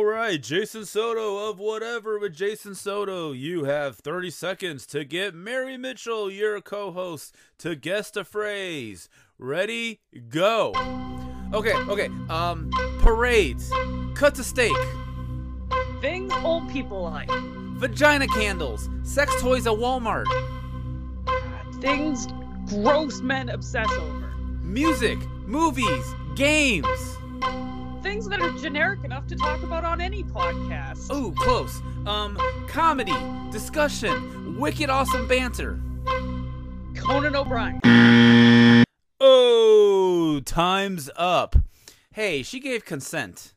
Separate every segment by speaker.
Speaker 1: right, Jason Soto of Whatever with Jason Soto. You have 30 seconds to get Mary Mitchell, your co host, to guess the phrase. Ready, go. Okay, okay. Um, parades, cut to steak,
Speaker 2: Things old people like.
Speaker 1: vagina candles, sex toys at Walmart,
Speaker 2: Things gross men obsess over.
Speaker 1: music, movies, games.
Speaker 2: Things that are generic enough to talk about on any podcast.
Speaker 1: Ooh, close. Um, comedy, discussion, wicked awesome banter.
Speaker 2: Conan O'Brien.
Speaker 1: Oh, time's up. Hey, she gave consent.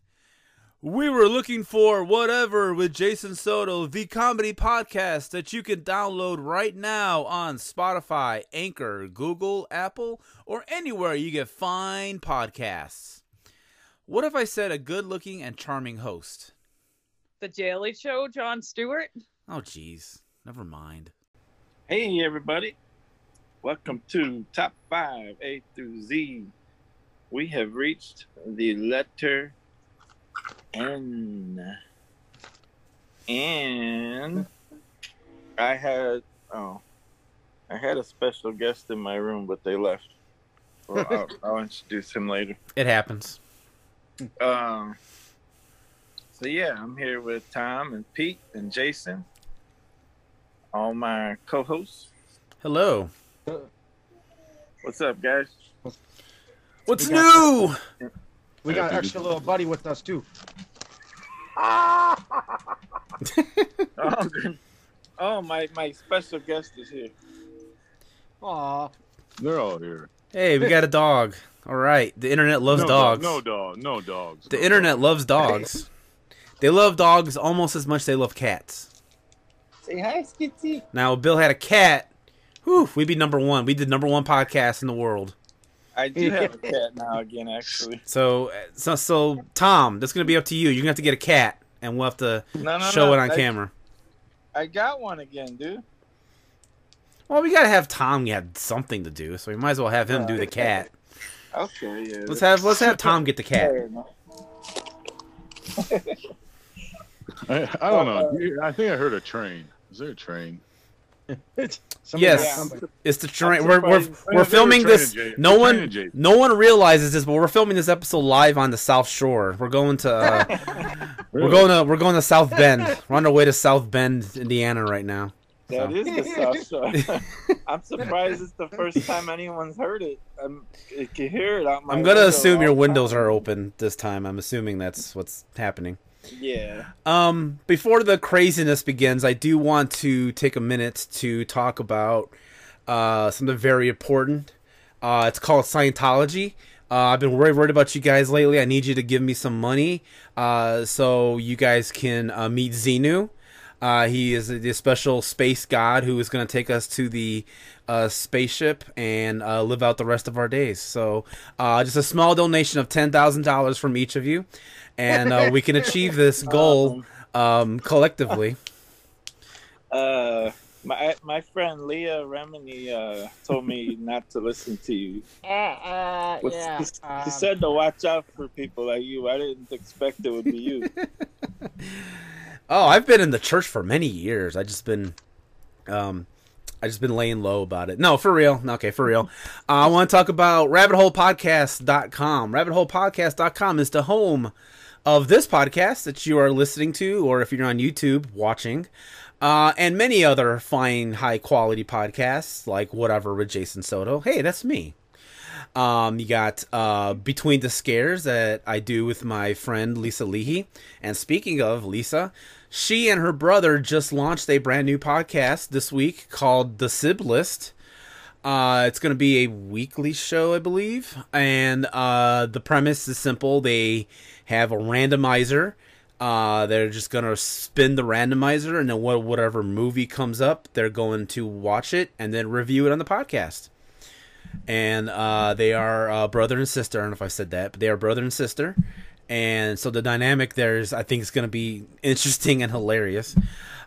Speaker 1: We were looking for Whatever with Jason Soto, the comedy podcast that you can download right now on Spotify, Anchor, Google, Apple, or anywhere you get fine podcasts. What if I said a good looking and charming host?
Speaker 2: The Daily Show, John Stewart.
Speaker 1: Oh, jeez. Never mind.
Speaker 3: Hey, everybody. Welcome to Top 5 A through Z. We have reached the letter N. And I had, oh, I had a special guest in my room, but they left. Well, I'll, I'll introduce him later.
Speaker 1: It happens.
Speaker 3: Um, so yeah, I'm here with Tom and Pete and Jason, all my co-hosts.
Speaker 1: Hello.
Speaker 3: What's up, guys?
Speaker 1: What's
Speaker 4: We got-
Speaker 1: new?
Speaker 4: We got extra little buddy with us too.
Speaker 3: Oh, oh my, my special guest is here.
Speaker 4: Aw.
Speaker 5: They're all here.
Speaker 1: Hey, we got a dog. All right. The internet loves
Speaker 5: no,
Speaker 1: dogs.
Speaker 5: No dog. No dogs.
Speaker 1: The
Speaker 5: no
Speaker 1: internet loves dogs. They love dogs almost as much as they love cats.
Speaker 3: Say hi, Skitsy.
Speaker 1: Now, if Bill had a cat. Whew, we'd be number one. We did number one podcast in the world.
Speaker 3: I do have a cat now again, actually.
Speaker 1: So, uh, so, so Tom, that's gonna be up to you. You're gonna have to get a cat, and we'll have to
Speaker 3: No, no,
Speaker 1: show
Speaker 3: no,
Speaker 1: it on
Speaker 3: I-
Speaker 1: camera.
Speaker 3: I got one again, dude.
Speaker 1: Well, we gotta have Tom have something to do, so we might as well have him do the cat.
Speaker 3: Okay, yeah.
Speaker 1: Let's have let's have Tom get the cat.
Speaker 3: Fair enough.
Speaker 5: dogs. I, I don't know. Do you- I think I heard a train. Is there a train?
Speaker 4: Somebody
Speaker 1: Yes.
Speaker 4: got somebody.
Speaker 1: It's the train.
Speaker 3: I'm
Speaker 1: We're we're,
Speaker 3: surprised-
Speaker 1: we're filming
Speaker 5: Train
Speaker 1: this.
Speaker 5: adjacent-
Speaker 1: No
Speaker 5: train
Speaker 1: one
Speaker 5: adjacent.
Speaker 1: no one realizes this, but we're filming this episode live on the South Shore. We're going to. Uh, We're
Speaker 5: Really?
Speaker 1: going to we're going to South Bend. We're on our way to South Bend, Indiana, right now.
Speaker 3: That is the South Shore. I'm surprised it's the first time anyone's heard it. I'm, I can hear it out my
Speaker 1: I'm gonna
Speaker 3: window
Speaker 1: assume your
Speaker 3: all the
Speaker 1: windows
Speaker 3: time.
Speaker 1: are open this time. I'm assuming that's what's happening.
Speaker 3: Yeah.
Speaker 1: Um, before the craziness begins, I do want to take a minute to talk about uh, something very important. Uh, it's called Scientology. Uh, I've been worried, worried about you guys lately. I need you to give me some money uh, so you guys can uh, meet Xenu. Uh, he is the special space god who is going to take us to the uh, spaceship and uh, live out the rest of our days. So, uh, just a small donation of ten thousand dollars from each of you, and uh, we can achieve this
Speaker 3: Oh,
Speaker 1: goal um, collectively.
Speaker 3: Uh, my my friend Leah Remini uh, told me not to listen to you.
Speaker 4: Uh, uh,
Speaker 3: What's-
Speaker 4: yeah.
Speaker 3: She
Speaker 4: um,
Speaker 3: said to watch out for people like you. I didn't expect it would be you.
Speaker 1: Oh, I've been in the church for many years. I just been, um, I just been laying low about it. No, for real. Okay, for real. Uh, I want to talk about rabbitholepodcast.com. Rabbitholepodcast.com is the home of this podcast that you are listening to, or if you're on YouTube watching, uh, and many other fine, high quality podcasts like whatever with Jason Soto. Hey, that's me. Um, you got uh, Between the Scares that I do with my friend Lisa Leahy. And speaking of Lisa, she and her brother just launched a brand new podcast this week called The Sib List. Uh, it's going to be a weekly show, I believe. And uh, the premise is simple they have a randomizer. Uh, they're just going to spin the randomizer, and then wha- whatever movie comes up, they're going to watch it and then review it on the podcast and uh, they are uh, brother and sister. I don't know if I said that, but they are brother and sister. And so the dynamic there is, I think, is going to be interesting and hilarious.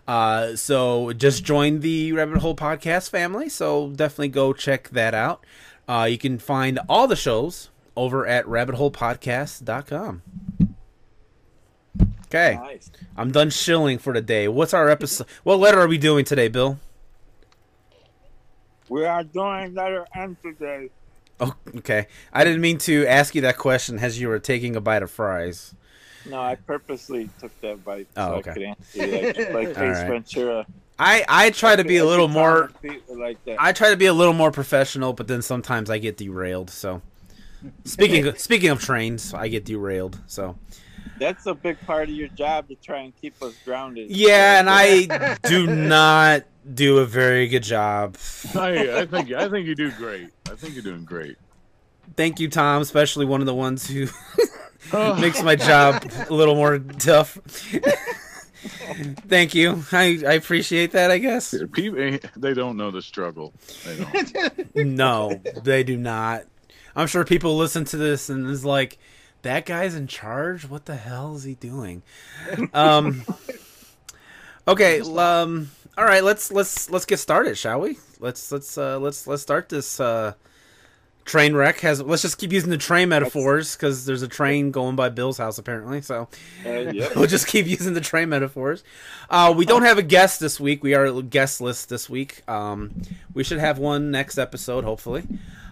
Speaker 1: Uh, so just join the Rabbit Hole Podcast family. So definitely go check that out. Uh, you can find all the shows over at rabbitholepodcast.com. Okay,
Speaker 3: Nice.
Speaker 1: I'm done shilling for the day. What's our episode? What letter are we doing today, Bill?
Speaker 3: We are doing letter M today.
Speaker 1: Oh, okay. I didn't mean to ask you that question as you were taking a bite of fries.
Speaker 3: No, I purposely took that bite
Speaker 1: Oh,
Speaker 3: so
Speaker 1: okay.
Speaker 3: I could answer you like, like
Speaker 1: All
Speaker 3: Ace
Speaker 1: right.
Speaker 3: Ventura.
Speaker 1: I I try to be a
Speaker 3: Every
Speaker 1: little
Speaker 3: time
Speaker 1: more.
Speaker 3: I see it like that.
Speaker 1: I try to be a little more professional, but then sometimes I get derailed. So, speaking of, speaking of trains, I get derailed. So
Speaker 3: That's a big part of your job to try and keep us grounded.
Speaker 1: yeah, and I do not do a very good job.
Speaker 5: I, I think I think you do great. I think you're doing great.
Speaker 1: Thank you, Tom, especially one of the ones who
Speaker 5: Oh,
Speaker 1: makes my job a little more tough. Thank you. I, I appreciate that. I guess
Speaker 5: people, eh, they don't know the struggle. They don't.
Speaker 1: no, they do not. I'm sure people listen to this and is like, "That guy's in charge. What the hell is he doing?" Um. Okay. Um. All right. Let's let's let's get started, shall we? Let's let's uh, let's let's start this uh, train wreck. Has let's just keep using the train metaphors because there's a train going by Bill's house apparently. So
Speaker 3: Uh, yep.
Speaker 1: we'll just keep using the train metaphors. Uh, we don't have a guest this week. We are guest list this week. Um, we should have one next episode, hopefully.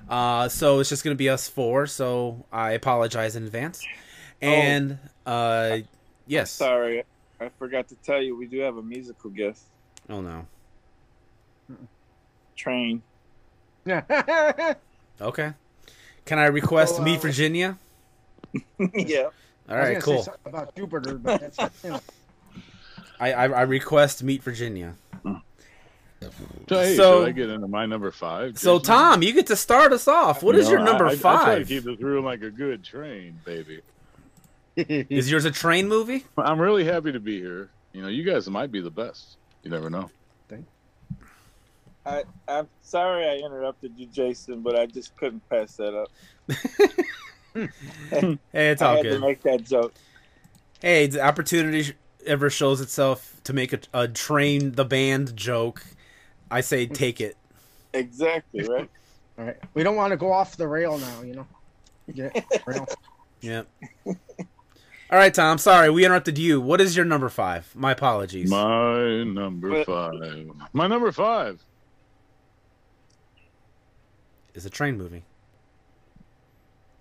Speaker 1: Uh, so it's just going to be us four. So I apologize in advance. And uh, yes. Oh
Speaker 3: Sorry, I forgot to tell you we do have a musical guest.
Speaker 1: Oh, no.
Speaker 3: Train.
Speaker 1: Okay. Can I request
Speaker 4: Oh,
Speaker 1: me
Speaker 4: uh,
Speaker 1: Virginia?
Speaker 3: yeah.
Speaker 1: All right, cool.
Speaker 4: About Jupiter, but that's, you know,
Speaker 1: I, I I request meet Virginia.
Speaker 5: So, hey,
Speaker 1: So-
Speaker 5: should I get into my number five?
Speaker 1: So
Speaker 5: Jason?
Speaker 1: Tom, you get to start us off. What is
Speaker 5: No,
Speaker 1: your number
Speaker 5: I- I- I try to
Speaker 1: five?
Speaker 5: keep this room like a good train, baby.
Speaker 1: Is yours a train movie?
Speaker 5: I'm really happy to be here. You know, you guys might be the best. You never know.
Speaker 3: I'm sorry I interrupted you, Jason, but I just couldn't pass that up.
Speaker 1: Hey, it's
Speaker 3: I
Speaker 1: all
Speaker 3: had
Speaker 1: good.
Speaker 3: to make that joke.
Speaker 1: Hey, the opportunity sh- ever shows itself to make a, a train the band joke. I say take it.
Speaker 3: Exactly right.
Speaker 4: all right. We don't want to go off the rail now, you know. Yeah, rail.
Speaker 1: Yeah. All right, Tom. Sorry, we interrupted you. What is your number five? My apologies.
Speaker 5: My number
Speaker 3: But-
Speaker 5: five. My number five.
Speaker 1: It's a train movie.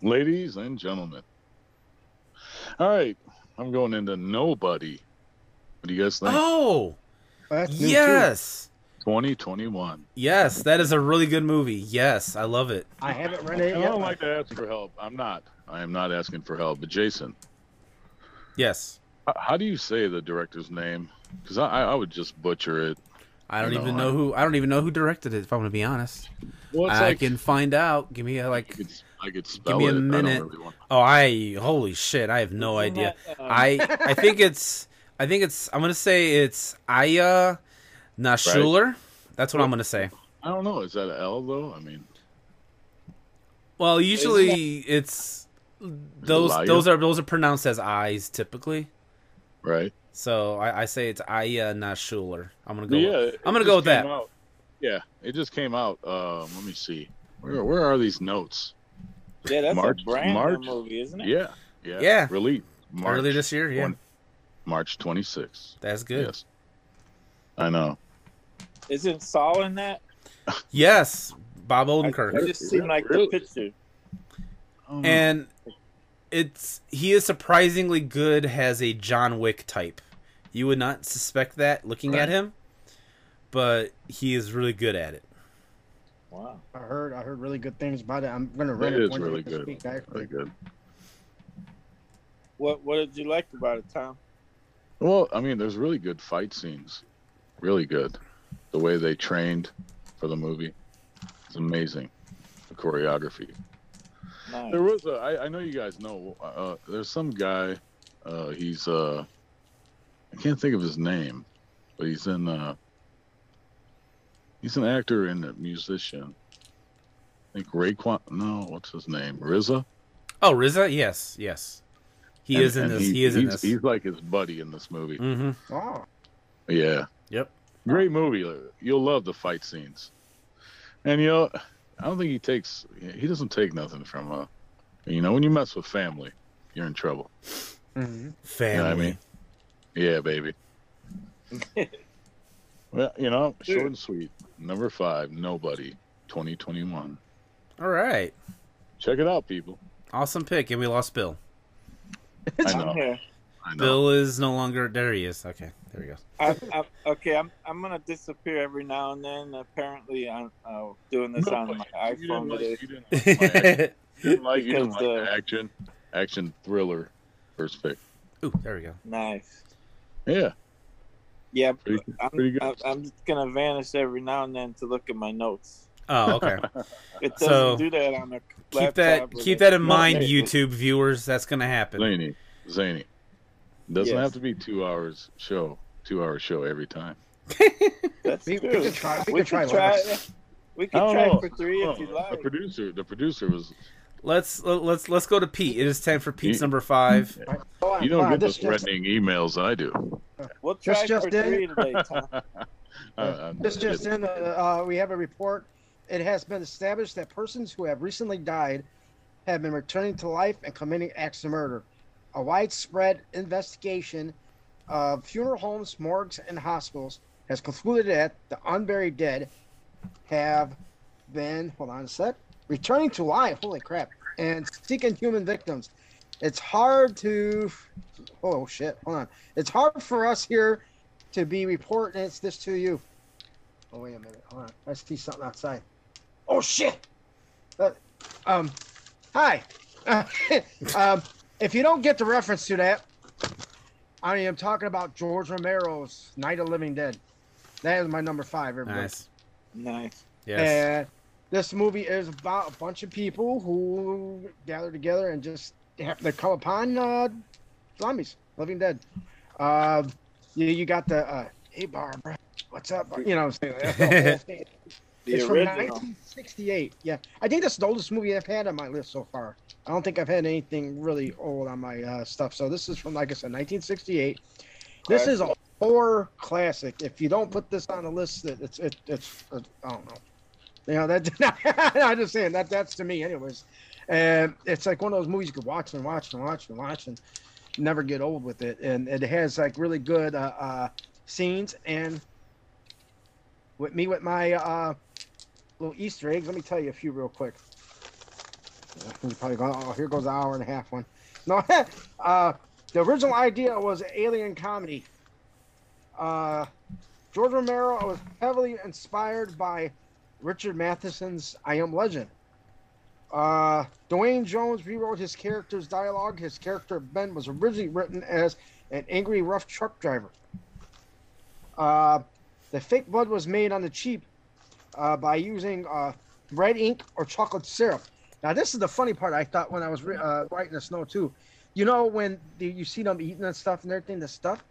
Speaker 5: ladies and gentlemen. All right, I'm going into nobody. What do you guys think?
Speaker 1: Oh,
Speaker 4: Well, that's new, too.
Speaker 1: yes,
Speaker 5: 2021.
Speaker 1: yes. That is a really good movie. Yes, I love it.
Speaker 4: I haven't read
Speaker 5: I
Speaker 4: it yet.
Speaker 5: don't like to ask for help. I'm not. I am not asking for help. But Jason,
Speaker 1: Yes,
Speaker 5: h- how do you say the director's name? Because I, I would just butcher it.
Speaker 1: I don't
Speaker 5: You know,
Speaker 1: even
Speaker 5: I-
Speaker 1: know who. I don't even know who directed it. If I'm gonna be honest,
Speaker 5: Well,
Speaker 1: I can find out. Give me a,
Speaker 5: I
Speaker 1: like.
Speaker 5: could, I could spell
Speaker 1: me a
Speaker 5: it. I
Speaker 1: minute.
Speaker 5: don't really want.
Speaker 1: Oh, I holy shit! I have no idea.
Speaker 3: um,
Speaker 1: I I think it's I think it's I'm gonna say it's Aya Nashuler. That's what I'm gonna say.
Speaker 5: I don't know. Is that an L though? I mean,
Speaker 1: Well, usually it's those
Speaker 5: Liar.
Speaker 1: those are those are pronounced as I's typically.
Speaker 5: right?
Speaker 1: So I, I say it's Aya Nashuler. I'm gonna go.
Speaker 5: yeah.
Speaker 1: with-
Speaker 5: it
Speaker 1: I'm gonna
Speaker 5: just
Speaker 1: go with
Speaker 5: came
Speaker 1: that.
Speaker 5: out- Yeah, it just came out. Um, let me see. Where where are these notes?
Speaker 3: yeah, that's
Speaker 5: March-
Speaker 3: a brand
Speaker 5: March-
Speaker 3: new movie, isn't it?
Speaker 5: Yeah. Yeah.
Speaker 1: Yeah.
Speaker 5: Really. March.
Speaker 1: Earlier this year, yeah,
Speaker 5: One- March 26th.
Speaker 1: that's good.
Speaker 5: Yes. I know.
Speaker 3: Isn't Saul in that?
Speaker 1: Yes, Bob
Speaker 3: I,
Speaker 1: Odenkirk.
Speaker 3: I just seen like
Speaker 5: Really?
Speaker 3: the picture.
Speaker 1: and it's he is surprisingly good as a John Wick type. You would not suspect that looking at
Speaker 5: Right.
Speaker 1: him, but he is really good at it.
Speaker 3: Wow.
Speaker 4: I heard, I heard really good things about it. I'm gonna
Speaker 5: it
Speaker 4: rent
Speaker 5: is
Speaker 4: one day
Speaker 5: really
Speaker 4: this
Speaker 5: good.
Speaker 4: week, actually.
Speaker 5: Really good.
Speaker 3: What What did you like about it, Tom?
Speaker 5: Well, I mean, there's really good fight scenes. Really good. The way they trained for the movie. It's amazing. The choreography.
Speaker 3: Nice.
Speaker 5: There was a, I, I know you guys know, uh, there's some guy, uh, he's, uh, I can't think of his name, but he's in, uh, he's an actor and a musician. I think Raekwon, no, what's his name? RZA?
Speaker 1: Oh, Riza, yes, yes, he
Speaker 5: And-
Speaker 1: is in
Speaker 5: and
Speaker 1: this. He, is in
Speaker 5: he's,
Speaker 1: this.
Speaker 5: He's like his buddy in this movie.
Speaker 1: hmm
Speaker 4: Oh,
Speaker 5: Yeah.
Speaker 1: Yep.
Speaker 5: Great movie. You'll love the fight scenes. And you know, I don't think he takes. He doesn't take nothing from. Uh, you know, when you mess with family, you're in trouble.
Speaker 4: Mhm.
Speaker 1: Family.
Speaker 5: You know what I mean? Yeah, baby. well, you know, short and sweet. Number five, nobody, 2021.
Speaker 1: All right.
Speaker 5: Check it out, people.
Speaker 1: Awesome pick, and we lost Bill.
Speaker 5: I
Speaker 3: I'm
Speaker 5: know.
Speaker 3: here.
Speaker 5: I know.
Speaker 1: Bill is no longer there. He is. Okay, there he goes.
Speaker 3: I, I, okay, I'm I'm gonna disappear every now and then. Apparently, I'm uh, doing this on my
Speaker 5: Nobody. You didn't
Speaker 3: iPhone
Speaker 5: like-
Speaker 3: today.
Speaker 5: you didn't like my action. You didn't like, you didn't
Speaker 3: Because,
Speaker 5: like
Speaker 3: uh,
Speaker 5: action, action thriller, first pick.
Speaker 1: Ooh, there we go.
Speaker 3: Nice.
Speaker 5: Yeah,
Speaker 3: Yeah,
Speaker 5: pretty, pretty
Speaker 3: I'm,
Speaker 5: good.
Speaker 3: I'm, I'm just gonna vanish every now and then to look at my notes.
Speaker 1: Oh, okay.
Speaker 3: It doesn't
Speaker 1: So,
Speaker 3: do that on a
Speaker 1: keep
Speaker 3: laptop
Speaker 1: that
Speaker 3: or
Speaker 1: keep that in
Speaker 3: no,
Speaker 1: mind,
Speaker 3: there it is.
Speaker 1: YouTube viewers. That's gonna happen.
Speaker 5: zany, zany. Doesn't
Speaker 3: Yes.
Speaker 5: have to be two hours show, two hour show every time.
Speaker 3: That's
Speaker 4: We- we
Speaker 3: true.
Speaker 4: could try- we
Speaker 3: We
Speaker 4: could try
Speaker 3: could try.
Speaker 4: last.
Speaker 3: We
Speaker 5: I
Speaker 3: could
Speaker 5: don't
Speaker 3: try
Speaker 5: know.
Speaker 3: for three if you
Speaker 5: Oh, The
Speaker 3: like.
Speaker 5: producer, the producer was.
Speaker 1: Let's let's let's go to Pete. It is time for Pete's
Speaker 5: Ye-
Speaker 1: number five.
Speaker 4: Oh,
Speaker 5: You don't
Speaker 4: wow,
Speaker 5: get
Speaker 4: this
Speaker 5: those
Speaker 4: just,
Speaker 5: threatening emails I do.
Speaker 3: We'll try
Speaker 4: Just- just
Speaker 3: for
Speaker 4: did
Speaker 3: three
Speaker 4: it.
Speaker 3: today, Tom.
Speaker 5: I- I'm-
Speaker 4: this just in, uh, uh, we have a report. It has been established that persons who have recently died have been returning to life and committing acts of murder. A widespread investigation of funeral homes, morgues, and hospitals has concluded that the unburied dead have been, hold on a sec, returning to life. Holy crap. And seeking human victims. It's hard to, oh shit, hold on. It's hard for us here to be reporting it's this to you. Oh wait a minute, hold on. I see something outside. Oh shit! Uh, um, hi. um, if you don't get the reference to that, I am talking about George Romero's Night of the Living Dead. That is my number five. Everybody.
Speaker 1: Nice.
Speaker 3: Nice.
Speaker 1: Yes.
Speaker 4: And this movie is about a bunch of people who gather together and just happen to come upon uh, zombies, living dead. Uh, you, you got the uh, hey Barbara, what's up? You know, what I'm saying That's the whole thing.
Speaker 3: The
Speaker 4: it's from
Speaker 3: original.
Speaker 4: 1968. Yeah, I think that's the oldest movie I've had on my list so far. I don't think I've had anything really old on my uh, stuff. So this is from, like I said, 1968. This is a horror classic. If you don't put this on the list, it, it's it, it's it, I don't know. You know that I'm just saying that that's to me, anyways. And it's like one of those movies you could watch and watch and watch and watch and never get old with it. And it has like really good uh, uh, scenes and with me with my uh, little Easter eggs. Let me tell you a few real quick. You probably go, oh, here goes an hour and a half one. No, uh, the original idea was an alien comedy. Uh, George Romero was heavily inspired by Richard Matheson's I Am Legend. Uh, Dwayne Jones rewrote his character's dialogue. His character Ben was originally written as an angry, rough truck driver. Uh, the fake blood was made on the cheap uh, by using uh, red ink or chocolate syrup. Now, this is the funny part I thought when I was re- uh, writing the snow, too. You know, when the, you see them eating and stuff and everything, the stuff,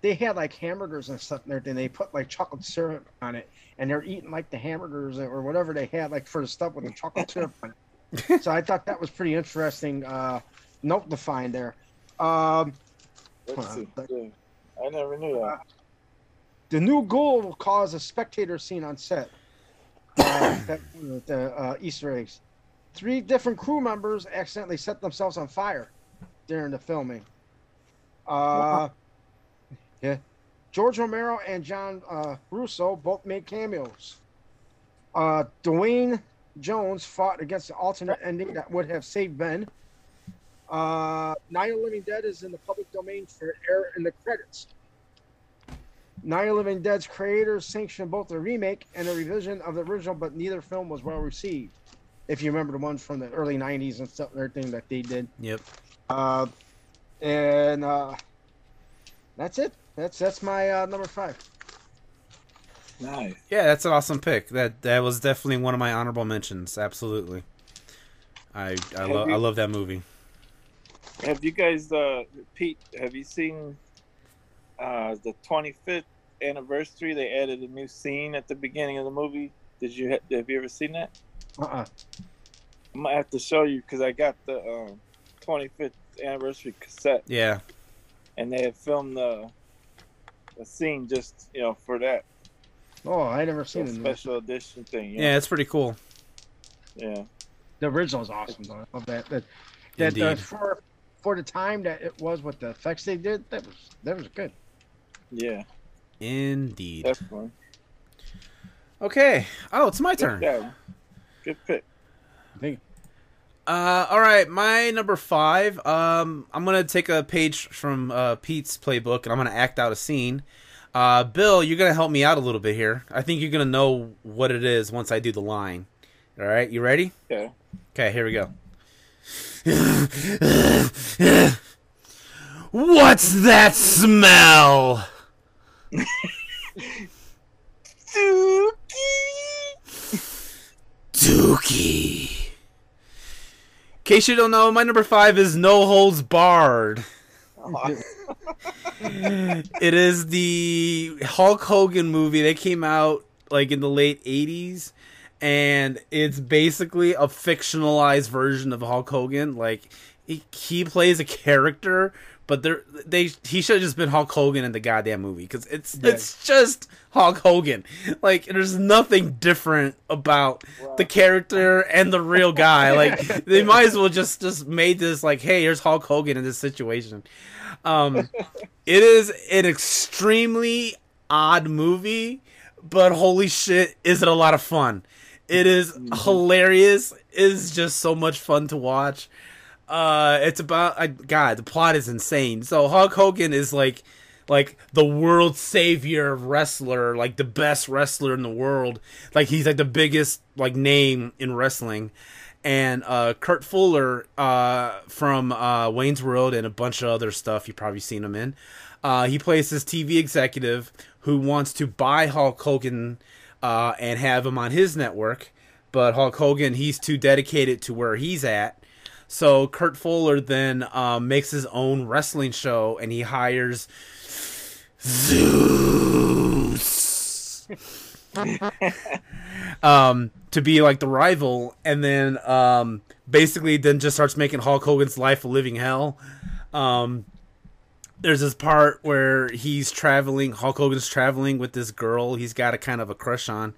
Speaker 4: they had like hamburgers and stuff and everything. They put like chocolate syrup on it and they're eating like the hamburgers or whatever they had, like for the stuff with the chocolate syrup on it. So I thought that was pretty interesting uh, note to find there. Um,
Speaker 3: Let's
Speaker 4: Hold
Speaker 3: see.
Speaker 4: on.
Speaker 3: Yeah. I never knew that.
Speaker 4: The new ghoul will cause a spectator scene on set. Uh, that, the uh, Easter eggs. Three different crew members accidentally set themselves on fire during the filming. Uh, yeah, George Romero and John uh, Russo both made cameos. Uh, Dwayne Jones fought against the alternate ending that would have saved Ben. Uh, Night of the Living Dead is in the public domain for air in the credits. Night of the Living Dead's creators sanctioned both a remake and a revision of the original, but neither film was well received. If you remember the ones from the early '90s and stuff, and everything that they did,
Speaker 1: Yep.
Speaker 4: uh, and uh, that's it. That's that's my uh, number five.
Speaker 3: Nice.
Speaker 1: Yeah, that's an awesome pick. That that was definitely one of my honorable mentions. Absolutely. I I, lo-
Speaker 3: Have you-
Speaker 1: I love that movie.
Speaker 3: Have you guys, uh, Pete? Have you seen uh, the 25th anniversary? They added a new scene at the beginning of the movie. Did you ha- have you ever seen that?
Speaker 4: Uh-uh.
Speaker 3: I'm gonna have to show you because I got the um, 25th anniversary cassette,
Speaker 1: Yeah.
Speaker 3: and they had filmed the a scene just you know for that
Speaker 4: Oh, I never
Speaker 3: so
Speaker 4: seen it.
Speaker 3: special edition thing.
Speaker 1: Yeah,
Speaker 3: You know?
Speaker 1: it's pretty cool.
Speaker 3: yeah,
Speaker 4: The original's awesome. Though. I love that. That, that uh,
Speaker 1: Indeed.
Speaker 4: for for the time that it was, what the effects they did, that was that was good.
Speaker 3: Yeah,
Speaker 1: Indeed.
Speaker 3: that's one.
Speaker 1: Okay. Oh, it's my
Speaker 3: Good,
Speaker 1: turn.
Speaker 3: job. Good pick.
Speaker 1: Uh, all right, my number five. Um, I'm gonna take a page from uh, Pete's playbook, and I'm gonna act out a scene. Uh, Bill, you're gonna help me out a little bit here. I think you're gonna know what it is once I do the line. All right, you ready?
Speaker 3: Yeah.
Speaker 1: Okay, here we go. What's that smell? Dookie. In case you don't know, my number five is No Holds Barred. it is the Hulk Hogan movie that came out like in the late 80s and it's basically a fictionalized version of Hulk Hogan like he, he plays a character but they're, they he should have just been Hulk Hogan in the goddamn movie cuz it's
Speaker 4: Yeah.
Speaker 1: it's just Hulk Hogan like there's nothing different about the character and the real guy like they might as well just just made this like hey here's Hulk Hogan in this situation um it is an extremely odd movie, but holy shit, is it a lot of fun. It is hilarious. It is just so much fun to watch. Uh it's about I, god, the plot is insane. So Hulk Hogan is like like the world savior of wrestler, like the best wrestler in the world. Like he's like the biggest like name in wrestling. And uh, Kurt Fuller uh, from uh, Wayne's World and a bunch of other stuff you've probably seen him in. Uh, he plays this TV executive who wants to buy Hulk Hogan uh, and have him on his network, but Hulk Hogan he's too dedicated to where he's at. So Kurt Fuller then um, makes his own wrestling show, and he hires Zeus um, to be like the rival, and then um, basically then just starts making Hulk Hogan's life a living hell. Um, there's this part where he's traveling hulk hogan's traveling with this girl he's got a kind of a crush on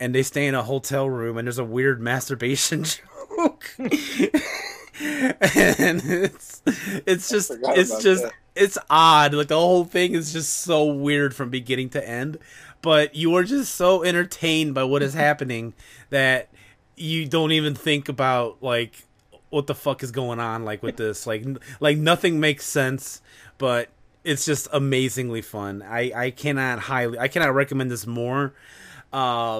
Speaker 1: and they stay in a hotel room and there's a weird masturbation joke and it's it's just
Speaker 3: forgot
Speaker 1: it's
Speaker 3: about
Speaker 1: just
Speaker 3: that.
Speaker 1: it's odd like the whole thing is just so weird from beginning to end but you are just so entertained by what is happening that you don't even think about like what the fuck is going on like with this like n- like nothing makes sense but it's just amazingly fun i i cannot highly i cannot recommend this more uh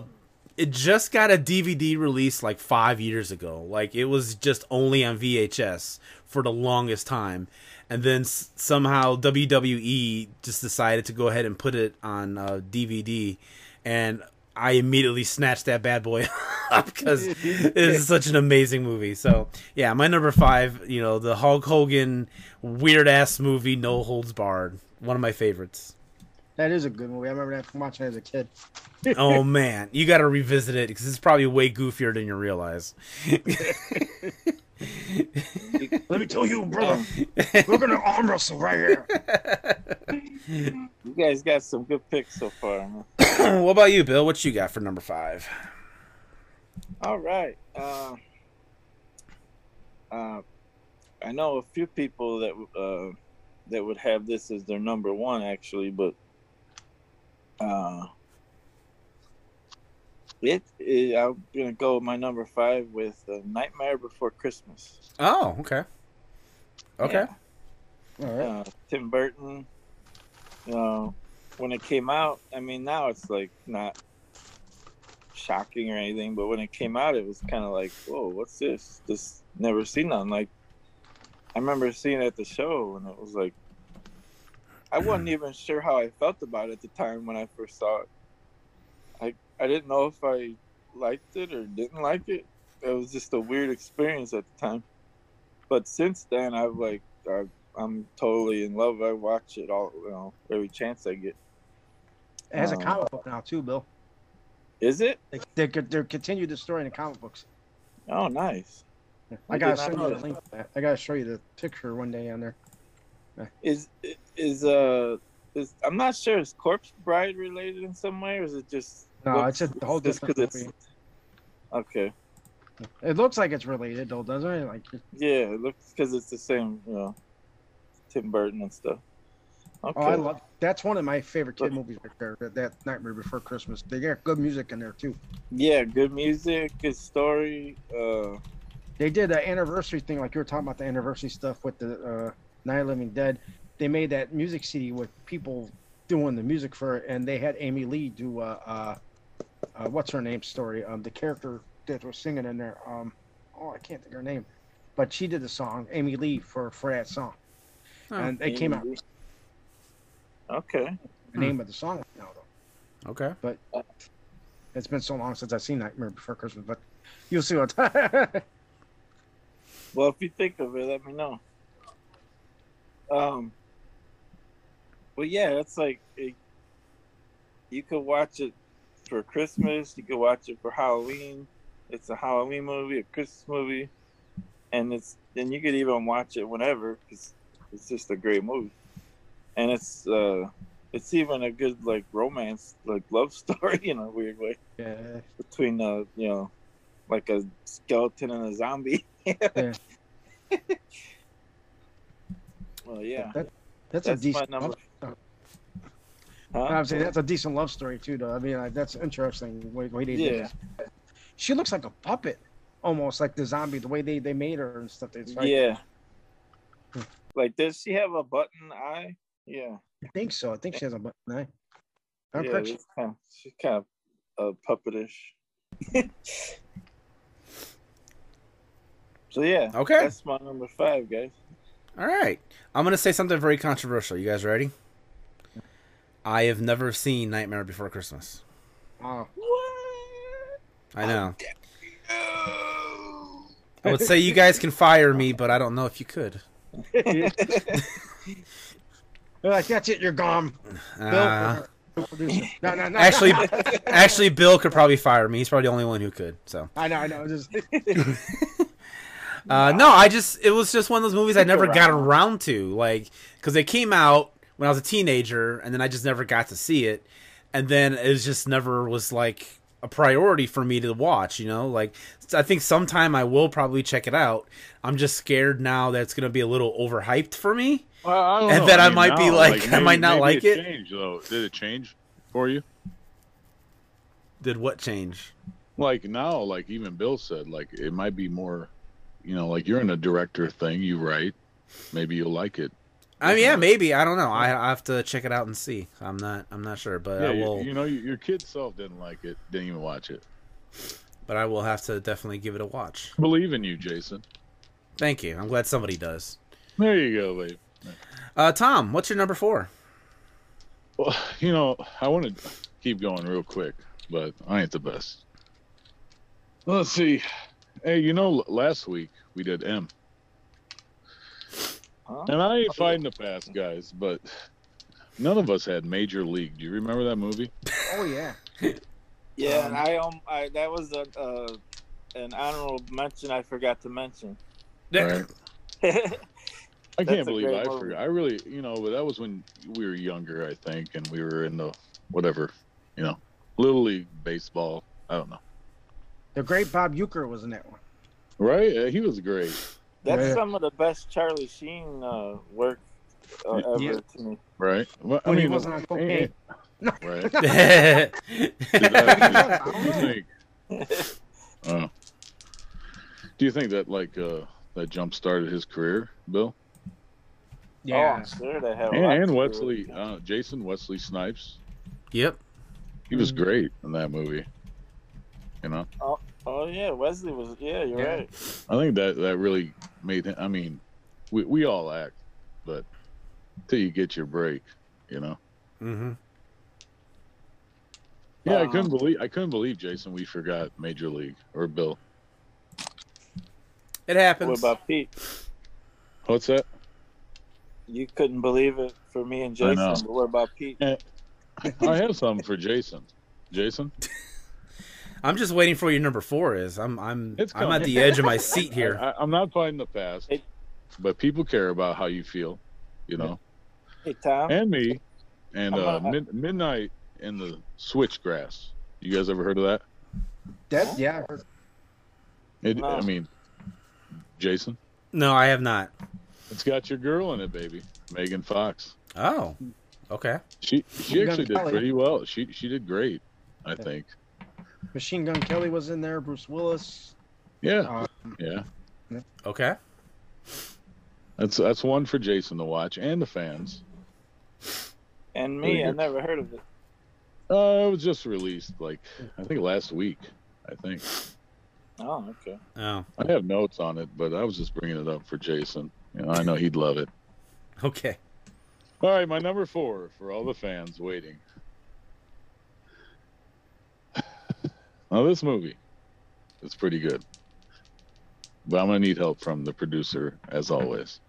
Speaker 1: it just got a dvd release like five years ago like it was just only on vhs for the longest time and then s- somehow wwe just decided to go ahead and put it on uh, dvd and i immediately snatched that bad boy up because it's such an amazing movie so yeah, my number five, you know, the Hulk Hogan weird ass movie, No Holds Barred. One of my favorites.
Speaker 4: That is a good movie. I remember that from watching it as a kid.
Speaker 1: oh man, you got to revisit it because it's probably way goofier than you realize.
Speaker 4: Let me tell you, brother, we're gonna arm wrestle right here.
Speaker 3: You guys got some good picks so far. man.
Speaker 1: what about you, Bill? What you got for number five?
Speaker 3: All right. Uh, uh, I know a few people that uh, that would have this as their number one, actually, but uh, it, it- I'm gonna go with my number five with uh, Nightmare Before Christmas.
Speaker 1: Oh, okay, okay,
Speaker 4: All right.
Speaker 3: uh, Tim Burton. You know, when it came out, I mean, now it's like not shocking or anything, but when it came out, it was kind of like, whoa, what's this? This never seen on. Like, I remember seeing it at the show, and it was like, I wasn't even sure how I felt about it at the time when I first saw it. I I didn't know if I liked it or didn't like it. It was just a weird experience at the time. But since then, I've like i I'm totally in love. I watch it all, you know, every chance I get.
Speaker 4: It has a
Speaker 3: Um,
Speaker 4: comic book now too, Bill.
Speaker 3: Is it?
Speaker 4: They they, they continued the story in the comic books.
Speaker 3: Oh, nice.
Speaker 4: I
Speaker 3: I
Speaker 4: gotta
Speaker 3: did not
Speaker 4: send
Speaker 3: know
Speaker 4: you the
Speaker 3: that.
Speaker 4: link. to that. I gotta show you the picture one day on there.
Speaker 3: Is is uh is I'm not sure is Corpse Bride related in some way or is it just
Speaker 4: No,
Speaker 3: looks-
Speaker 4: it's a whole
Speaker 3: just 'cause
Speaker 4: different movie.
Speaker 3: it's- Okay.
Speaker 4: It looks like it's related though, doesn't it? Like oh,
Speaker 3: Yeah, it looks because it's the same, you know, Tim Burton and stuff. Okay.
Speaker 4: Oh, I love that's one of my favorite kid movies right there. That, that Nightmare Before Christmas. They got good music in there too.
Speaker 3: yeah, good music, good story. Uh,
Speaker 4: They did the anniversary thing, like you were talking about the anniversary stuff with the uh, Night of the Living Dead. They made that music CD with people doing the music for it, and they had Amy Lee do uh, uh, uh, what's her name story. Um, the character that was singing in there. Um, oh, I can't think of her name, but she did the song Amy Lee for for that song,
Speaker 1: Oh.
Speaker 4: and it came out.
Speaker 3: Okay.
Speaker 4: The name of the song now though.
Speaker 1: Okay.
Speaker 4: It's been so long since I've seen Nightmare Before Christmas, but you'll see what. yeah,
Speaker 3: Well, if you think of it, let me know. Um. Well, yeah, it's like it, you could watch it for Christmas. You could watch it for Halloween. It's a Halloween movie, a Christmas movie, and it's and you could even watch it whenever 'cause it's just a great movie, and it's uh it's even a good like romance like love story in a weird way between uh you know like a skeleton and a zombie.
Speaker 4: Yeah.
Speaker 3: well, yeah,
Speaker 4: that, that's, a
Speaker 3: that's my
Speaker 4: decent.
Speaker 3: number.
Speaker 4: love-
Speaker 3: Huh?
Speaker 4: I'm saying that's a decent love story too. Though I mean, like, that's interesting. Wait, wait,
Speaker 3: Yeah.
Speaker 4: She looks like a puppet, almost like the zombie. The way they, they made her and stuff. It's like,
Speaker 3: Yeah. Like, does she have a button eye? Yeah.
Speaker 4: I think so. I think she has a button eye. I'm
Speaker 3: yeah,
Speaker 4: pretty sure-
Speaker 3: it's kind of, she's kind of uh, puppetish. so yeah,
Speaker 1: Okay.
Speaker 3: that's my number five, guys.
Speaker 1: All right. I'm going to say something very controversial. You guys ready? I have never seen Nightmare Before Christmas.
Speaker 4: Wow.
Speaker 1: I know. I would say you guys can fire me, but I don't know if you could.
Speaker 4: They're like, that's it. You're gone. Bill,
Speaker 1: Uh,
Speaker 4: you're the producer. No, no, no.
Speaker 1: actually, actually, Bill could probably fire me. He's probably the only one who could. So,
Speaker 4: I know, I know. Just,
Speaker 1: uh, no, I just it was just one of those movies I
Speaker 3: Stick
Speaker 1: never got
Speaker 3: around.
Speaker 1: around to, like because they came out when I was a teenager, and then I just never got to see it, and then it was just never was like a priority for me to watch. You know, like I think sometime I will probably check it out. I'm just scared now that it's gonna be a little overhyped for me.
Speaker 5: Well, I don't
Speaker 1: And
Speaker 5: know.
Speaker 1: then I
Speaker 5: mean,
Speaker 1: might be
Speaker 5: now,
Speaker 1: like, I might not like
Speaker 5: maybe
Speaker 1: it.
Speaker 5: Changed, though. Did it change for you?
Speaker 1: Did what change?
Speaker 5: Like now, like even Bill said, like it might be more, you know, like you're in a director thing. You write, maybe you'll like it.
Speaker 1: I mean, yeah, maybe I don't know. I, I have to check it out and see. I'm not. I'm not sure, but
Speaker 5: yeah,
Speaker 1: I
Speaker 5: you-
Speaker 1: will.
Speaker 5: you, know, your your kid self didn't like it, didn't even watch it.
Speaker 1: But I will have to definitely give it a watch.
Speaker 5: Believe in you, Jason.
Speaker 1: Thank you. I'm glad somebody does.
Speaker 5: There you go, babe.
Speaker 1: Uh, Tom, what's your number four?
Speaker 5: Well, you know, I want to keep going real quick, but I ain't the best. Let's see. Hey, you know, last week we did M.
Speaker 3: Huh?
Speaker 5: And I ain't fighting the past, guys, but none of us had Major League. Do you remember that movie?
Speaker 4: oh yeah.
Speaker 3: Yeah, and I um, I that was a uh, an honorable mention I forgot to mention.
Speaker 5: Right. I
Speaker 3: That's a
Speaker 5: can't believe
Speaker 3: great
Speaker 5: I
Speaker 3: movie.
Speaker 5: forgot. I really, you know, but that was when we were younger, I think, and we were in the whatever, you know, Little League baseball. I don't know.
Speaker 4: The great Bob Euchre was in that one.
Speaker 5: Right? Yeah, He was great.
Speaker 3: That's
Speaker 4: Yeah.
Speaker 3: some of the best Charlie Sheen uh, work uh,
Speaker 5: Yeah.
Speaker 3: ever to me.
Speaker 5: Right? Well, eh,
Speaker 4: When he wasn't on cocaine.
Speaker 5: Right. Did
Speaker 1: yeah,
Speaker 5: that- do you think? Oh. do you think that like uh, that jump started his career, Bill?
Speaker 4: Yeah.
Speaker 3: Oh, I'm sure they have.
Speaker 5: And, and
Speaker 3: lots to do.
Speaker 5: Wesley, uh, Jason Wesley Snipes,
Speaker 1: yep.
Speaker 5: he was
Speaker 3: Mm-hmm.
Speaker 5: great in that movie. You know,
Speaker 3: Oh yeah, Wesley was. Yeah, you're
Speaker 4: Yeah.
Speaker 3: right.
Speaker 5: I think that that really made him. I mean, we we all act, but till you get your break, you know.
Speaker 1: Mm-hmm.
Speaker 5: Yeah, I
Speaker 3: Wow.
Speaker 5: couldn't believe I couldn't believe Jason. We forgot Major League or Bill.
Speaker 1: It happens.
Speaker 3: What about Pete?
Speaker 5: What's that?
Speaker 3: You couldn't believe it for me and
Speaker 5: I
Speaker 3: Jason.
Speaker 5: know.
Speaker 3: But what about Pete?
Speaker 5: I have something for Jason. Jason,
Speaker 1: I'm just waiting for what your number four is. I'm I'm
Speaker 5: It's
Speaker 1: I'm
Speaker 5: coming.
Speaker 1: at the edge of my seat here.
Speaker 5: I, I, I'm not fighting the past,
Speaker 3: Hey.
Speaker 5: but people care about how you feel, you know,
Speaker 3: Hey Tom.
Speaker 5: and me, and
Speaker 3: I'm
Speaker 5: uh,
Speaker 3: gonna-
Speaker 5: mid- midnight in the switchgrass. You guys ever heard of that?
Speaker 4: That, yeah. I heard-
Speaker 5: It,
Speaker 3: No.
Speaker 5: I mean, Jason,
Speaker 1: No, I have not.
Speaker 5: it's got your girl in it, baby, Megan Fox.
Speaker 1: Oh, okay.
Speaker 5: She she
Speaker 4: Gun
Speaker 5: actually did
Speaker 4: Kelly.
Speaker 5: pretty well. She she did great, I
Speaker 4: Yeah.
Speaker 5: think.
Speaker 4: Machine Gun Kelly was in there. Bruce Willis.
Speaker 5: Yeah,
Speaker 4: Uh,
Speaker 5: yeah.
Speaker 1: Okay.
Speaker 5: That's that's one for Jason to watch and the fans.
Speaker 3: And me, I
Speaker 5: Very good.
Speaker 3: never heard of it.
Speaker 5: Uh, it was just released like I think last week. I think
Speaker 3: Oh, okay.
Speaker 1: Oh,
Speaker 5: I have notes on it, but I was just bringing it up for Jason. You know, I know he'd love it.
Speaker 1: okay.
Speaker 5: All right, my number four for all the fans waiting. now this movie is pretty good, but I'm gonna need help from the producer as always.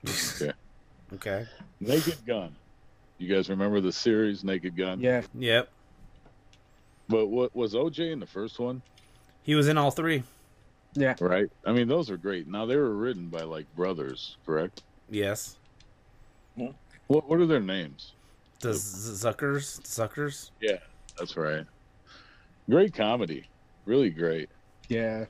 Speaker 1: Okay.
Speaker 5: Naked Gun. You guys remember the series Naked Gun?
Speaker 4: yeah,
Speaker 1: Yep.
Speaker 5: But what was OJ in the first one?
Speaker 1: He was in all three.
Speaker 4: yeah.
Speaker 5: Right. I mean, those are great. Now they were written by like brothers, correct?
Speaker 1: Yes.
Speaker 5: What What are their names?
Speaker 1: The Z- Zuckers. Zuckers.
Speaker 5: That's right. Great comedy, really great.
Speaker 4: Yeah.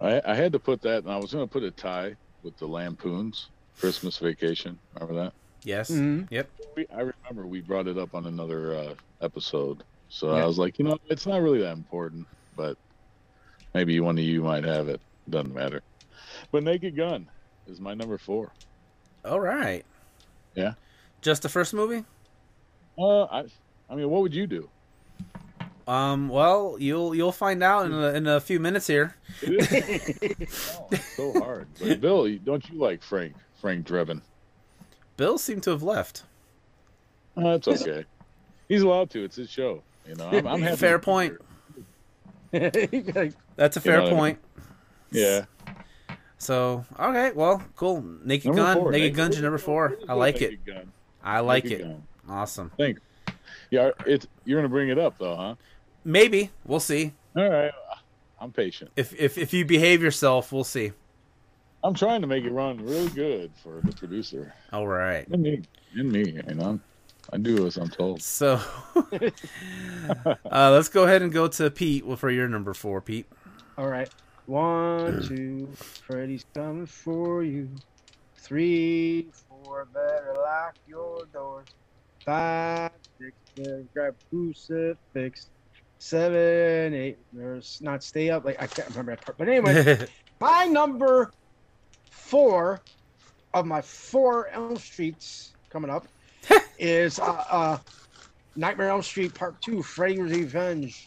Speaker 5: I I had to put that, and I was going to put a tie with the Lampoons Christmas Vacation. Remember that?
Speaker 1: Yes.
Speaker 5: Mm-hmm.
Speaker 4: Mhm.
Speaker 1: Yep.
Speaker 5: We, I remember we brought it up on another uh, episode, so
Speaker 4: Yeah.
Speaker 5: I was like, you know, it's not really that important, but maybe one of you might have it. Doesn't matter. But Naked Gun is my number four.
Speaker 1: All right.
Speaker 5: Yeah.
Speaker 1: Just the first movie?
Speaker 5: Uh, I I mean, what would you do?
Speaker 1: Um. Well, you'll you'll find out in a, in a few minutes here.
Speaker 5: It is Oh, it's so hard. But Bill, don't you like Frank? Frank Drebin?
Speaker 1: Bill seemed to have left.
Speaker 5: Uh, that's okay. He's allowed to. It's his show. You know, I'm, I'm happy.
Speaker 1: Fair
Speaker 5: to be
Speaker 1: point.
Speaker 5: here.
Speaker 4: Mm-hmm. Like,
Speaker 1: That's a fair
Speaker 5: Yeah.
Speaker 1: point.
Speaker 5: Yeah.
Speaker 1: So, okay, well, cool. Naked
Speaker 5: Number
Speaker 1: Gun,
Speaker 5: four,
Speaker 1: Naked
Speaker 5: Nate.
Speaker 1: Gun's your number four. I like it.
Speaker 5: Naked Gun.
Speaker 1: I like
Speaker 5: Naked
Speaker 1: it.
Speaker 5: Gun.
Speaker 1: Awesome.
Speaker 5: Yeah, it's you're gonna bring it up though, huh?
Speaker 1: Maybe we'll see.
Speaker 5: All right. I'm patient.
Speaker 1: If if if you behave yourself, we'll see.
Speaker 5: I'm trying to make it run really good for the producer
Speaker 1: All right.
Speaker 5: and me. And me. You know, I do as I'm told.
Speaker 1: So, uh, let's go ahead and go to Pete for your number four, Pete.
Speaker 4: All right. One, two, Freddy's coming for you. Three, four, better lock your doors. Five, six, seven, grab crucifix. Seven, eight, there's not stay up. Like I can't remember that part. But anyway, my number four of my four Elm Streets coming up is uh, uh, Nightmare on Elm Street Part Two: Freddy's Revenge.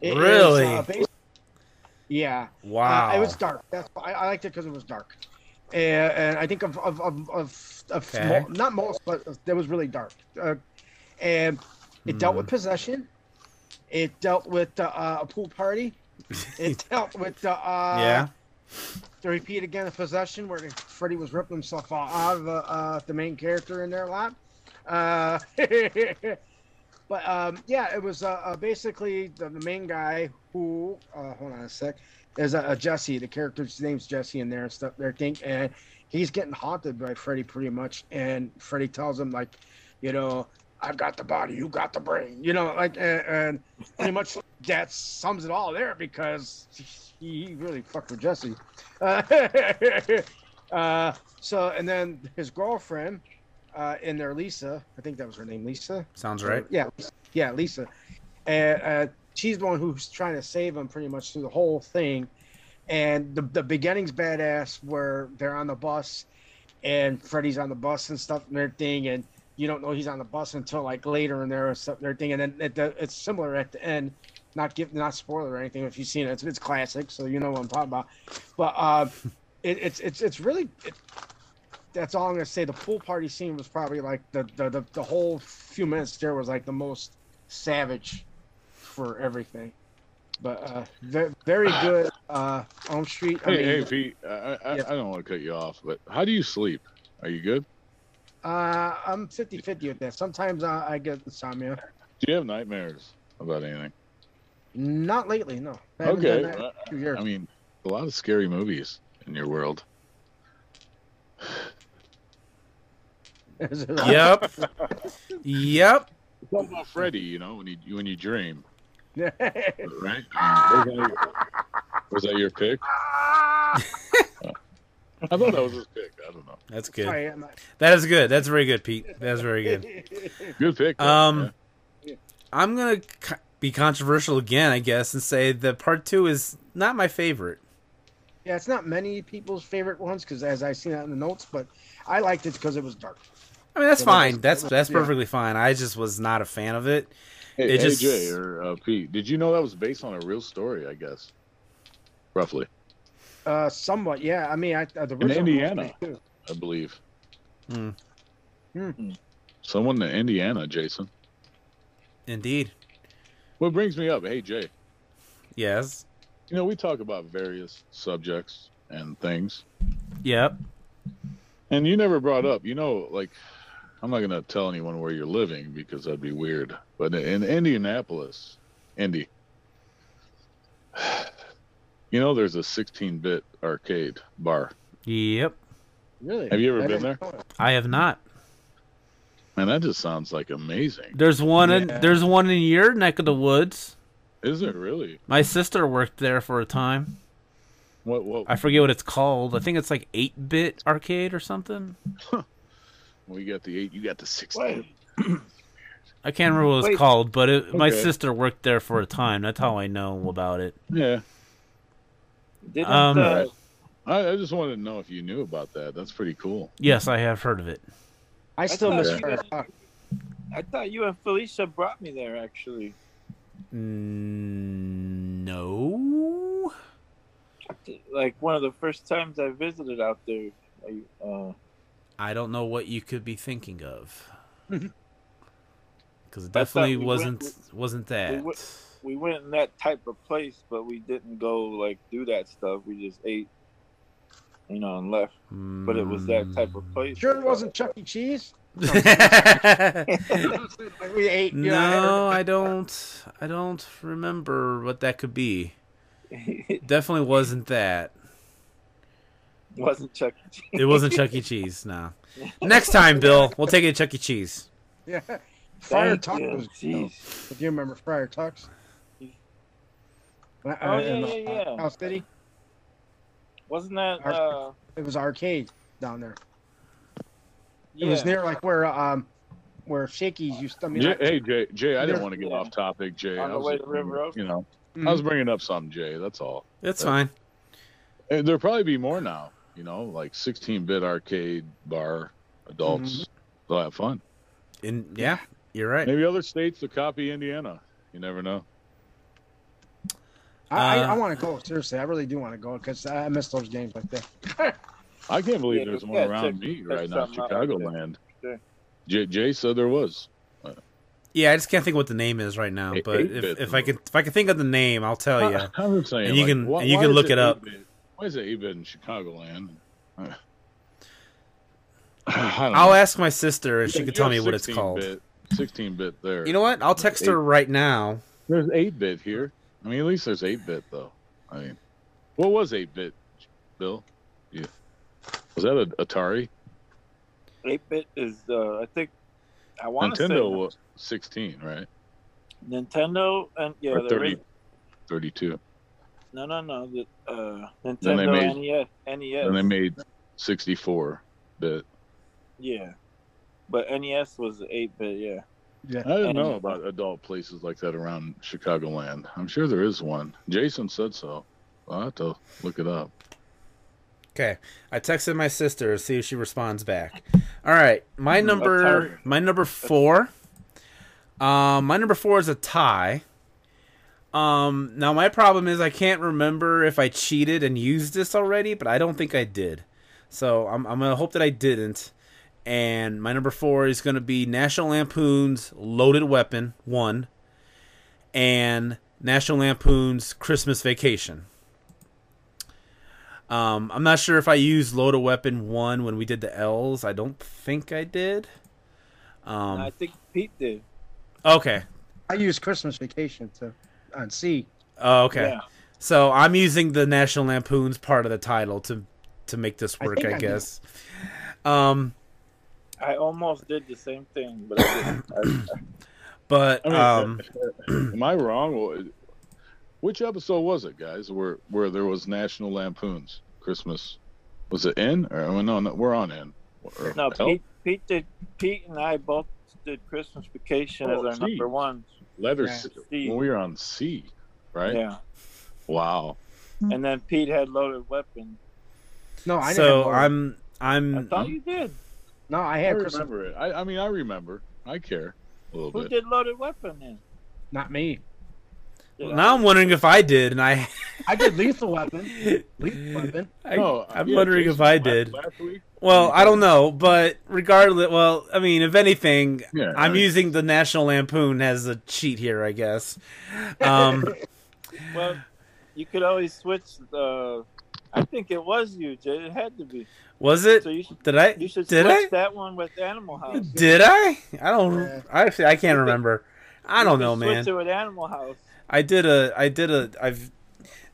Speaker 4: is,
Speaker 1: Really?
Speaker 4: uh, bas- yeah.
Speaker 1: wow.
Speaker 4: Uh, it was dark. That's why I, I liked it because it was dark. And, and I think of of of, of, of
Speaker 1: Okay.
Speaker 4: mo- not most, but that was really dark. Uh, and it dealt
Speaker 1: Hmm.
Speaker 4: with possession. It dealt with uh, uh, a pool party. It dealt with the uh,
Speaker 1: yeah.
Speaker 4: To repeat again, the possession where Freddy was ripping himself out of the, uh, the main character in their lap. Uh, but um, yeah, it was uh, uh, basically the, the main guy who uh, hold on a sec. There's a, a Jesse. The character's name's Jesse in there and stuff. There, think, and he's getting haunted by Freddy pretty much. And Freddy tells him like, you know, I've got the body, you got the brain. You know, like and, and pretty much that sums it all there because he he really fucked with Jesse. Uh, uh, so and then his girlfriend uh, in there, Lisa. I think that was her name, Lisa.
Speaker 1: Sounds right.
Speaker 4: Yeah, yeah, Lisa, and uh, she's the one who's trying to save him pretty much through the whole thing. And the the beginning's badass where they're on the bus, and Freddy's on the bus and stuff and everything, and you don't know he's on the bus until like later in there or something and everything. And then it, the, it's similar at the end. Not give not spoiler or anything if you've seen it. It's, it's classic, so you know what I'm talking about. But uh, it, it's it's it's really it, that's all I'm gonna say. The pool party scene was probably like the the, the the whole few minutes there was like the most savage for everything. But uh, very, very good uh, Elm Street. I
Speaker 5: Hey,
Speaker 4: mean,
Speaker 5: hey, Pete. I, I,
Speaker 4: Yeah.
Speaker 5: I don't want to cut you off, but how do you sleep? Are you good?
Speaker 4: uh, I'm 50-50 with that. Sometimes I, I get insomnia.
Speaker 5: Do you have nightmares about anything?
Speaker 4: Not lately, no. I haven't
Speaker 5: Okay.
Speaker 4: done that in
Speaker 5: well,
Speaker 4: a few years.
Speaker 5: I mean, a lot of scary movies in your world.
Speaker 1: Yep. yep.
Speaker 5: What about Freddy? You know, when you when you dream,
Speaker 4: yep.
Speaker 5: right? I mean, was, that your, was that your pick? I thought that was his pick. I don't know.
Speaker 1: That's good.
Speaker 4: Sorry, I'm not-
Speaker 1: That is good. That's very good, Pete. That's very good.
Speaker 5: Good pick. though,
Speaker 1: Um,
Speaker 4: Yeah.
Speaker 1: I'm gonna co- be controversial again, I guess, and say that part two is not my favorite.
Speaker 4: yeah, it's not many people's favorite ones because as I seen that in the notes, but I liked it because it was dark.
Speaker 1: I mean, that's
Speaker 4: Well, that
Speaker 1: fine.
Speaker 4: was-
Speaker 1: That's that's
Speaker 4: yeah.
Speaker 1: perfectly fine. I just was not a fan of it.
Speaker 5: yeah.
Speaker 1: it
Speaker 5: Hey,
Speaker 1: just-
Speaker 5: AJ or uh, Pete, did you know that was based on a real story? I guess, roughly,
Speaker 4: Uh, somewhat, yeah. I mean, I, uh, the original one was
Speaker 5: Indiana.
Speaker 4: good, too.
Speaker 5: I believe.
Speaker 1: Hmm.
Speaker 3: Hmm.
Speaker 5: Someone in Indiana, Jason.
Speaker 1: Indeed.
Speaker 5: What brings me up? Hey, Jay.
Speaker 1: Yes.
Speaker 5: You know, we talk about various subjects and things.
Speaker 1: Yep.
Speaker 5: And you never brought up, you know, like I'm not gonna tell anyone where you're living because that'd be weird. But in Indianapolis, Indy, you know, there's a 16-bit arcade bar.
Speaker 1: Yep.
Speaker 4: Really?
Speaker 5: Have you ever
Speaker 4: I
Speaker 5: been there?
Speaker 4: didn't know it.
Speaker 1: I have not.
Speaker 5: Man, that just sounds like amazing.
Speaker 1: There's one
Speaker 4: Yeah.
Speaker 1: in there's one in your neck of the woods.
Speaker 5: Is it really?
Speaker 1: My sister worked there for a time.
Speaker 5: What? What?
Speaker 1: I forget what it's called. I think it's like 8-bit arcade or something.
Speaker 5: we got the eight. You got the 16.
Speaker 3: Wait,
Speaker 1: I can't remember what it's
Speaker 3: Wait.
Speaker 1: called, but it, my
Speaker 5: Okay.
Speaker 1: sister worked there for a time. That's how I know about it.
Speaker 5: Yeah.
Speaker 3: didn't
Speaker 1: Um,
Speaker 3: uh,
Speaker 5: I, I just wanted to know if you knew about that. That's pretty cool.
Speaker 1: Yes, I have heard of it.
Speaker 4: I still
Speaker 3: thought
Speaker 4: miss E.
Speaker 5: you
Speaker 4: her.
Speaker 3: guys- I thought you and Felicia brought me there actually.
Speaker 1: Mm, No.
Speaker 3: Like one of the first times I visited out there. I, uh,
Speaker 1: I don't know what you could be thinking of. Because it
Speaker 3: I thought
Speaker 1: definitely
Speaker 3: we
Speaker 1: wasn't
Speaker 3: went-
Speaker 1: wasn't that.
Speaker 3: went- we went in that type of place, but we didn't go like do that stuff. We just ate, you know, and left. But it was that type of place.
Speaker 4: Sure, it wasn't Chuck E. Cheese.
Speaker 1: Mm.
Speaker 4: Like, we ate. You
Speaker 1: no,
Speaker 4: know,
Speaker 1: I don't. I don't remember what that could be.
Speaker 3: it
Speaker 1: Definitely wasn't that.
Speaker 3: wasn't Chuck E. Cheese.
Speaker 1: It wasn't Chuck E. Cheese. No. Next time, Bill, we'll take it to Chuck E. Cheese.
Speaker 4: yeah. Friar
Speaker 3: Thank
Speaker 4: Tuck
Speaker 3: you.
Speaker 4: was good, though.
Speaker 3: Jeez.
Speaker 4: If you remember Friar Tucks.
Speaker 3: Oh,
Speaker 4: Uh, in,
Speaker 3: yeah, yeah,
Speaker 4: uh,
Speaker 3: yeah.
Speaker 4: Cal City.
Speaker 3: Wasn't that?
Speaker 4: Our-
Speaker 3: Uh,
Speaker 4: It was arcade down there. It
Speaker 3: yeah.
Speaker 4: was near like where um where Shakey's used to. I mean,
Speaker 5: Yeah,
Speaker 4: like-
Speaker 5: hey Jay, Jay, I didn't
Speaker 4: Yeah.
Speaker 5: want to get
Speaker 3: Yeah.
Speaker 5: off topic, Jay.
Speaker 3: On
Speaker 5: I
Speaker 3: the
Speaker 5: was
Speaker 3: way
Speaker 5: just
Speaker 3: to River
Speaker 5: bringing-
Speaker 3: Oak?
Speaker 5: You know,
Speaker 4: Mhm.
Speaker 5: I was bringing up something, Jay. That's all.
Speaker 1: It's
Speaker 3: Uh,
Speaker 1: fine.
Speaker 5: Hey, There'll probably be more now, you know, like 16-bit arcade bar adults. They'll have fun.
Speaker 1: And yeah, you're Mm-hmm. right.
Speaker 5: Maybe other states will copy Indiana. You never know.
Speaker 4: I, I, I
Speaker 1: Uh,
Speaker 4: want to go seriously. I really do want to go because I miss those games like that.
Speaker 5: I can't believe
Speaker 3: Yeah,
Speaker 5: there's
Speaker 3: we
Speaker 5: one
Speaker 3: gotta
Speaker 5: around
Speaker 3: check-
Speaker 5: me
Speaker 3: check
Speaker 5: right now,
Speaker 3: something out like that.
Speaker 5: Chicagoland.
Speaker 3: Sure.
Speaker 5: Jay, Jay said there was.
Speaker 1: Yeah, I just can't think what the name is right now.
Speaker 5: Eight-
Speaker 1: But
Speaker 5: eight
Speaker 1: if,
Speaker 5: bit.
Speaker 1: if I could if I could think of the name, I'll tell you.
Speaker 5: I'm just saying.
Speaker 1: Oh, And you
Speaker 5: like,
Speaker 1: can-
Speaker 5: why-
Speaker 1: and you
Speaker 5: why
Speaker 1: can
Speaker 5: is
Speaker 1: look
Speaker 5: it
Speaker 1: it up.
Speaker 5: 8-bit? Why is it 8-bit in Chicagoland? I don't
Speaker 1: I'll
Speaker 5: know.
Speaker 1: ask my sister if she
Speaker 5: You
Speaker 1: can tell
Speaker 5: have
Speaker 1: me what it's called.
Speaker 5: 16-bit 16-bit there.
Speaker 1: You know what? I'll text her right now.
Speaker 5: There's eight bit here. I mean, at least there's eight bit though. I mean, what was eight bit, Bill? Yeah, was that a Atari?
Speaker 3: Eight bit is. Uh, I think. I want to say
Speaker 5: Nintendo was sixteen, right?
Speaker 3: Nintendo and yeah,
Speaker 5: Or
Speaker 3: the
Speaker 5: 30.
Speaker 3: ori-
Speaker 5: Thirty-two.
Speaker 3: No, no, no. The uh,
Speaker 5: they
Speaker 3: Nintendo NES, NES.
Speaker 5: And they made sixty-four bit.
Speaker 3: yeah, but NES was eight bit. Yeah,
Speaker 5: I didn't
Speaker 3: And-
Speaker 5: know about adult places like that around Chicagoland. I'm sure there is one. Jason said so. I'll have to look it up.
Speaker 1: Okay. I texted my sister to see if she responds back. All right. My
Speaker 3: Hmm,
Speaker 1: number
Speaker 3: Atari.
Speaker 1: my number 4. Um my number 4 is a tie. Um now my problem is I can't remember if I cheated and used this already, but I don't think I did. So I'm I'm going to hope that I didn't. And my number 4 is going to be National Lampoon's Loaded Weapon 1 and National Lampoon's Christmas Vacation. Um, I'm not sure if I used Load a Weapon 1 when we did the L's. I don't think I did.
Speaker 3: And I
Speaker 1: Um,
Speaker 3: think Pete did.
Speaker 1: okay.
Speaker 4: I use Christmas Vacation to uh, on C.
Speaker 1: Oh, okay.
Speaker 3: Yeah.
Speaker 1: So I'm using the National Lampoon's part of the title to to make this
Speaker 4: I
Speaker 1: work,
Speaker 4: think
Speaker 1: I,
Speaker 4: I did.
Speaker 1: guess. Um,
Speaker 3: I almost did the same thing, but I didn't. I,
Speaker 1: but
Speaker 5: I mean,
Speaker 1: um,
Speaker 5: am I wrong? Wha- Which episode was it, guys? Where where there was National Lampoon's Christmas Was it N or well, no? no we're on N. Or
Speaker 3: No,
Speaker 5: L?
Speaker 3: Pete, Pete did. Pete and I both did Christmas Vacation
Speaker 5: Oh,
Speaker 3: as our
Speaker 5: gee.
Speaker 3: number one.
Speaker 5: letter
Speaker 4: Yeah.
Speaker 5: C.
Speaker 3: C.
Speaker 5: Well, we were on C, right?
Speaker 3: Yeah,
Speaker 5: Wow.
Speaker 3: and then Pete had Loaded Weapon.
Speaker 4: No, I never.
Speaker 1: so
Speaker 4: had Loaded.
Speaker 1: I'm
Speaker 3: I
Speaker 1: I'm
Speaker 3: thought you did.
Speaker 4: No, I
Speaker 5: I
Speaker 4: had Christmas.
Speaker 5: remember it. I, I mean, I remember. I care a little
Speaker 3: Who
Speaker 5: bit.
Speaker 3: did Loaded Weapon then?
Speaker 4: Not me.
Speaker 3: Did I-
Speaker 1: now I'm wondering if I did, and I
Speaker 4: I did Lethal Weapon. Lethal Weapon.
Speaker 1: I,
Speaker 5: No,
Speaker 1: I'm
Speaker 5: yeah,
Speaker 1: wondering
Speaker 5: Jason
Speaker 1: if I
Speaker 5: last-
Speaker 1: did.
Speaker 5: last week.
Speaker 1: Well, I don't know, but regardless, well, I mean, if anything,
Speaker 5: Yeah,
Speaker 1: I'm
Speaker 5: I-
Speaker 1: using the National Lampoon as a cheat here, I guess. Um,
Speaker 3: Well, you could always switch the. I think it was you, Jay. It had to be.
Speaker 1: was it?
Speaker 3: So you should
Speaker 1: Did I?
Speaker 3: you should
Speaker 1: Did
Speaker 3: switch
Speaker 1: I?
Speaker 3: that one with Animal House.
Speaker 1: Did I? I don't.
Speaker 4: Yeah.
Speaker 1: I actually I can't remember. I
Speaker 3: You
Speaker 1: don't
Speaker 3: could
Speaker 1: know,
Speaker 3: switch
Speaker 1: man.
Speaker 3: it with Animal House.
Speaker 1: I did a. I did a. I've.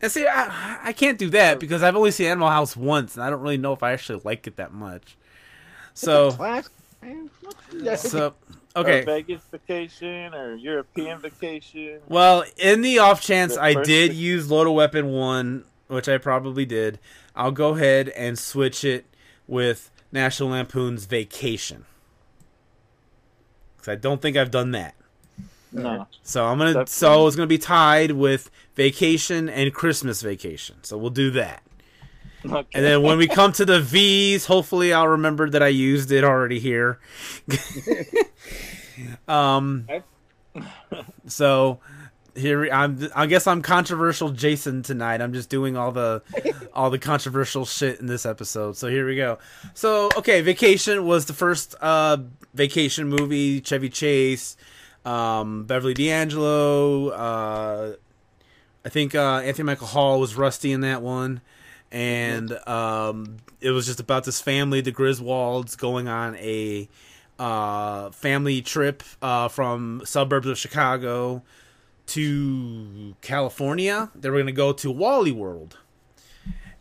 Speaker 1: And see, I, I can't do that because I've only seen Animal House once, and I don't really know if I actually like it that much.
Speaker 4: It's a
Speaker 1: So,
Speaker 4: classic, man. Yes.
Speaker 1: so
Speaker 3: Or
Speaker 1: okay.
Speaker 3: Vegas vacation or European vacation.
Speaker 1: Well, in the off chance
Speaker 3: The
Speaker 1: I
Speaker 3: first
Speaker 1: did
Speaker 3: thing-
Speaker 1: use Loaded Weapon One, which I probably did, I'll go ahead and switch it with National Lampoon's Vacation because I don't think I've done that.
Speaker 3: No.
Speaker 1: So I'm gonna.
Speaker 3: That's-
Speaker 1: so it's gonna be tied with Vacation and Christmas Vacation. So we'll do that.
Speaker 3: Okay.
Speaker 1: And then when we come to the V's, hopefully I'll remember that I used it already here. um, so here we- I'm. I guess I'm controversial, Jason. Tonight I'm just doing all the all the controversial shit in this episode. So here we go. So okay, Vacation was the first uh vacation movie. Chevy Chase, um, Beverly D'Angelo. Uh, I think uh, Anthony Michael Hall was Rusty in that one and um, it was just about this family, the Griswolds, going on a uh, family trip uh, from suburbs of Chicago to California. They were going to go to Wally World,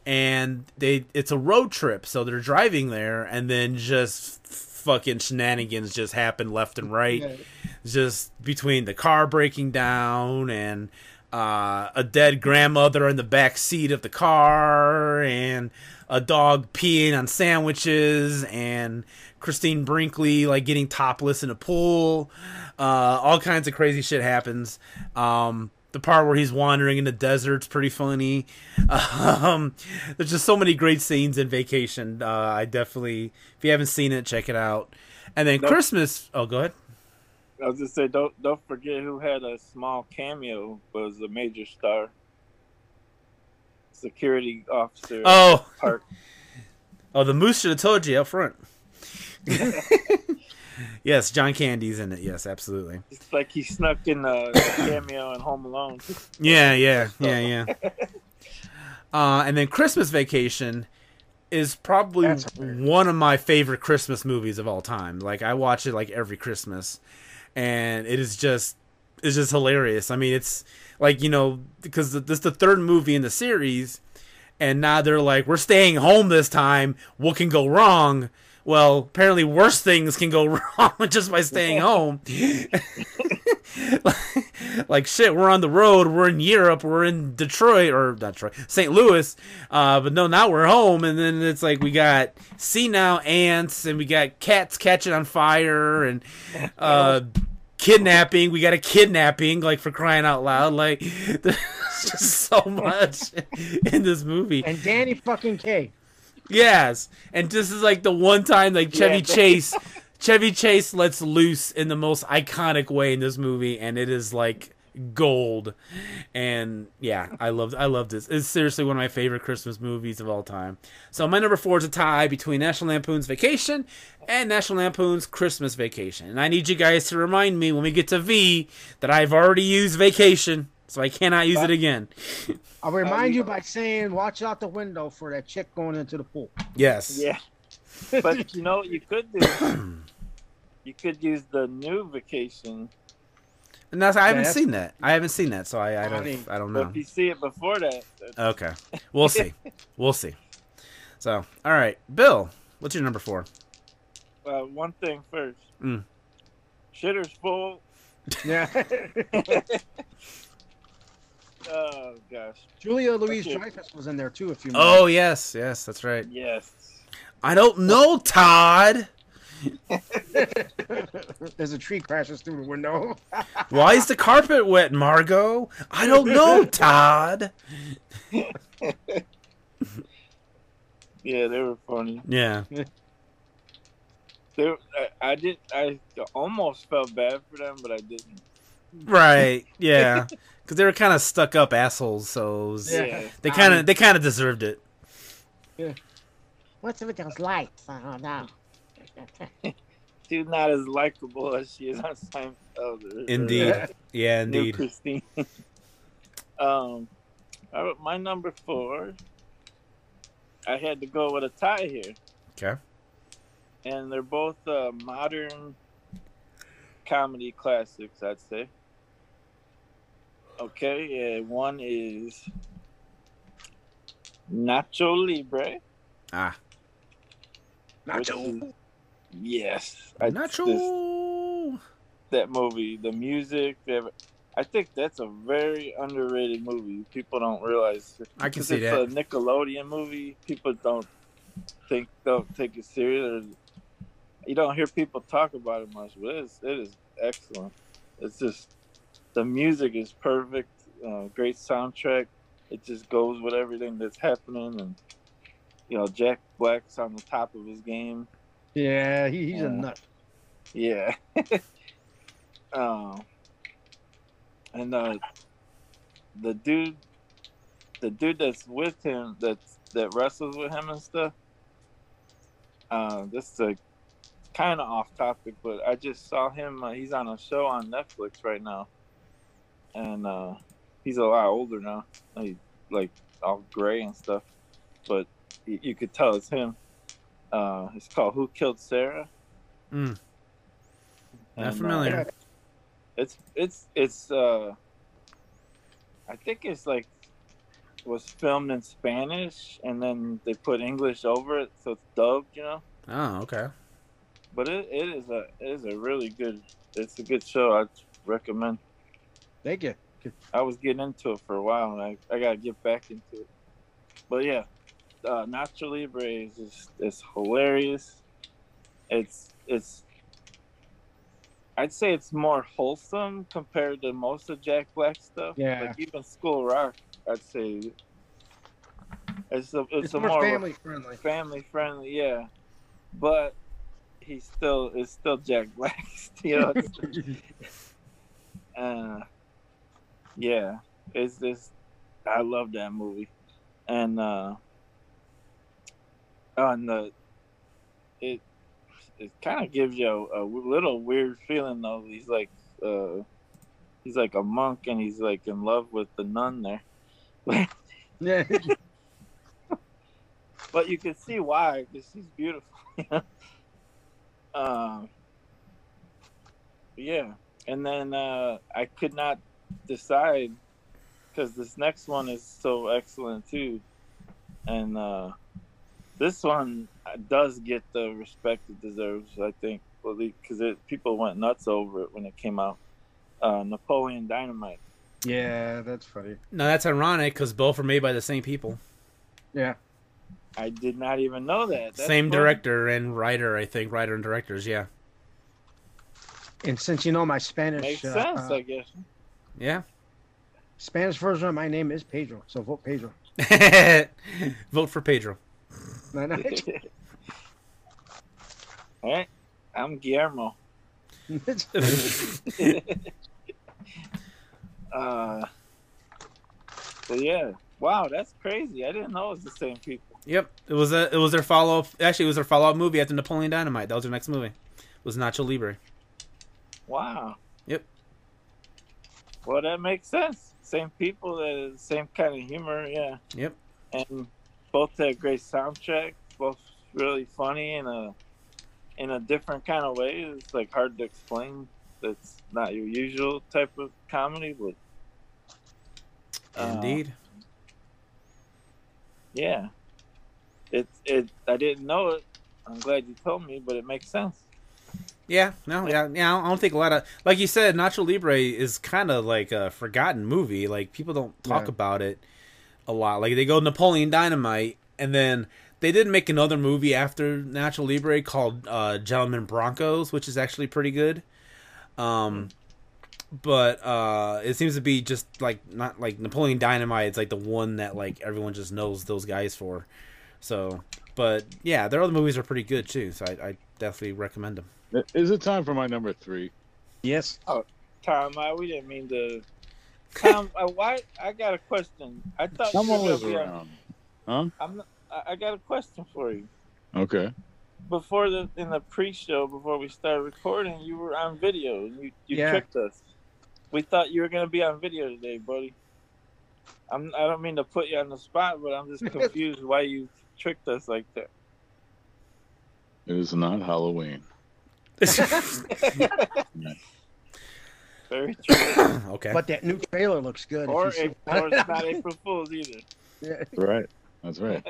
Speaker 1: and they it's a road trip, so they're driving there, and then just fucking shenanigans just happen left and right
Speaker 4: Yeah.
Speaker 1: just between the car breaking down and uh, a dead grandmother in the back seat of the car and a dog peeing on sandwiches and Christine Brinkley like getting topless in a pool. Uh, all kinds of crazy shit happens. Um, the part where he's wandering in the desert's pretty funny. Um, there's just so many great scenes in Vacation. Uh, I definitely, if you haven't seen it, check it out. And then
Speaker 3: Nope.
Speaker 1: Christmas. Oh, go ahead.
Speaker 3: I was just say don't don't forget who had a small cameo was a major star. Security officer
Speaker 1: Oh,
Speaker 3: Park.
Speaker 1: Oh, the moose should have told you up front. yes, John Candy's in it. Yes, absolutely.
Speaker 3: It's like he snuck in a cameo in Home Alone.
Speaker 1: Yeah, yeah, yeah, yeah. Uh, and then Christmas Vacation is probably
Speaker 4: That's weird.
Speaker 1: one of my favorite Christmas movies of all time. Like I watch it like every Christmas, and it is just it's just hilarious. I mean, it's like you know because this is the third movie in the series, and now they're like we're staying home this time. What can go wrong? Well, apparently worse things can go wrong just by staying home. like shit, we're on the road, we're in Europe, we're in Detroit or not Detroit, St. Louis. Uh, but no, now we're home, and then it's like we got see now ants, and we got cats catching on fire, and uh, kidnapping. We got a kidnapping, like for crying out loud, like there's just so much in this movie.
Speaker 4: And Danny fucking K.
Speaker 1: Yes, and this is like the one time like Chevy
Speaker 3: Yeah.
Speaker 1: Chase, Chevy Chase lets loose in the most iconic way in this movie, and it is like gold. And yeah, I loved I loved this. It's seriously one of my favorite Christmas movies of all time. So my number four is a tie between National Lampoon's Vacation and National Lampoon's Christmas Vacation. And I need you guys to remind me when we get to V that I've already used Vacation, so I cannot use it again.
Speaker 4: I'll remind
Speaker 3: Um,
Speaker 4: you by saying, watch out the window for that chick going into the pool.
Speaker 1: Yes.
Speaker 3: Yeah. But you know what you could do? You could use the new vacation.
Speaker 1: And that's I haven't
Speaker 4: that's-
Speaker 1: seen that. I haven't seen that, so I I don't I don't
Speaker 3: But
Speaker 1: know.
Speaker 3: if you see it before that, that's
Speaker 1: Okay. We'll see. We'll see. So, all right, Bill, what's your number four?
Speaker 3: uh, one thing first.
Speaker 1: Mm.
Speaker 3: Shitter's full.
Speaker 4: Yeah.
Speaker 3: Oh gosh.
Speaker 4: Julia Louise
Speaker 3: Okay.
Speaker 4: Dreyfus was in there too. A few.
Speaker 1: Oh yes, yes, that's right.
Speaker 3: Yes.
Speaker 1: I don't know, Todd.
Speaker 4: As a tree crashes through the window.
Speaker 1: Why is the carpet wet, Margot? I don't know, Todd.
Speaker 3: Yeah, they were funny.
Speaker 1: Yeah.
Speaker 3: They were, I, I did. I almost felt bad for them, but I didn't.
Speaker 1: Right. Yeah. Cuz they were kind of stuck up assholes, so it was-
Speaker 4: Yeah.
Speaker 3: Yeah.
Speaker 1: they kind of they kind of deserved it.
Speaker 6: What's with those lights? I don't know.
Speaker 3: She's not as likable as she is on Seinfeld. or- or
Speaker 1: Indeed. Yeah,
Speaker 3: New
Speaker 1: indeed.
Speaker 3: Christine. um, all right, my number four. I had to go with a tie here.
Speaker 1: Okay.
Speaker 3: and they're both uh, modern comedy classics, I'd say. Okay, uh, one is Nacho Libre.
Speaker 1: Ah.
Speaker 3: which
Speaker 4: Nacho.
Speaker 3: is- Yes, I, this-
Speaker 1: Nacho.
Speaker 3: that movie, the music. ev- I think that's a very underrated movie. People don't realize.
Speaker 1: I can
Speaker 3: Because
Speaker 1: see
Speaker 3: it's
Speaker 1: that.
Speaker 3: a Nickelodeon movie. People don't think don't take it serious. You don't hear people talk about it much, but it is it is excellent. It's just the music is perfect. Uh, great soundtrack. It just goes with everything that's happening, and you know Jack Black's on the top of his game.
Speaker 4: Yeah, he, he's
Speaker 3: Yeah.
Speaker 4: a nut.
Speaker 3: Yeah. um, and uh, the dude, the dude that's with him, that that wrestles with him and stuff. Uh, this is a kind of off topic, but I just saw him. Uh, he's on a show on Netflix right now, and uh, he's a lot older now. He like all gray and stuff, but you, you could tell it's him. Uh, it's called "Who Killed Sarah."
Speaker 1: Mm. Not
Speaker 3: And, uh,
Speaker 1: familiar.
Speaker 3: it's it's it's uh i think it's like was filmed in spanish and then they put english over it so it's dubbed you know
Speaker 1: Oh, okay.
Speaker 3: but it, it is a it is a really good it's a good show i recommend
Speaker 4: Thank you.
Speaker 3: i was getting into it for a while and i, I gotta get back into it but yeah uh nacho libre is just it's hilarious it's it's I'd say it's more wholesome compared to most of Jack Black stuff.
Speaker 4: Yeah.
Speaker 3: Like even School Rock, I'd say it's a it's,
Speaker 4: It's,
Speaker 3: a
Speaker 4: more
Speaker 3: more
Speaker 4: family friendly.
Speaker 3: family friendly, yeah. But he's still it's still Jack Black still. uh, yeah, it's just I love that movie, and uh, on the it it kind of gives you a, a little weird feeling though. He's like uh, he's like a monk and he's like in love with the nun there.
Speaker 4: Yeah.
Speaker 3: but you can see why because she's beautiful. um, yeah, and then uh, I could not decide because this next one is so excellent too, and uh, this one does get the respect it deserves, I think, because it people went nuts over it when it came out. Uh, Napoleon Dynamite.
Speaker 4: yeah, that's funny.
Speaker 1: Now that's ironic cuz both were made by the same people.
Speaker 4: Yeah.
Speaker 3: I did not even know that. That's
Speaker 1: same
Speaker 3: funny.
Speaker 1: director and writer, I think. Writer and directors, yeah.
Speaker 4: And since you know my Spanish
Speaker 3: Makes
Speaker 4: uh,
Speaker 3: sense,
Speaker 4: uh,
Speaker 3: I guess.
Speaker 1: Yeah.
Speaker 4: Spanish version of my name is Pedro, so vote Pedro.
Speaker 1: Vote for Pedro.
Speaker 4: No, no.
Speaker 3: All right, I'm Guillermo. Uh, but yeah, wow, that's crazy. I didn't know it was the same people.
Speaker 1: Yep, it was a it was their follow up. Actually, it was their follow up movie after Napoleon Dynamite. That was their next movie. Was Nacho Libre?
Speaker 3: Wow.
Speaker 1: Yep.
Speaker 3: Well, that makes sense. Same people, the same kind of humor. Yeah,
Speaker 1: Yep.
Speaker 3: and both had great soundtrack. Both really funny in a in a different kind of way. It's like hard to explain. That's not your usual type of comedy, but uh,
Speaker 1: Indeed.
Speaker 3: Yeah. It it I didn't know it. I'm glad you told me, but it makes sense.
Speaker 1: Yeah, no, yeah, yeah. I don't think a lot of like you said, Nacho Libre is kind of like a forgotten movie. Like people don't talk
Speaker 4: Yeah.
Speaker 1: about it a lot. Like they go Napoleon Dynamite, and then they did make another movie after Nacho Libre called uh, Gentleman Broncos, which is actually pretty good. Um, but uh, it seems to be just like not like Napoleon Dynamite. It's like the one that like everyone just knows those guys for. So, but yeah, their other movies are pretty good too. So I, I definitely recommend them.
Speaker 5: Is it time for my number three?
Speaker 4: Yes.
Speaker 3: Tom, I, we didn't mean to. Tom, I, why? I got a question. I thought you
Speaker 5: Someone
Speaker 3: were
Speaker 5: was
Speaker 3: gonna be on-
Speaker 5: around. Huh?
Speaker 3: I'm. not- I I got a question for you.
Speaker 5: Okay.
Speaker 3: Before the in the pre-show, before we started recording, you were on video. and You you
Speaker 4: Yeah.
Speaker 3: tricked us. We thought you were gonna be on video today, buddy. I'm. I don't mean to put you on the spot, but I'm just confused why you tricked us like that.
Speaker 5: It is not Halloween.
Speaker 3: Very true.
Speaker 1: okay.
Speaker 4: But that new trailer looks good. if
Speaker 3: or,
Speaker 4: you see-
Speaker 3: April, or it's not April Fool's either.
Speaker 4: Yeah.
Speaker 5: Right. That's right.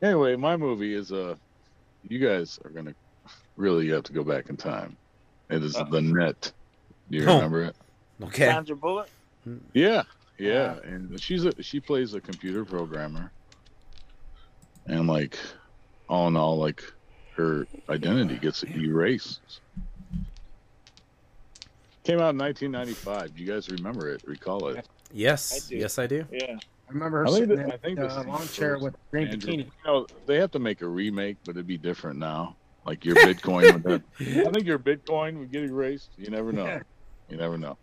Speaker 5: anyway, my movie is uh you guys are gonna really have to go back in time. It is the net. Do you
Speaker 1: Oh.
Speaker 5: remember it?
Speaker 1: okay.
Speaker 3: Sandra Bullock.
Speaker 5: Yeah, yeah. And she's a she plays a computer programmer. And like all in all, like her identity gets erased. Came out in nineteen ninety five. You guys remember it, recall it.
Speaker 1: Yes.
Speaker 3: I do.
Speaker 1: yes, I do.
Speaker 3: Yeah.
Speaker 4: I remember her
Speaker 5: I think
Speaker 4: sitting
Speaker 5: that- I
Speaker 4: in
Speaker 5: think
Speaker 4: the
Speaker 5: this
Speaker 4: uh,
Speaker 5: is
Speaker 4: lawn
Speaker 5: the
Speaker 4: chair
Speaker 5: first
Speaker 4: with green
Speaker 5: Andrew,
Speaker 4: bikini.
Speaker 5: You know, they have to make a remake, but it'd be different now. Like your Bitcoin would I think your Bitcoin would get erased. You never know. You never know.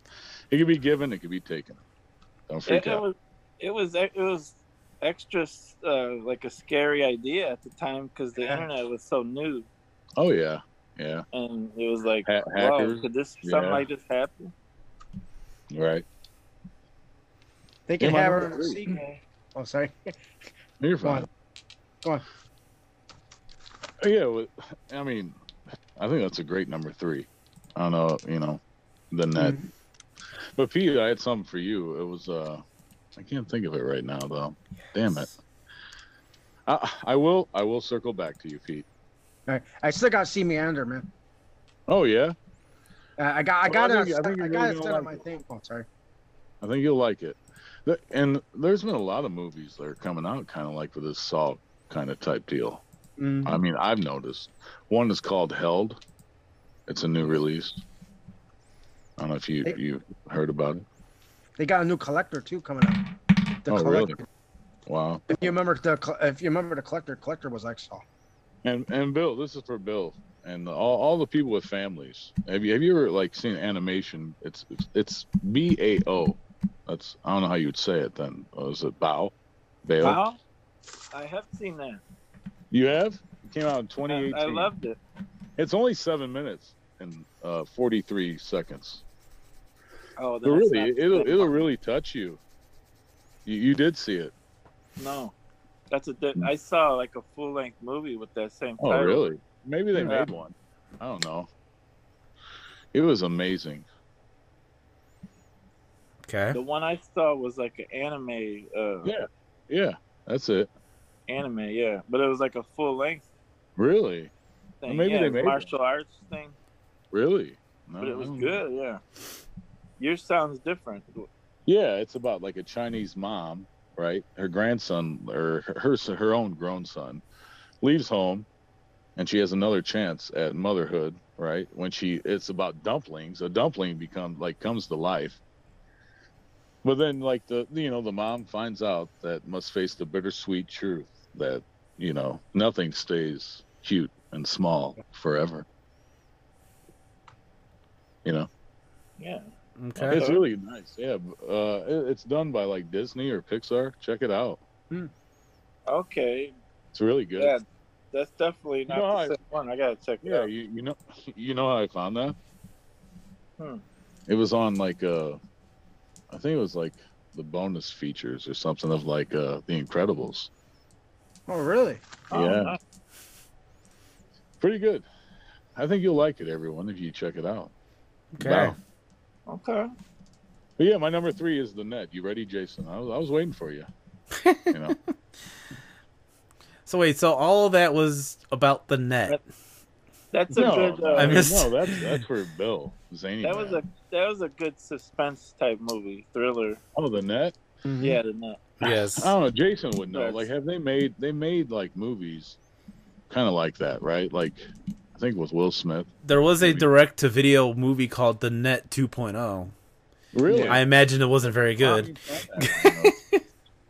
Speaker 5: It could be given, it could be taken. Don't
Speaker 3: It,
Speaker 5: freak
Speaker 3: it
Speaker 5: out.
Speaker 3: was. It was. It was extra uh, like a scary idea at the time because the
Speaker 4: Yeah.
Speaker 3: internet was so new
Speaker 5: Oh yeah. Yeah.
Speaker 3: and it was like,
Speaker 5: Ha-
Speaker 3: wow,
Speaker 5: hackers.
Speaker 3: could this
Speaker 5: Yeah.
Speaker 3: something like this happen?
Speaker 5: Right.
Speaker 4: They can
Speaker 5: Yeah, my
Speaker 4: have
Speaker 5: number
Speaker 4: her.
Speaker 5: three.
Speaker 4: see- Oh, sorry.
Speaker 5: You're
Speaker 4: Go on.
Speaker 5: fine.
Speaker 4: Go on.
Speaker 5: Oh, Yeah, well, I mean, I think that's a great number three. I don't know, you know, the net. But Pete, I had something for you. It was uh, I can't think of it right now though. Damn it. I, I will. I will circle back to you, Pete.
Speaker 4: All right. I still got to see Meander, man.
Speaker 5: Oh yeah,
Speaker 4: Uh, I got, I
Speaker 5: Well,
Speaker 4: got,
Speaker 5: I
Speaker 4: it.
Speaker 5: think- I
Speaker 4: I,
Speaker 5: think you're
Speaker 4: got
Speaker 5: really
Speaker 4: it
Speaker 5: gonna
Speaker 4: set on my
Speaker 5: like it.
Speaker 4: thing. Oh, sorry.
Speaker 5: I think you'll like it. The- And there's been a lot of movies that are coming out kind of like with this salt kind of type deal.
Speaker 4: Mm.
Speaker 5: I mean, I've noticed one is called Held. It's a new release. I don't know if you
Speaker 4: Hey.
Speaker 5: you heard about it.
Speaker 4: They got a new collector too coming out. The
Speaker 5: Oh,
Speaker 4: collector.
Speaker 5: really? Wow.
Speaker 4: If you remember the, col- if you remember the collector, collector was Exol.
Speaker 5: And and Bill, this is for Bill and all, all the people with families. Have you have you ever like seen animation? It's it's, it's B A O. That's I don't know how you'd say it then. Oh, is it Bao? Bao?
Speaker 3: Wow. I have seen that.
Speaker 5: You have? It came out in
Speaker 3: I,
Speaker 5: 2018.
Speaker 3: I loved it.
Speaker 5: It's only seven minutes and uh, 43 seconds.
Speaker 3: Oh,
Speaker 5: But
Speaker 3: that's
Speaker 5: really,
Speaker 3: not-
Speaker 5: it'll it'll really touch you. You, you did see it.
Speaker 3: No, that's a. di- I saw like a full length movie with that same.
Speaker 5: Oh,
Speaker 3: title.
Speaker 5: really? Maybe they
Speaker 3: Yeah.
Speaker 5: made one. I don't know. It was amazing.
Speaker 1: Okay.
Speaker 3: The one I saw was like an anime. Uh,
Speaker 5: Yeah. Yeah, that's it.
Speaker 3: Anime, yeah, but it was like a full length
Speaker 5: Really,
Speaker 3: thing.
Speaker 5: Maybe
Speaker 3: yeah,
Speaker 5: they made it.
Speaker 3: martial arts thing.
Speaker 5: really. No,
Speaker 3: but it
Speaker 5: I
Speaker 3: was
Speaker 5: don't-
Speaker 3: good. Yeah, yours sounds different.
Speaker 5: Yeah, it's about like a Chinese mom, right? Her grandson or her her, her own grown son leaves home and she has another chance at motherhood, right? When she it's about dumplings, a dumpling becomes like comes to life. But then like the you know, the mom finds out that must face the bittersweet truth that, you know, nothing stays cute and small forever. You know?
Speaker 3: Yeah,
Speaker 1: Okay.
Speaker 5: It's really nice. Yeah, b- uh, it- it's done by like Disney or Pixar. Check it out.
Speaker 3: okay,
Speaker 5: It's really good.
Speaker 3: yeah, that's definitely not
Speaker 5: No,
Speaker 3: the
Speaker 5: I-
Speaker 3: same one. I gotta check it
Speaker 5: Yeah,
Speaker 3: out.
Speaker 5: you, you know, you know how I found that.
Speaker 3: Hmm.
Speaker 5: It was on like uh, I think it was like the bonus features or something of like uh, The Incredibles.
Speaker 4: Oh, really?
Speaker 3: Oh,
Speaker 5: yeah,
Speaker 3: nice.
Speaker 5: pretty good. I think you'll like it, everyone, if you check it out.
Speaker 1: Okay.
Speaker 5: Wow.
Speaker 3: Okay.
Speaker 5: But yeah, my number three is the net. You ready, Jason? I was, I was waiting for you. You know,
Speaker 1: So wait, so all of that was about the net.
Speaker 3: That's a
Speaker 5: no,
Speaker 3: good. Uh,
Speaker 1: I missed-
Speaker 5: no, that's that's where Bill Zany.
Speaker 3: that was a that was a good suspense type movie thriller.
Speaker 5: oh the net.
Speaker 3: Yeah, the nut.
Speaker 1: Yes.
Speaker 4: Oh.
Speaker 5: I don't know. Jason would know.
Speaker 3: Yes.
Speaker 5: Like, have they made they made like movies, kind of like that, right? Like, I think it was Will Smith.
Speaker 1: There was a direct to video movie called The Net 2.0.
Speaker 5: Really?
Speaker 1: I imagine it wasn't very good.
Speaker 3: Um,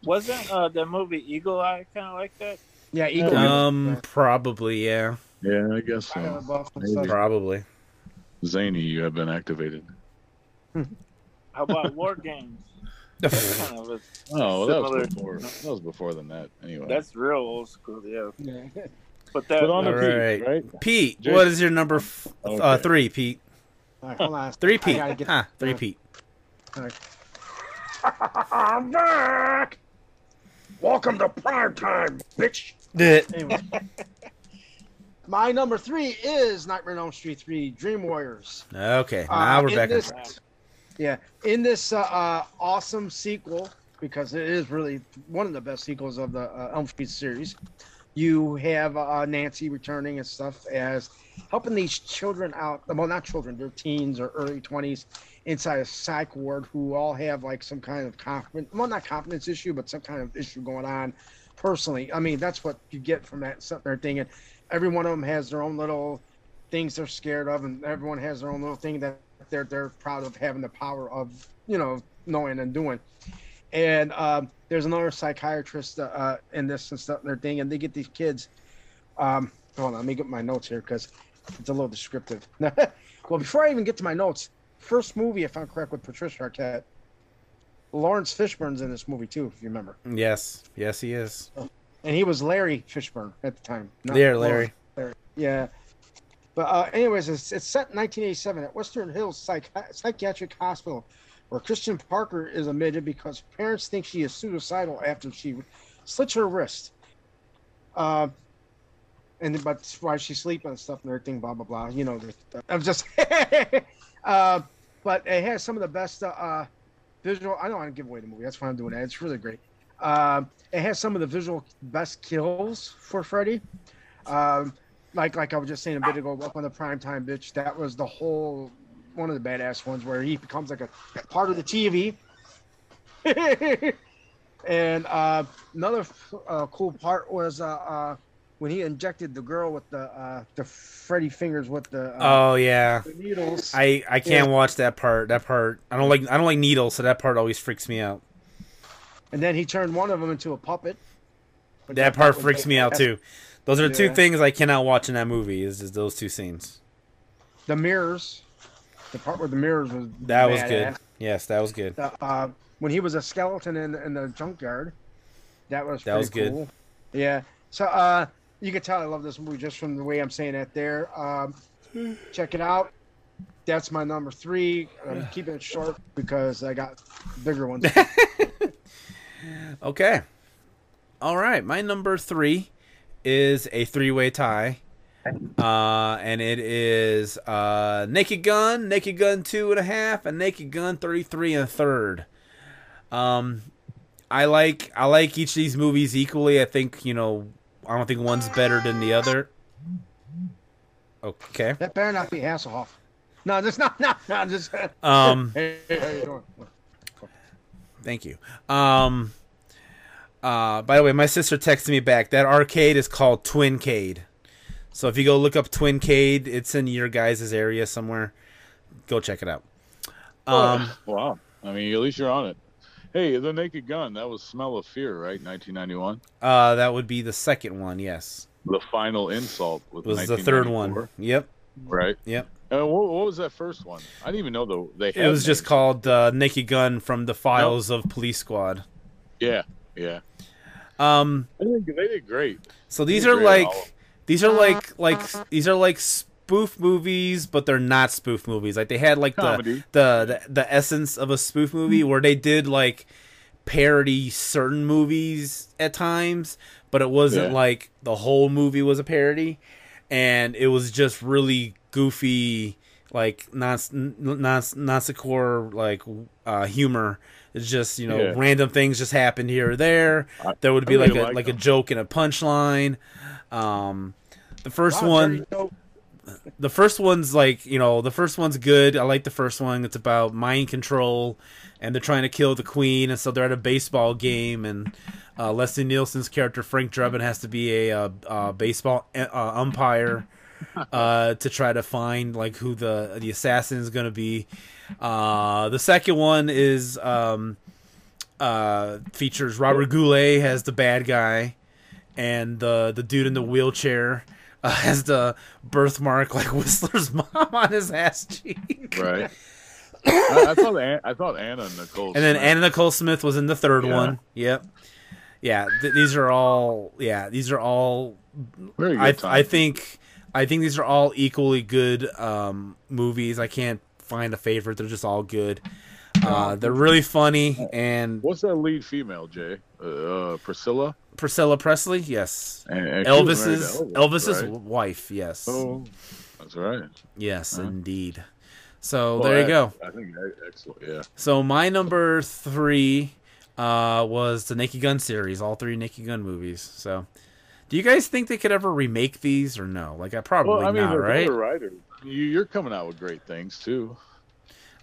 Speaker 3: Wasn't uh, the movie Eagle Eye kind of like that?
Speaker 4: Yeah, Eagle.
Speaker 5: Um,
Speaker 1: Um, probably, yeah.
Speaker 5: yeah, I guess
Speaker 4: Shia
Speaker 5: so.
Speaker 4: LaBeouf and stuff.
Speaker 1: Probably.
Speaker 5: Zany, you have been activated.
Speaker 3: How about War Games? Kind of a-
Speaker 5: Oh, well, that
Speaker 3: Similar.
Speaker 5: was before. That was before the net. Anyway,
Speaker 3: that's real old school, yeah.
Speaker 4: Yeah.
Speaker 3: But that
Speaker 5: but on the
Speaker 1: All
Speaker 5: right.
Speaker 1: right.
Speaker 5: right?
Speaker 1: Pete,
Speaker 5: Jason-
Speaker 1: what is your number f- uh,
Speaker 5: Okay.
Speaker 1: three, Pete?
Speaker 4: All right, hold on.
Speaker 1: Three
Speaker 4: I
Speaker 1: Pete.
Speaker 4: gotta get-
Speaker 1: Huh, three
Speaker 4: uh,
Speaker 1: Pete.
Speaker 4: I'm back. Welcome to prime time, bitch. Anyway. My number three is Nightmare on Elm Street 3 Dream Warriors.
Speaker 1: Okay,
Speaker 4: Uh,
Speaker 1: now we're
Speaker 4: in
Speaker 1: back. on
Speaker 4: this-
Speaker 1: track.
Speaker 4: Yeah, in this uh, uh, awesome sequel, because it is really one of the best sequels of the uh, Elm Street series, you have uh, Nancy returning and stuff as helping these children out. Well, not children, they're teens or early 20s inside a psych ward who all have like some kind of confidence, well, not confidence issue, but some kind of issue going on personally. I mean, that's what you get from that sitting there thing. And every one of them has their own little things they're scared of, and everyone has their own little thing that they're they're proud of having the power of you know knowing and doing. And um, there's another psychiatrist uh, uh, in this and stuff and their thing, and they get these kids. Um, hold on, let me get my notes here because it's a little descriptive. well, before I even get to my notes, first movie if I'm correct with Patricia Arquette, Lawrence Fishburne's in this movie too, if you remember,
Speaker 1: Yes, yes, he is.
Speaker 4: and he was Larry Fishburne at the time. not
Speaker 1: There,
Speaker 4: Lawrence.
Speaker 1: Larry.
Speaker 4: Yeah. But uh, anyways, it's, it's set in 1987 at Western Hills Psych- Psychiatric Hospital, where Christian Parker is admitted because parents think she is suicidal after she slits her wrist. Uh, and but why she's sleeping and stuff and everything, blah blah blah. You know, the- I'm just. uh, but it has some of the best uh, uh, visual. I don't want to give away the movie. That's why I'm doing that. It's really great. Um it has some of the visual best kills for Freddy. Um, like like I was just saying a bit ago, up on the primetime bitch, that was the whole one of the badass ones where he becomes like a part of the TV. and uh, another f- uh, cool part was uh, uh, when he injected the girl with the uh, the Freddy fingers with the, uh,
Speaker 1: Oh yeah,
Speaker 4: the needles.
Speaker 1: I I can't watch that part. That part I don't like. I don't like needles, so that part always freaks me out.
Speaker 4: and then he turned one of them into a puppet. But
Speaker 1: That part
Speaker 4: was
Speaker 1: freaks me out too. Those are the two
Speaker 4: Yeah.
Speaker 1: things I cannot watch in that movie. Is just those two scenes.
Speaker 4: The mirrors, the part with the mirrors was
Speaker 1: That was
Speaker 4: badass.
Speaker 1: good. Yes, that was good.
Speaker 4: the, uh, when he was a skeleton in, in the junkyard. That was
Speaker 1: That was
Speaker 4: pretty
Speaker 1: good.
Speaker 4: cool. Yeah. So uh, you can tell I love this movie just from the way I'm saying that there. Um, check it out. That's my number three. I'm keeping it short because I got bigger ones.
Speaker 1: Okay. All right, my number three is a three-way tie, uh, and it is uh, Naked Gun, Naked Gun two and a half, and Naked Gun thirty-three and a third. Um, I like I like each of these movies equally. I think you know I don't think one's better than the other. Okay.
Speaker 4: that better not be Hasselhoff. No, that's not. No, no, I'm just. Hey,
Speaker 1: Um.
Speaker 4: hey, how you doing?
Speaker 1: Thank you. Um uh by the way, my sister texted me back. That arcade is called Twincade. So if you go look up Twincade, it's in your guys' area somewhere. Go check it out.
Speaker 5: Oh.
Speaker 1: Um
Speaker 5: wow. I mean, at least you're on it. Hey, the Naked Gun. That was Smell of Fear, right? 1991.
Speaker 1: uh that would be the second one, yes.
Speaker 5: The final insult with
Speaker 1: Was the third one. Yep.
Speaker 5: right?
Speaker 1: Yep.
Speaker 5: Uh, what, what was that first one? I didn't even know though they.
Speaker 1: It
Speaker 5: had
Speaker 1: was just
Speaker 5: names.
Speaker 1: called uh, Naked Gun from the Files of Police Squad.
Speaker 5: Yeah, yeah.
Speaker 1: Um
Speaker 5: I think they did great.
Speaker 1: So these
Speaker 5: These
Speaker 1: are
Speaker 5: are
Speaker 1: like
Speaker 5: all-
Speaker 1: these are like like these are like spoof movies, but they're not spoof movies. Like they had like the,
Speaker 5: Comedy.
Speaker 1: the the the essence of a spoof movie
Speaker 5: Hmm.
Speaker 1: where they did like parody certain movies at times, but it wasn't
Speaker 5: Yeah.
Speaker 1: like the whole movie was a parody, and it was just really goofy like non non non like uh humor it's just you know
Speaker 5: Yeah.
Speaker 1: random things just happened here or there
Speaker 5: I-
Speaker 1: there would
Speaker 5: I
Speaker 1: be like
Speaker 5: really
Speaker 1: a
Speaker 5: like
Speaker 1: like a
Speaker 5: them.
Speaker 1: joke and a punchline. Um, the first
Speaker 4: Wow,
Speaker 1: one,
Speaker 4: Dirty Dope.
Speaker 1: the first one's like you know the first one's good. I like the first one. It's about mind control, and they're trying to kill the queen, and so they're at a baseball game, and uh, Leslie Nielsen's character Frank Drebin has to be a uh, uh, baseball uh, umpire uh, to try to find like who the the assassin is going to be. Uh, the second one is um, uh, features Robert Goulet as the bad guy, and the the dude in the wheelchair uh, has the birthmark like Whistler's mom on his ass cheek.
Speaker 5: right? I, I thought An- I thought Anna Nicole.
Speaker 1: And then
Speaker 5: Smith-
Speaker 1: Anna Nicole Smith was in the third
Speaker 5: Yeah.
Speaker 1: one. Yep. Yeah, th- these are all. Yeah, these are all
Speaker 5: very good
Speaker 1: I,
Speaker 5: time.
Speaker 1: I think I think these are all equally good um, movies. I can't find a favorite. They're just all good. Uh, they're really funny. And
Speaker 5: What's that lead female, Jay? Uh, uh, Priscilla.
Speaker 1: Priscilla Presley, yes.
Speaker 5: And, and she was married to
Speaker 1: Elvis's
Speaker 5: Elvis,
Speaker 1: Elvis's
Speaker 5: right?
Speaker 1: wife, yes,
Speaker 5: Oh, that's right.
Speaker 1: yes,
Speaker 5: Huh?
Speaker 1: indeed. So
Speaker 5: Well,
Speaker 1: Oh, there you
Speaker 5: I-
Speaker 1: go.
Speaker 5: I think that- excellent. Yeah.
Speaker 1: So my number three uh, was the Naked Gun series, all three Naked Gun movies. So, do you guys think they could ever remake these or no? Like, I probably
Speaker 5: well, I mean,
Speaker 1: not,
Speaker 5: they're
Speaker 1: right?
Speaker 5: good writers. You, you're coming out with great things too.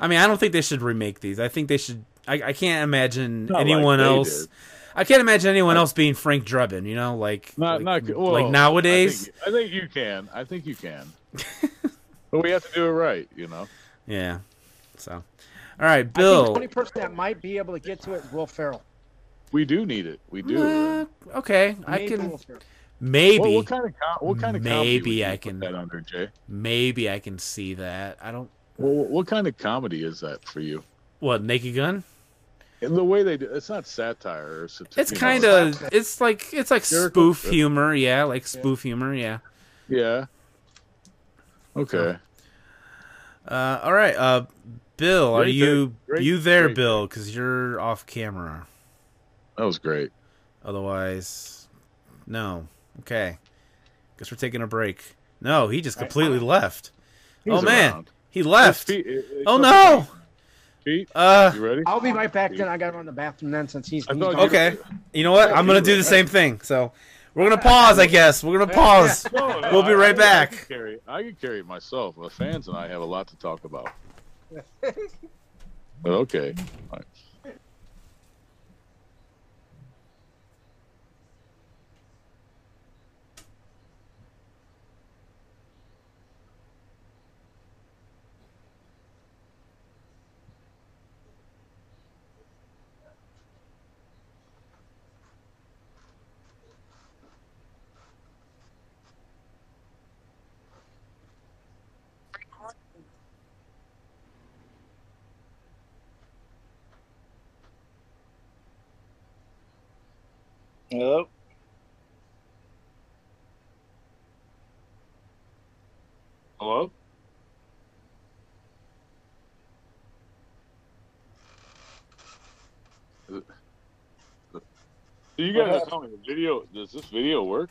Speaker 1: I mean, I don't think they should remake these. I think they should. I, I can't imagine
Speaker 5: Not like
Speaker 1: anyone
Speaker 5: they
Speaker 1: else.
Speaker 5: did.
Speaker 1: I can't imagine anyone else being Frank Drebin. You know, like
Speaker 5: Not
Speaker 1: like,
Speaker 5: not well,
Speaker 1: like nowadays.
Speaker 5: I think, I think you can. I think you can. but we have to do it right, you know.
Speaker 1: Yeah. So, all right,
Speaker 4: I think the
Speaker 1: Bill.
Speaker 4: only person that might be able to get to it is Will Ferrell.
Speaker 5: We do need it. We do.
Speaker 1: Uh, okay, I
Speaker 4: Maybe Will
Speaker 1: can
Speaker 4: Ferrell.
Speaker 1: maybe
Speaker 5: What, what kind of com- what kind of comedy would
Speaker 1: Maybe
Speaker 5: you
Speaker 1: I
Speaker 5: put
Speaker 1: can-
Speaker 5: that under Jay?
Speaker 1: maybe I can see that. I don't.
Speaker 5: Well, what- what kind of comedy is that for you?
Speaker 1: What Naked Gun?
Speaker 5: And the way they do it's not satire. Or sati-
Speaker 1: It's
Speaker 5: you know,
Speaker 1: kind of it's like it's like
Speaker 5: Satirical?
Speaker 1: spoof humor, yeah, like spoof humor, yeah.
Speaker 5: yeah. Okay.
Speaker 1: Uh, all right, uh, Bill, are
Speaker 5: Great,
Speaker 1: you
Speaker 5: great,
Speaker 1: you there,
Speaker 5: great.
Speaker 1: Bill? Because you're off camera.
Speaker 5: That was great.
Speaker 1: Otherwise, no. Okay, guess we're taking a break. No, he just completely left.
Speaker 5: He
Speaker 1: oh
Speaker 5: was
Speaker 1: man,
Speaker 5: around. uh,
Speaker 1: he left.
Speaker 5: His feet- it- it-
Speaker 1: Oh no.
Speaker 5: Feet.
Speaker 1: Uh,
Speaker 5: You ready?
Speaker 4: I'll be right back. Then I got to run to the bathroom. Then since he's
Speaker 5: I thought you-
Speaker 1: okay. You know what? I'm gonna do the same thing. So we're gonna pause. I guess we're gonna pause.
Speaker 5: No, no,
Speaker 1: We'll be
Speaker 5: I-
Speaker 1: right
Speaker 5: I- I
Speaker 1: back.
Speaker 5: can carry- I can carry it myself. The fans and I have a lot to talk about. But okay. All right.
Speaker 3: Hello. Hello.
Speaker 5: So you
Speaker 3: What
Speaker 5: guys
Speaker 3: happened?
Speaker 5: tell me the video. Does this video work?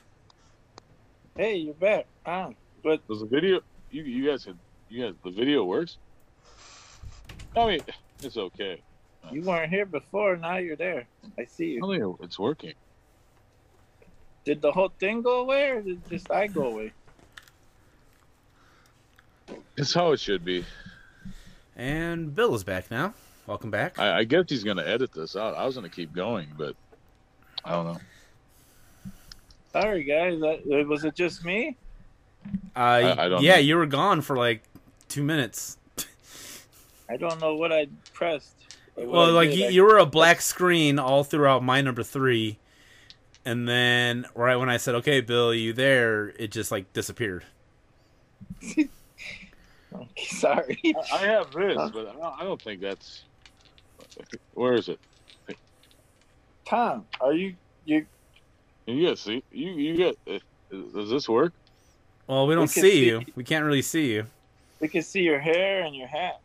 Speaker 3: Hey, you're back. Ah,
Speaker 5: Does the video? You you guys can you guys the video works. I mean, it's okay.
Speaker 3: you weren't here before. Now you're there. I see
Speaker 5: I
Speaker 3: you.
Speaker 5: mean, it's working.
Speaker 3: Did the whole thing go away, or did just I go away?
Speaker 5: It's how it should be.
Speaker 1: And Bill is back now. Welcome back. Uh,
Speaker 5: I, I guess he's gonna edit this out. I was gonna keep going, but I don't know.
Speaker 3: Sorry, guys. That, uh, was it just me?
Speaker 1: Uh,
Speaker 5: I don't
Speaker 1: yeah,
Speaker 5: know.
Speaker 1: you were gone for like two minutes.
Speaker 3: I don't know what I pressed. or what
Speaker 1: Well,
Speaker 3: I
Speaker 1: like
Speaker 3: did.
Speaker 1: you,
Speaker 3: I-
Speaker 1: you were a black screen all throughout my number three, and then right when I said, "Okay, Bill, you there?" It just like disappeared.
Speaker 3: Sorry.
Speaker 5: I, I have this, but I don't, I don't think that's. Where is it?
Speaker 3: Tom, are you you?
Speaker 5: You guys see? You you get? eh, Does this work?
Speaker 1: Well, we don't
Speaker 3: can
Speaker 1: see,
Speaker 3: see
Speaker 1: you. We can't really see you.
Speaker 3: We can see your hair and your hat.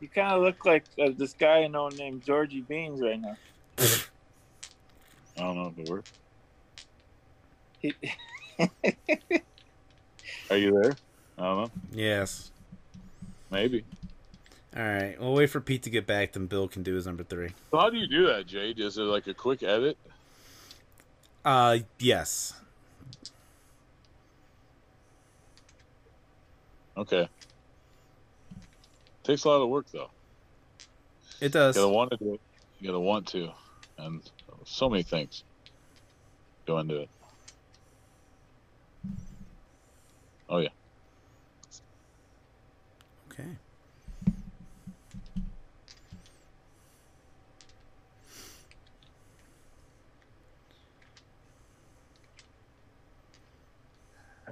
Speaker 3: You kind of look like uh, this guy I know named Georgie Beans right now.
Speaker 5: I don't know if it works.
Speaker 3: He,
Speaker 5: Are you there? I don't know.
Speaker 1: Yes.
Speaker 5: Maybe.
Speaker 1: All right. We'll wait for Pete to get back, then Bill can do his number three.
Speaker 5: So how do you do that, Jade? Is it like a quick edit?
Speaker 1: Uh, yes.
Speaker 5: Okay. Takes a lot of work though.
Speaker 1: It does.
Speaker 5: You gotta want to do it. You gotta want to, and so many things go into it. Oh yeah.
Speaker 1: Okay.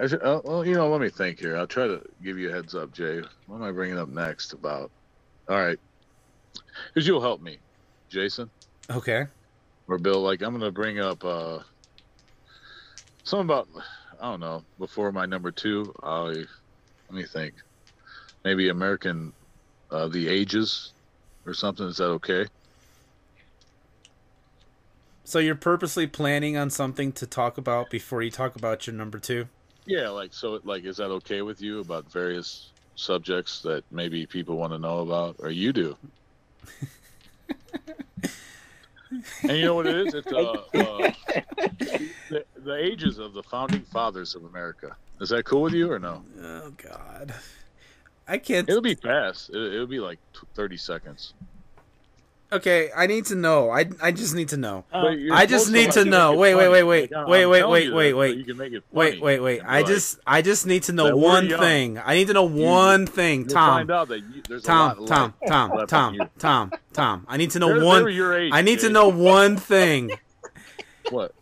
Speaker 5: Actually, uh, well, you know, let me think here. I'll try to give you a heads up, Jay. What am I bringing up next about? All right. Because you'll help me, Jason
Speaker 1: Okay.
Speaker 5: or Bill. Like, I'm going to bring up uh, something about, I don't know, before my number two. I, let me think. Maybe American, uh, the ages or something. Is that okay?
Speaker 1: So you're purposely planning on something to talk about before you talk about your number two?
Speaker 5: Yeah, like so like is that okay with you about various subjects that maybe people want to know about or you do? and you know what it is? It's uh, uh, the, the ages of the founding fathers of America. Is that cool with you or no?
Speaker 1: Oh God, I can't.
Speaker 5: It'll be fast. It, it'll be like t- 30 seconds.
Speaker 1: Okay, I need to know. I I just need to know.
Speaker 3: Uh,
Speaker 5: But you're
Speaker 1: I just
Speaker 5: supposed
Speaker 1: need
Speaker 5: like
Speaker 1: to
Speaker 5: make
Speaker 1: know.
Speaker 5: it
Speaker 1: Wait, wait,
Speaker 5: funny.
Speaker 1: wait, wait.
Speaker 5: Like, I'm
Speaker 1: Wait, wait,
Speaker 5: telling
Speaker 1: wait,
Speaker 5: you that
Speaker 1: wait,
Speaker 5: so
Speaker 1: wait.
Speaker 5: You can make it
Speaker 1: Wait,
Speaker 5: funny.
Speaker 1: wait, wait.
Speaker 5: And
Speaker 1: I
Speaker 5: like,
Speaker 1: just I just need to know
Speaker 5: That we're
Speaker 1: one
Speaker 5: young.
Speaker 1: thing. I need to know one thing,
Speaker 5: you'll
Speaker 1: Tom.
Speaker 5: Find out that you, there's a
Speaker 1: Tom,
Speaker 5: lot
Speaker 1: Tom,
Speaker 5: left-
Speaker 1: Tom,
Speaker 5: left in
Speaker 1: Tom,
Speaker 5: you.
Speaker 1: Tom, Tom. I need to know
Speaker 5: They're- they were
Speaker 1: one.
Speaker 5: your age,
Speaker 1: I need to
Speaker 5: Jay.
Speaker 1: know one thing.
Speaker 5: what.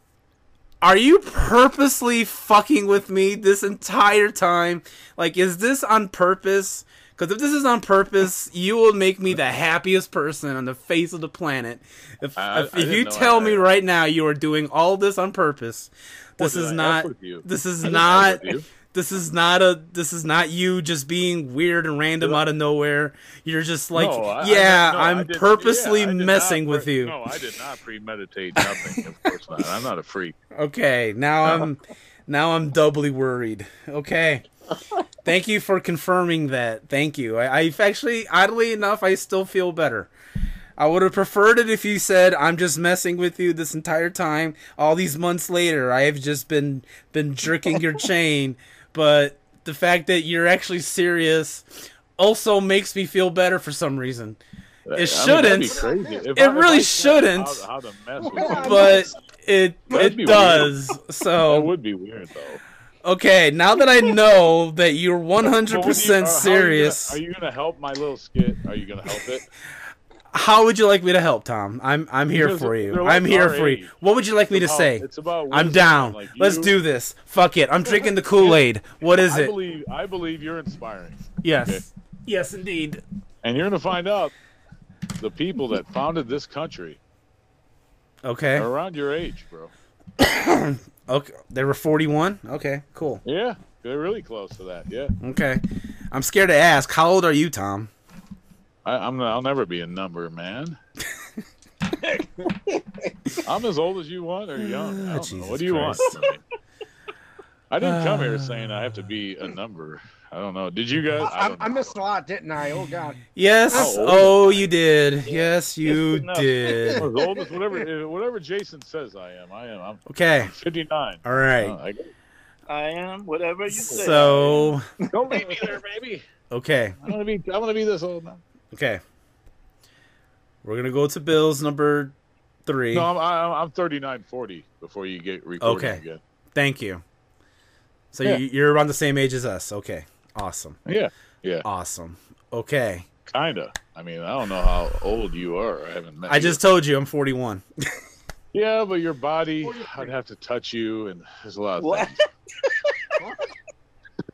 Speaker 1: Are you purposely fucking with me this entire time? Like, is this on purpose? Because if this is on purpose, you will make me the happiest person on the face of the planet. If,
Speaker 5: I- I
Speaker 1: if, if
Speaker 5: didn't
Speaker 1: you
Speaker 5: know I
Speaker 1: tell me
Speaker 5: had-
Speaker 1: right now you are doing all this on purpose, this
Speaker 5: Did
Speaker 1: is
Speaker 5: I
Speaker 1: not.
Speaker 5: F with you?
Speaker 1: This is
Speaker 5: I didn't
Speaker 1: not.
Speaker 5: F with you.
Speaker 1: This is not a. This is not you just being weird and random out of nowhere. You're just like,
Speaker 5: No, I- I
Speaker 1: yeah,
Speaker 5: did- no, I
Speaker 1: I, am
Speaker 5: did-
Speaker 1: purposely
Speaker 5: yeah, I did not
Speaker 1: messing
Speaker 5: pre-
Speaker 1: with you.
Speaker 5: No, I did not premeditate nothing. of course not. I'm not a freak.
Speaker 1: Okay, now
Speaker 5: Oh.
Speaker 1: I'm now I'm doubly worried. Okay. Thank you for confirming that. Thank you. I, I've actually oddly enough I still feel better. I would have preferred it if you said I'm just messing with you this entire time. All these months later, I have just been been jerking your chain, but the fact that you're actually serious also makes me feel better for some reason.
Speaker 5: It
Speaker 1: shouldn't.
Speaker 5: It
Speaker 1: really
Speaker 5: shouldn't.
Speaker 1: shouldn't.
Speaker 5: How, how to mess with
Speaker 4: Yeah,
Speaker 5: you.
Speaker 1: But it
Speaker 5: That'd be
Speaker 1: it does. So
Speaker 5: that would be weird though.
Speaker 1: Okay, now that I know that you're
Speaker 5: But
Speaker 1: 100%
Speaker 5: what do you- are- how are you gonna-
Speaker 1: serious,
Speaker 5: Are you gonna help my little skit? Are you gonna help it?
Speaker 1: how would you like me to help, Tom? I'm I'm here
Speaker 5: Because
Speaker 1: for you.
Speaker 5: they're like
Speaker 1: I'm here
Speaker 5: our
Speaker 1: for you.
Speaker 5: age.
Speaker 1: What would you like me to
Speaker 5: It's about-
Speaker 1: say?
Speaker 5: It's about.
Speaker 1: I'm
Speaker 5: wisdom,
Speaker 1: down.
Speaker 5: like
Speaker 1: Let's
Speaker 5: you-
Speaker 1: do this. Fuck it. I'm drinking the Kool-Aid. What is
Speaker 5: I
Speaker 1: it?
Speaker 5: believe. I believe you're inspiring, okay.
Speaker 1: Yes. Yes, indeed.
Speaker 5: and you're gonna find out the people that founded this country
Speaker 1: Okay.
Speaker 5: are around your age, bro.
Speaker 1: Okay. They were 41. Okay. Cool.
Speaker 5: Yeah, they're really close to that. Yeah.
Speaker 1: Okay. I'm scared to ask. How old are you, Tom?
Speaker 5: I, I'm I'll never be a number man. I'm as old as you want or young.
Speaker 1: Ah,
Speaker 5: I don't know.
Speaker 1: Jesus
Speaker 5: What do you
Speaker 1: Christ. Uh,
Speaker 5: want? I didn't come here saying I have to be a number. I don't know. Did you guys?
Speaker 4: I,
Speaker 5: don't
Speaker 4: I
Speaker 5: know.
Speaker 4: missed a lot, didn't I? Oh God.
Speaker 1: Yes.
Speaker 5: How old?
Speaker 1: Oh, you did. Yes, you
Speaker 3: enough.
Speaker 1: did.
Speaker 5: I'm as old as whatever eh, whatever Jason says I am. I am. I'm
Speaker 1: Okay.
Speaker 5: 59.
Speaker 1: All right.
Speaker 5: Uh,
Speaker 3: I am whatever you say.
Speaker 1: So,
Speaker 5: I, don't leave me there, baby.
Speaker 1: okay.
Speaker 5: I'm gonna be. I'm gonna be this old now.
Speaker 1: Okay. We're gonna go to Bill's number three.
Speaker 5: No, I'm I'm, I'm 39, 40 before you get recording
Speaker 1: Okay.
Speaker 5: again.
Speaker 1: Thank you. So
Speaker 5: Yeah.
Speaker 1: you, you're around the same age as us. Okay. Awesome.
Speaker 5: Yeah, yeah,
Speaker 1: Awesome. Okay.
Speaker 5: kinda. I mean, I don't know how old you are. I haven't met.
Speaker 1: I
Speaker 5: you.
Speaker 1: just told you I'm 41.
Speaker 5: Yeah, but your body, I'd have to touch you, and there's a lot of
Speaker 3: What?
Speaker 5: things.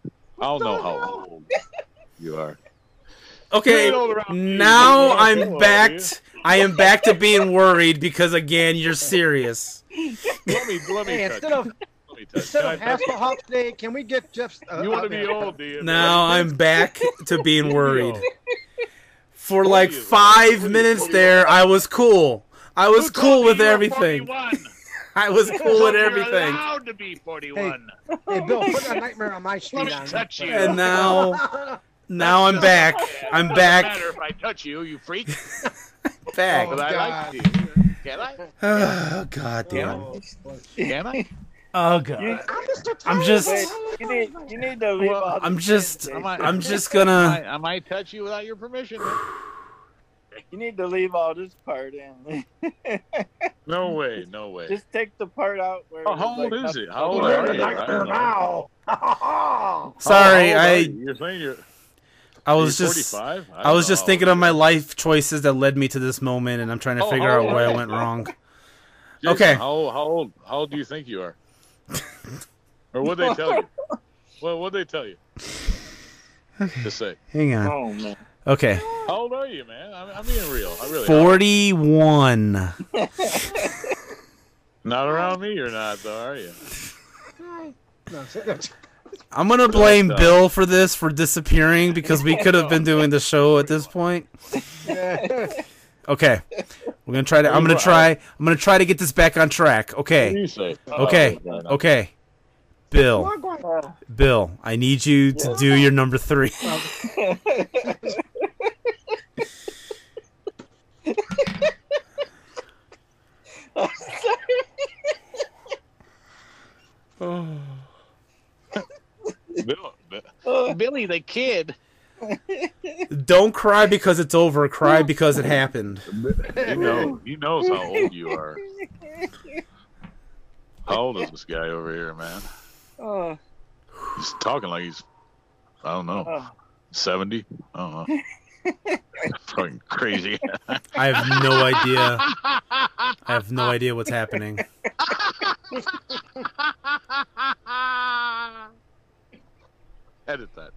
Speaker 5: I don't know how old you are.
Speaker 1: Okay.
Speaker 5: ain't old around me.
Speaker 1: Now
Speaker 5: You ain't old,
Speaker 1: I'm
Speaker 5: are
Speaker 1: back. I am back to being worried because again you're serious.
Speaker 5: Let me, let me
Speaker 4: Hey,
Speaker 5: touch.
Speaker 4: instead
Speaker 5: you.
Speaker 4: of
Speaker 5: let me touch. you.
Speaker 4: instead
Speaker 5: Can I
Speaker 4: of
Speaker 5: touch
Speaker 4: Hasselhoff today, can we get uh, Jeff's?
Speaker 5: you? You want to be old, do you?
Speaker 1: Now I'm back to being worried. For like
Speaker 5: Forty is-
Speaker 1: five
Speaker 5: forty-
Speaker 1: minutes
Speaker 5: forty-
Speaker 1: there, I was cool. I was
Speaker 5: Who told
Speaker 1: cool
Speaker 5: me
Speaker 1: with
Speaker 5: you were
Speaker 1: everything.
Speaker 5: 41?
Speaker 1: I was cool
Speaker 5: Told
Speaker 1: with
Speaker 5: me you're
Speaker 1: everything.
Speaker 5: allowed to be 41.
Speaker 4: Hey Bill, put a nightmare on my
Speaker 5: Let
Speaker 4: street.
Speaker 5: me
Speaker 4: on.
Speaker 5: touch you.
Speaker 1: And now,
Speaker 4: Oh,
Speaker 1: now I'm back. I'm
Speaker 5: Doesn't
Speaker 1: back.
Speaker 5: matter if I touch you, you freak.
Speaker 1: Back.
Speaker 5: But I
Speaker 4: God.
Speaker 5: like you. Can I?
Speaker 1: Oh, God damn.
Speaker 5: Can I?
Speaker 1: Um,
Speaker 7: Oh god.
Speaker 3: You-
Speaker 6: I'm Mr.
Speaker 7: I'm
Speaker 6: Tiger
Speaker 7: just-
Speaker 3: Wait,
Speaker 6: Woods.
Speaker 3: you need you need to leave
Speaker 5: Well,
Speaker 3: all the
Speaker 1: I'm just-
Speaker 3: shit,
Speaker 5: might-
Speaker 1: I'm just
Speaker 5: I
Speaker 1: gonna.
Speaker 5: might, I might touch you without your permission.
Speaker 3: you need to leave all this part in.
Speaker 5: No way, no way.
Speaker 3: just take the part out where.
Speaker 5: How
Speaker 3: it was like
Speaker 5: old is
Speaker 3: nothing.
Speaker 5: it? How old
Speaker 6: We're
Speaker 5: are you? I
Speaker 6: doctor
Speaker 5: don't know.
Speaker 6: now.
Speaker 1: Sorry,
Speaker 5: How old
Speaker 1: I
Speaker 5: are you? You're saying you're,
Speaker 1: I was
Speaker 5: you're Oh,
Speaker 1: just
Speaker 5: 45? don't
Speaker 1: I was just
Speaker 5: know.
Speaker 1: thinking of my life choices that led me to this moment, and I'm trying to
Speaker 5: Oh,
Speaker 1: figure out
Speaker 5: oh,
Speaker 1: why I
Speaker 5: okay.
Speaker 1: went wrong.
Speaker 5: Jason,
Speaker 1: Okay.
Speaker 5: How how old how old do you think you are? or what they tell you? Well, what they tell you? Just say.
Speaker 1: Hang on.
Speaker 3: Oh man.
Speaker 1: Okay,
Speaker 5: How old are you, man? I'm, I'm being real. I really.
Speaker 1: forty-one.
Speaker 5: Not around me, you're not, though, are you?
Speaker 4: Oh No, so that's-
Speaker 1: I'm gonna blame
Speaker 5: uh,
Speaker 1: Bill for this for disappearing because we could have been doing the show at this point.
Speaker 4: yeah.
Speaker 1: Okay, we're gonna try to. I'm gonna try. I'm gonna try to get this back on track.
Speaker 5: What do
Speaker 1: Okay,
Speaker 5: you say?
Speaker 1: Okay.
Speaker 5: Oh, no.
Speaker 1: okay.
Speaker 6: Come
Speaker 1: Bill,
Speaker 6: on, go on.
Speaker 3: Uh,
Speaker 1: Bill, I need you to do your number three.
Speaker 3: I'm sorry.
Speaker 5: Bill, Bill-
Speaker 3: Uh,
Speaker 8: Billy the Kid.
Speaker 1: Don't cry because it's over. Cry because it happened.
Speaker 5: he, know, he knows how old you are. How old is this guy over here, man?
Speaker 3: uh,
Speaker 5: He's talking like he's, I don't know,
Speaker 3: uh,
Speaker 5: 70? I don't know. Fucking crazy.
Speaker 1: I have no idea. I have no idea what's happening.
Speaker 5: Edit that.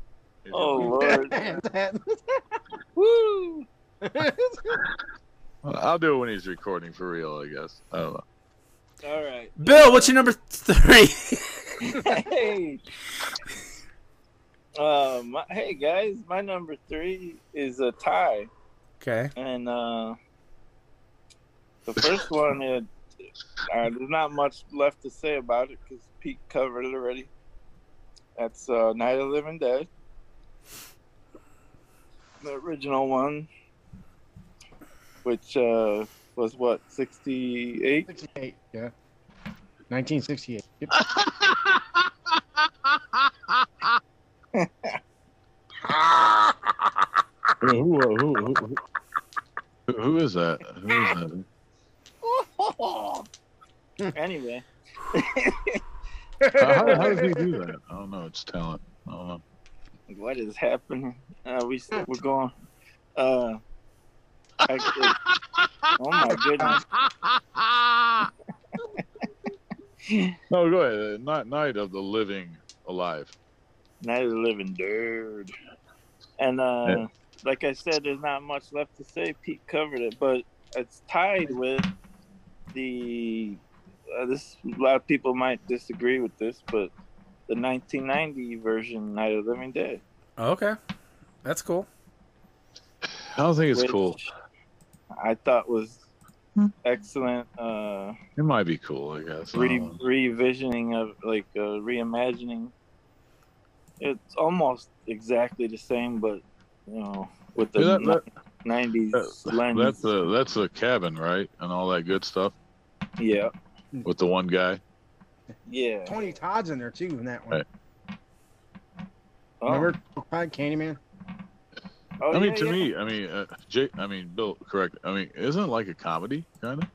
Speaker 3: oh lord.
Speaker 4: Woo.
Speaker 5: I'll do it when he's recording for real, I guess. I don't know.
Speaker 3: All right.
Speaker 1: Bill, what's your number three?
Speaker 3: hey. Uh, my, hey guys, my number three is a tie,
Speaker 1: Okay.
Speaker 3: and uh, the first one, it, uh, there's not much left to say about it because Pete covered it already. That's uh, Night of the Living Dead, the original one, which uh, was what '68.
Speaker 4: 68, yeah. 1968. Yep.
Speaker 5: Who, who, who, who, who- who is that? Who is that?
Speaker 3: Anyway,
Speaker 5: How, how, how does he do that? I don't know. It's talent. I don't know.
Speaker 3: what is happening? Uh, we we're going. Uh, I- oh my goodness!
Speaker 5: No, go ahead. Uh, Night, night of the living alive.
Speaker 3: Night of the Living Dead. And uh,
Speaker 5: Yeah.
Speaker 3: like I said, there's not much left to say. Pete covered it, but it's tied with the. Uh, this a lot of people might disagree with this, but the 1990 version, Night of the Living Dead.
Speaker 1: Okay. That's cool.
Speaker 5: I don't think it's
Speaker 3: which
Speaker 5: cool.
Speaker 3: I thought was excellent. Uh,
Speaker 5: It might be cool, I guess. I
Speaker 3: re-
Speaker 5: don't know.
Speaker 3: revisioning of like uh, reimagining. It's almost exactly the same, but you know, with
Speaker 5: Yeah,
Speaker 3: the
Speaker 5: that- that-
Speaker 3: nineties
Speaker 5: That-
Speaker 3: lens.
Speaker 5: that's the that's the cabin, right? And all that good stuff
Speaker 3: yeah,
Speaker 5: with the one guy.
Speaker 3: yeah.
Speaker 4: Tony Todd's in there too in that one.
Speaker 5: Right.
Speaker 3: Oh,
Speaker 4: Remember Todd Candyman?
Speaker 3: oh,
Speaker 5: I mean,
Speaker 3: yeah,
Speaker 5: to
Speaker 3: yeah.
Speaker 5: me, I mean, uh, Jake, I mean, Bill, correct. I mean, isn't it like a comedy kind of?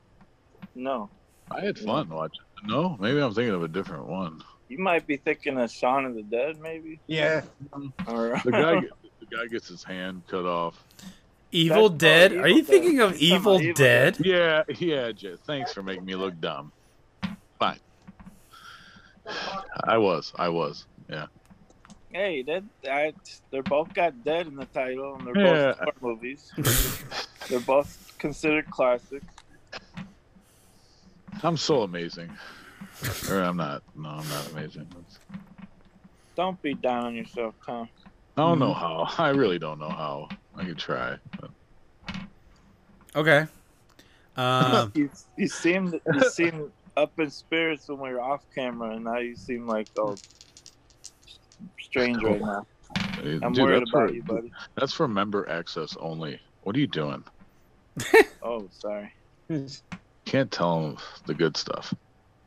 Speaker 3: no,
Speaker 5: I had fun watching. No, maybe I'm thinking of a different one.
Speaker 3: you might be thinking of Shaun of the Dead, maybe.
Speaker 4: Yeah.
Speaker 3: Or
Speaker 5: The guy, get- the guy gets his hand cut off.
Speaker 1: Evil
Speaker 3: That's-
Speaker 1: Dead.
Speaker 3: oh,
Speaker 1: Are you
Speaker 3: Evil Dead.
Speaker 1: thinking of
Speaker 3: Talking about
Speaker 1: Evil
Speaker 3: Evil
Speaker 1: Dead?
Speaker 5: Yeah, yeah. Jay, thanks for making me look dumb. Fine. I was, I was.
Speaker 3: hey, that I, they're both got dead in the title, and they're
Speaker 5: Yeah.
Speaker 3: both horror movies. they're both considered classics.
Speaker 5: I'm so amazing. Or I'm not. No, I'm not amazing.
Speaker 3: Don't be down on yourself, Tom.
Speaker 5: I don't know
Speaker 3: Mm-hmm.
Speaker 5: how. I really don't know how. I could try. but-
Speaker 1: Okay. Um,
Speaker 3: you, you seemed you seemed up in spirits when we were off camera, and now you seem like oh, strange right now.
Speaker 5: Hey,
Speaker 3: I'm
Speaker 5: uh, dude,
Speaker 3: worried
Speaker 5: that's for-
Speaker 3: about you, buddy.
Speaker 5: That's for member access only. What are you doing?
Speaker 3: Oh, sorry.
Speaker 4: yeah.
Speaker 5: Can't tell them the good stuff.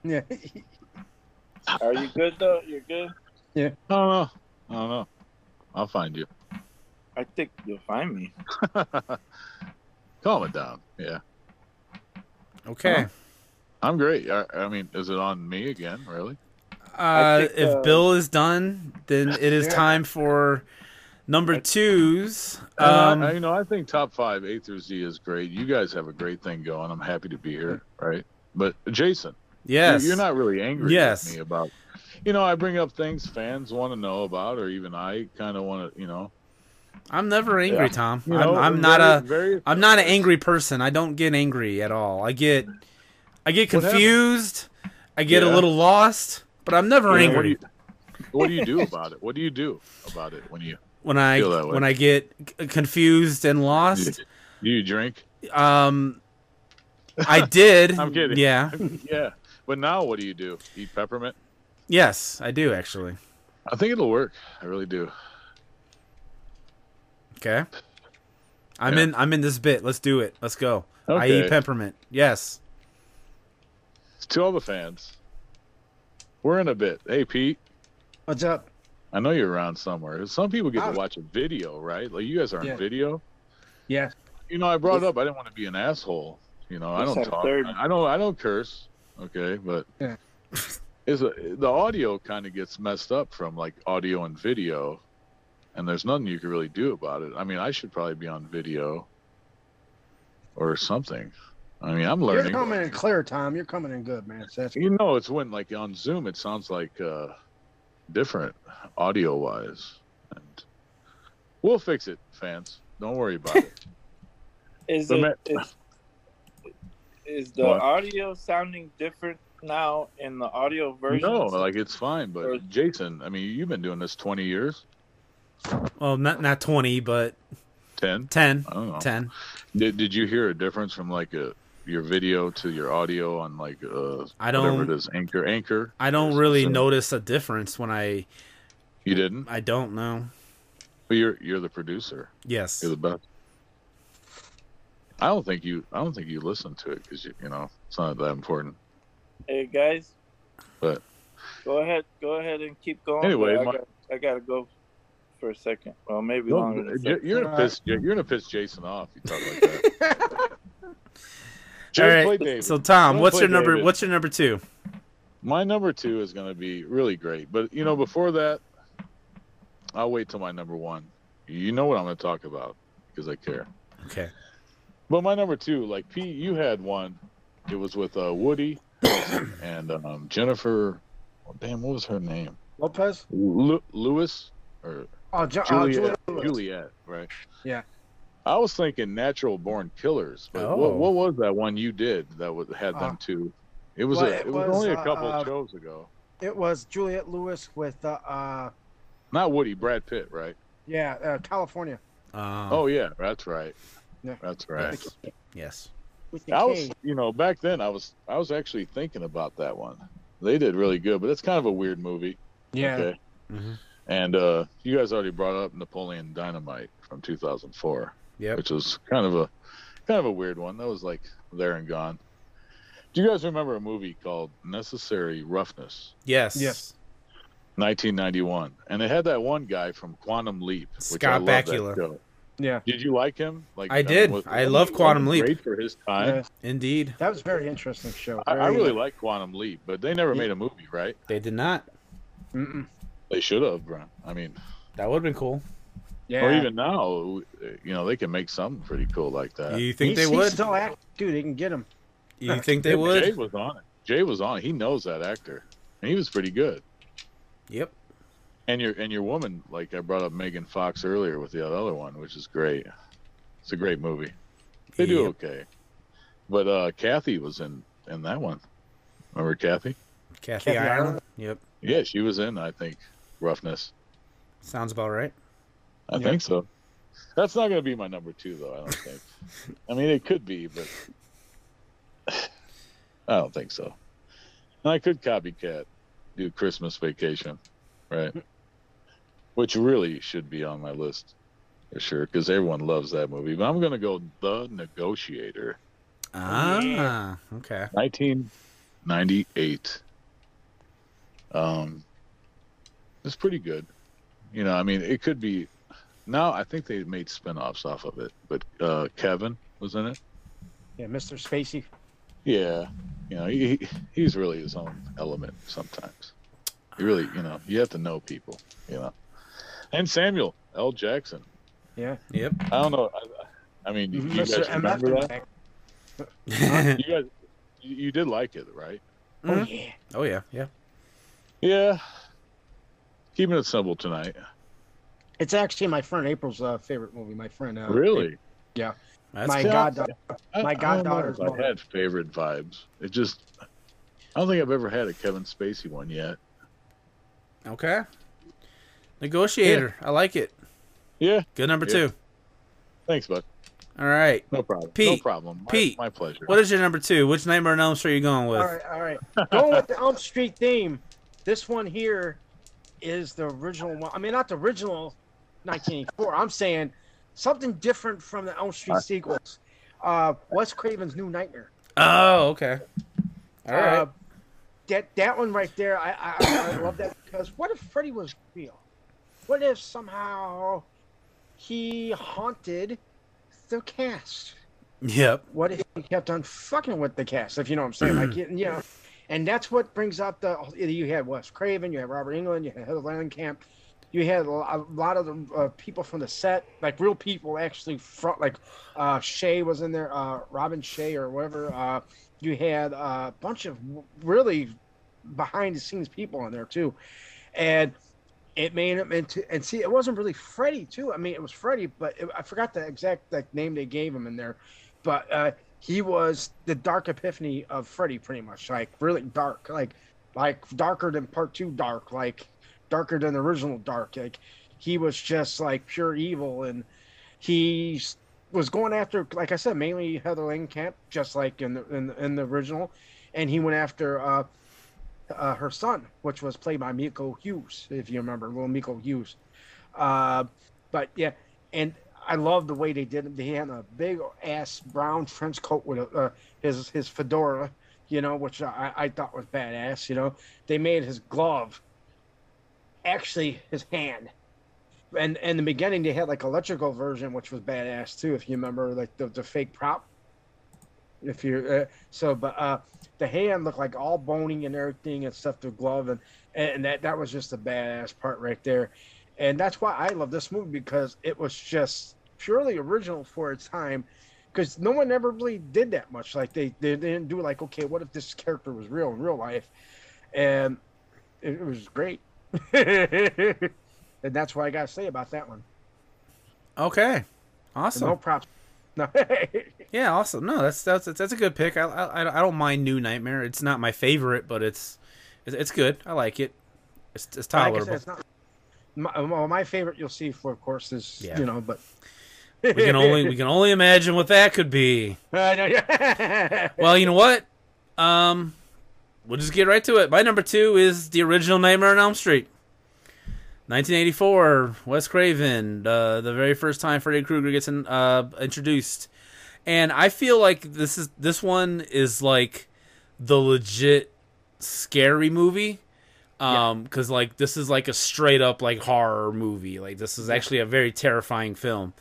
Speaker 3: Are you good though? You're good.
Speaker 5: I don't know. I don't know. I'll find you.
Speaker 3: I think you'll find me.
Speaker 5: Calm it down. Yeah.
Speaker 1: Okay.
Speaker 5: I'm great. I, I mean, is it on me again? Really?
Speaker 1: Uh,
Speaker 3: think,
Speaker 1: if
Speaker 3: uh,
Speaker 1: Bill is done, then it is
Speaker 4: Yeah.
Speaker 1: time for number
Speaker 3: I-
Speaker 1: twos.
Speaker 5: Um,
Speaker 1: Um,
Speaker 5: I, you know, I think top five A through Z is great. You guys have a great thing going. I'm happy to be here. Right. But Jason, you're-
Speaker 1: yes.
Speaker 5: you're not really angry
Speaker 1: Yes.
Speaker 5: at me about. You know, I bring up things fans want to know about, or even I kind of want to. You know,
Speaker 1: I'm never angry,
Speaker 5: Yeah.
Speaker 1: Tom.
Speaker 5: You
Speaker 1: I'm,
Speaker 5: know,
Speaker 1: I'm not
Speaker 5: very-
Speaker 1: a.
Speaker 5: very-
Speaker 1: I'm not an angry person. I don't get angry at all. I get, I get
Speaker 5: What happened?
Speaker 1: confused. I get a
Speaker 5: Yeah.
Speaker 1: little lost, but I'm never
Speaker 5: You know, what, do
Speaker 1: angry
Speaker 5: you, what do you do about it? What do you do about it when you
Speaker 1: when I
Speaker 5: feel that way?
Speaker 1: when I get c- confused and lost.
Speaker 5: do you drink?
Speaker 1: Um, I did.
Speaker 5: I'm kidding.
Speaker 1: Yeah.
Speaker 5: Yeah, but now what do you do? Eat peppermint?
Speaker 1: Yes, I do actually.
Speaker 5: I think it'll work. I really do.
Speaker 1: Okay. I'm
Speaker 5: Yeah.
Speaker 1: in. I'm in this bit. Let's do it. Let's go. I
Speaker 5: Okay.
Speaker 1: eat peppermint. Yes.
Speaker 5: To all the fans, we're in a bit. Hey, Pete,
Speaker 4: What's up?
Speaker 5: I know you're around somewhere. Some people get
Speaker 4: Oh.
Speaker 5: to watch a video, right? Like you guys are on
Speaker 4: Yeah.
Speaker 5: video.
Speaker 4: Yeah.
Speaker 5: You know, I brought it up. I didn't want to be an asshole. You know, I
Speaker 3: It's
Speaker 5: don't
Speaker 3: that
Speaker 5: talk.
Speaker 3: third-
Speaker 5: I don't. I don't curse. Okay, but
Speaker 4: Yeah.
Speaker 5: is the audio kind of gets messed up from like audio and video, and there's nothing you can really do about it. I mean, I should probably be on video or something. I mean, I'm
Speaker 4: You're
Speaker 5: learning.
Speaker 4: coming in clear, Tom. You're coming in good, man. So that's
Speaker 5: You know, it's when like on Zoom, it sounds like uh, different audio wise, and we'll fix it, fans. Don't worry about it.
Speaker 3: Is
Speaker 5: The
Speaker 3: it
Speaker 5: ma-
Speaker 3: is, is the
Speaker 5: What?
Speaker 3: audio sounding different now in the audio version?
Speaker 5: No, like it's fine.
Speaker 3: Or-
Speaker 5: But Jason, I mean, you've been doing this 20 years,
Speaker 1: Well, not not twenty, but
Speaker 5: 10.
Speaker 1: 10.
Speaker 5: I don't know.
Speaker 1: 10.
Speaker 5: Did, did you hear a difference from like a your video to your audio on like uh
Speaker 1: I
Speaker 5: whatever
Speaker 1: don't.
Speaker 5: it is anchor anchor?
Speaker 1: I don't really
Speaker 5: So-
Speaker 1: notice a difference when I.
Speaker 5: You didn't,
Speaker 1: I don't know.
Speaker 5: but you're you're the producer.
Speaker 1: Yes.
Speaker 5: You're the best. I don't think you I don't think you listened to it because you you know it's not that important.
Speaker 3: hey guys.
Speaker 5: What?
Speaker 3: Go ahead, go ahead and keep going.
Speaker 5: Anyway,
Speaker 3: but I,
Speaker 5: my-
Speaker 3: got, I gotta go for a second. Well, maybe longer. than
Speaker 5: No,
Speaker 3: a
Speaker 5: you're,
Speaker 3: second.
Speaker 5: you're gonna piss you're gonna piss Jason off. You talk like that.
Speaker 1: All
Speaker 5: Jason,
Speaker 1: right,
Speaker 5: play David.
Speaker 1: So Tom,
Speaker 5: Don't
Speaker 1: what's
Speaker 5: play
Speaker 1: your number?
Speaker 5: David.
Speaker 1: What's your number two?
Speaker 5: my number two is going to be really great. But you know, before that, I'll wait till my number one. You know what I'm going to talk about because I care.
Speaker 1: Okay.
Speaker 5: But my number two, like P, you had one. It was with uh, Woody and um, Jennifer. Oh, damn, what was her name?
Speaker 4: Lopez.
Speaker 5: Lu- Lewis or
Speaker 4: Oh, Ju- uh,
Speaker 5: Juliet,
Speaker 4: Julia.
Speaker 5: Juliet, right?
Speaker 4: Yeah.
Speaker 5: I was thinking natural born killers, but
Speaker 1: Oh.
Speaker 5: what, what was that one you did that was, had them
Speaker 4: Uh,
Speaker 5: two? It was
Speaker 4: well,
Speaker 5: a,
Speaker 4: it
Speaker 5: it was,
Speaker 4: was,
Speaker 5: only a
Speaker 4: uh,
Speaker 5: couple
Speaker 4: uh,
Speaker 5: shows ago.
Speaker 4: It was Juliet Lewis with uh, uh
Speaker 5: Not Woody, Brad Pitt, right?
Speaker 4: yeah, uh, California.
Speaker 1: Um,
Speaker 5: Oh yeah, that's right.
Speaker 4: Uh-huh. Yeah.
Speaker 5: That's right.
Speaker 1: Yes. Yes.
Speaker 4: With the
Speaker 5: I was,
Speaker 4: K.
Speaker 5: you know, back then I was, I was actually thinking about that one. They did really good, but it's kind of a weird movie.
Speaker 4: Yeah.
Speaker 5: Okay.
Speaker 1: Mhm.
Speaker 5: And uh, you guys already brought up Napoleon Dynamite from 2004.
Speaker 1: Yep.
Speaker 5: which was kind of a kind of a weird one. That was like there and gone. Do you guys remember a movie called Necessary Roughness,
Speaker 1: Yes.
Speaker 4: Yes.
Speaker 5: 1991? And it had that one guy from Quantum Leap, which I
Speaker 1: Scott
Speaker 5: love that
Speaker 1: Bakula.
Speaker 5: show.
Speaker 4: Yeah.
Speaker 5: Did you like him? Like
Speaker 1: I did. I love
Speaker 5: wasn't
Speaker 1: Quantum
Speaker 5: he
Speaker 1: Leap.
Speaker 5: Great for his time.
Speaker 4: Yeah.
Speaker 1: Indeed.
Speaker 4: That was a very interesting show.
Speaker 5: I, I
Speaker 4: Very-
Speaker 5: really like Quantum Leap, but they never
Speaker 4: Yeah.
Speaker 5: made a movie, right?
Speaker 1: They did not.
Speaker 4: Mm-mm.
Speaker 5: They should have, bro. I mean,
Speaker 1: That would have been cool.
Speaker 4: Yeah.
Speaker 5: or even now, you know, they can make something pretty cool like that.
Speaker 1: You think
Speaker 4: He's-
Speaker 1: they
Speaker 4: he's
Speaker 1: would?
Speaker 4: still act, dude. They can get him.
Speaker 1: You think they
Speaker 5: Yeah, Jay
Speaker 1: would?
Speaker 5: was on it. Jay was on it. He knows that actor, and he was pretty good.
Speaker 1: Yep.
Speaker 5: And your and your woman, like I brought up Megan Fox earlier with the other one, which is great. It's a great movie. They do
Speaker 1: Yep.
Speaker 5: okay. But uh Kathy was in in that one. Remember Kathy?
Speaker 1: Kathy
Speaker 4: Kathy
Speaker 1: Ireland.
Speaker 4: Ireland.
Speaker 1: Yep.
Speaker 5: Yeah, she was in, I think, Roughness.
Speaker 1: Sounds about right.
Speaker 5: I
Speaker 4: Yeah.
Speaker 5: think so. That's not gonna be my number two though, I don't think. I mean it could be, but I don't think so. And I could copycat do Christmas vacation, right? Which really should be on my list for sure, because everyone loves that movie. But I'm gonna go The Negotiator,
Speaker 1: Ah. Okay.
Speaker 5: 1998. Um, it's pretty good. You know, I mean, it could be. Now I think they made spin-offs off of it, but uh, Kevin was in it.
Speaker 4: Yeah, Mr. Spacey.
Speaker 5: Yeah, you know, he he- he's really his own element sometimes. You really, you know, you have to know people, you know. And Samuel L. Jackson.
Speaker 4: Yeah.
Speaker 1: Yep.
Speaker 5: I don't know. I, I mean, you,
Speaker 4: Mm-hmm.
Speaker 5: you guys
Speaker 4: Mr.
Speaker 5: remember that?
Speaker 4: MF.
Speaker 5: You guys, you, you did like it, right?
Speaker 6: Oh,
Speaker 1: Mhm.
Speaker 6: yeah.
Speaker 1: Oh yeah, yeah.
Speaker 5: Yeah. Keeping it simple tonight.
Speaker 4: It's actually my friend April's uh, favorite movie. My friend. Uh,
Speaker 5: really?
Speaker 1: That's
Speaker 4: my
Speaker 5: cool.
Speaker 4: goddaughter.
Speaker 5: I-
Speaker 4: my
Speaker 5: I don't know
Speaker 4: goddaughter's
Speaker 5: if I've
Speaker 4: mother.
Speaker 5: had favorite vibes. It just, I don't think I've ever had a Kevin Spacey one yet.
Speaker 1: Okay. Negotiator. I like it.
Speaker 5: Yeah.
Speaker 1: Good number
Speaker 5: Yeah.
Speaker 1: two.
Speaker 5: Thanks, bud.
Speaker 1: All right.
Speaker 5: No problem. no
Speaker 1: Pete.
Speaker 5: problem. My,
Speaker 1: Pete.
Speaker 5: my pleasure.
Speaker 1: What is your number two? Which Nightmare on Elm Street are you going with?
Speaker 4: All right, all right. Going with the Elm Street theme. This one here is the original one. I mean, not the original 1984. I'm saying something different from the Elm Street sequels. Uh, Wes Craven's New Nightmare.
Speaker 1: Oh, okay. All right.
Speaker 4: Uh, that that one right there, I, I, I love that because what if Freddy was real? What if somehow he haunted the cast?
Speaker 1: yep.
Speaker 4: what if he kept on fucking with the cast? If you know what I'm saying, like you you know, and that's what brings out the you had Wes Craven, you had Robert England, you had Heather Langenkamp, you had a lo- a lot of the uh, people from the set, like real people actually front, like uh, Shay was in there, uh, Robin Shay or whatever. Uh, you had a bunch of really behind the scenes people in there too, and. It made him into and see it wasn't really Freddy too. I mean it was Freddy, but it, I forgot the exact like name they gave him in there but uh, he was the dark epiphany of Freddy, pretty much. Like really dark, like like darker than part two dark, like darker than the original dark. Like he was just like pure evil, and he s- was going after, like I said, mainly Heather Langenkamp, just like in the in, the- in the original, and he went after uh, uh, her son, which was played by Miko Hughes, if you remember, little Miko Hughes. Uh, but yeah, and I love the way they did it. They had a big ass brown trench coat with a, uh, his his fedora, you know, which I, I thought was badass. You know, they made his glove actually his hand. And in the beginning, they had like electrical version, which was badass too. If you remember, like the, the fake prop. If you uh, so, but uh, the hand looked like all boning and everything and stuff. The glove and and that that was just a badass part right there and that's why I love this movie because it was just purely original for its time. Because no one ever really did that much. Like they, they didn't do like, okay, what if this character was real in real life? And it, it was great. and that's what I gotta say about that one.
Speaker 1: Okay.
Speaker 4: And
Speaker 1: Awesome.
Speaker 4: No props. No.
Speaker 1: Yeah. Awesome. No, that's that's that's that's a good pick. I, I I don't mind New Nightmare. It's not my favorite, but it's it's, it's good. I like it. It's, it's
Speaker 4: Like I said,
Speaker 1: tolerable.
Speaker 4: it's not my, well, my favorite you'll see for, of course, is
Speaker 1: Yeah.
Speaker 4: you know, but
Speaker 1: we can only we can only imagine what that could be.
Speaker 4: I know, yeah.
Speaker 1: Well, you know what? Um, we'll just get right to it. My number two is the original Nightmare on Elm Street, 1984. Wes Craven, uh, the very first time Freddy Krueger gets in, uh, introduced, and I feel like this is this one is like the legit scary movie. Um, because like this is like a straight up like horror movie. Like this is actually a very terrifying film,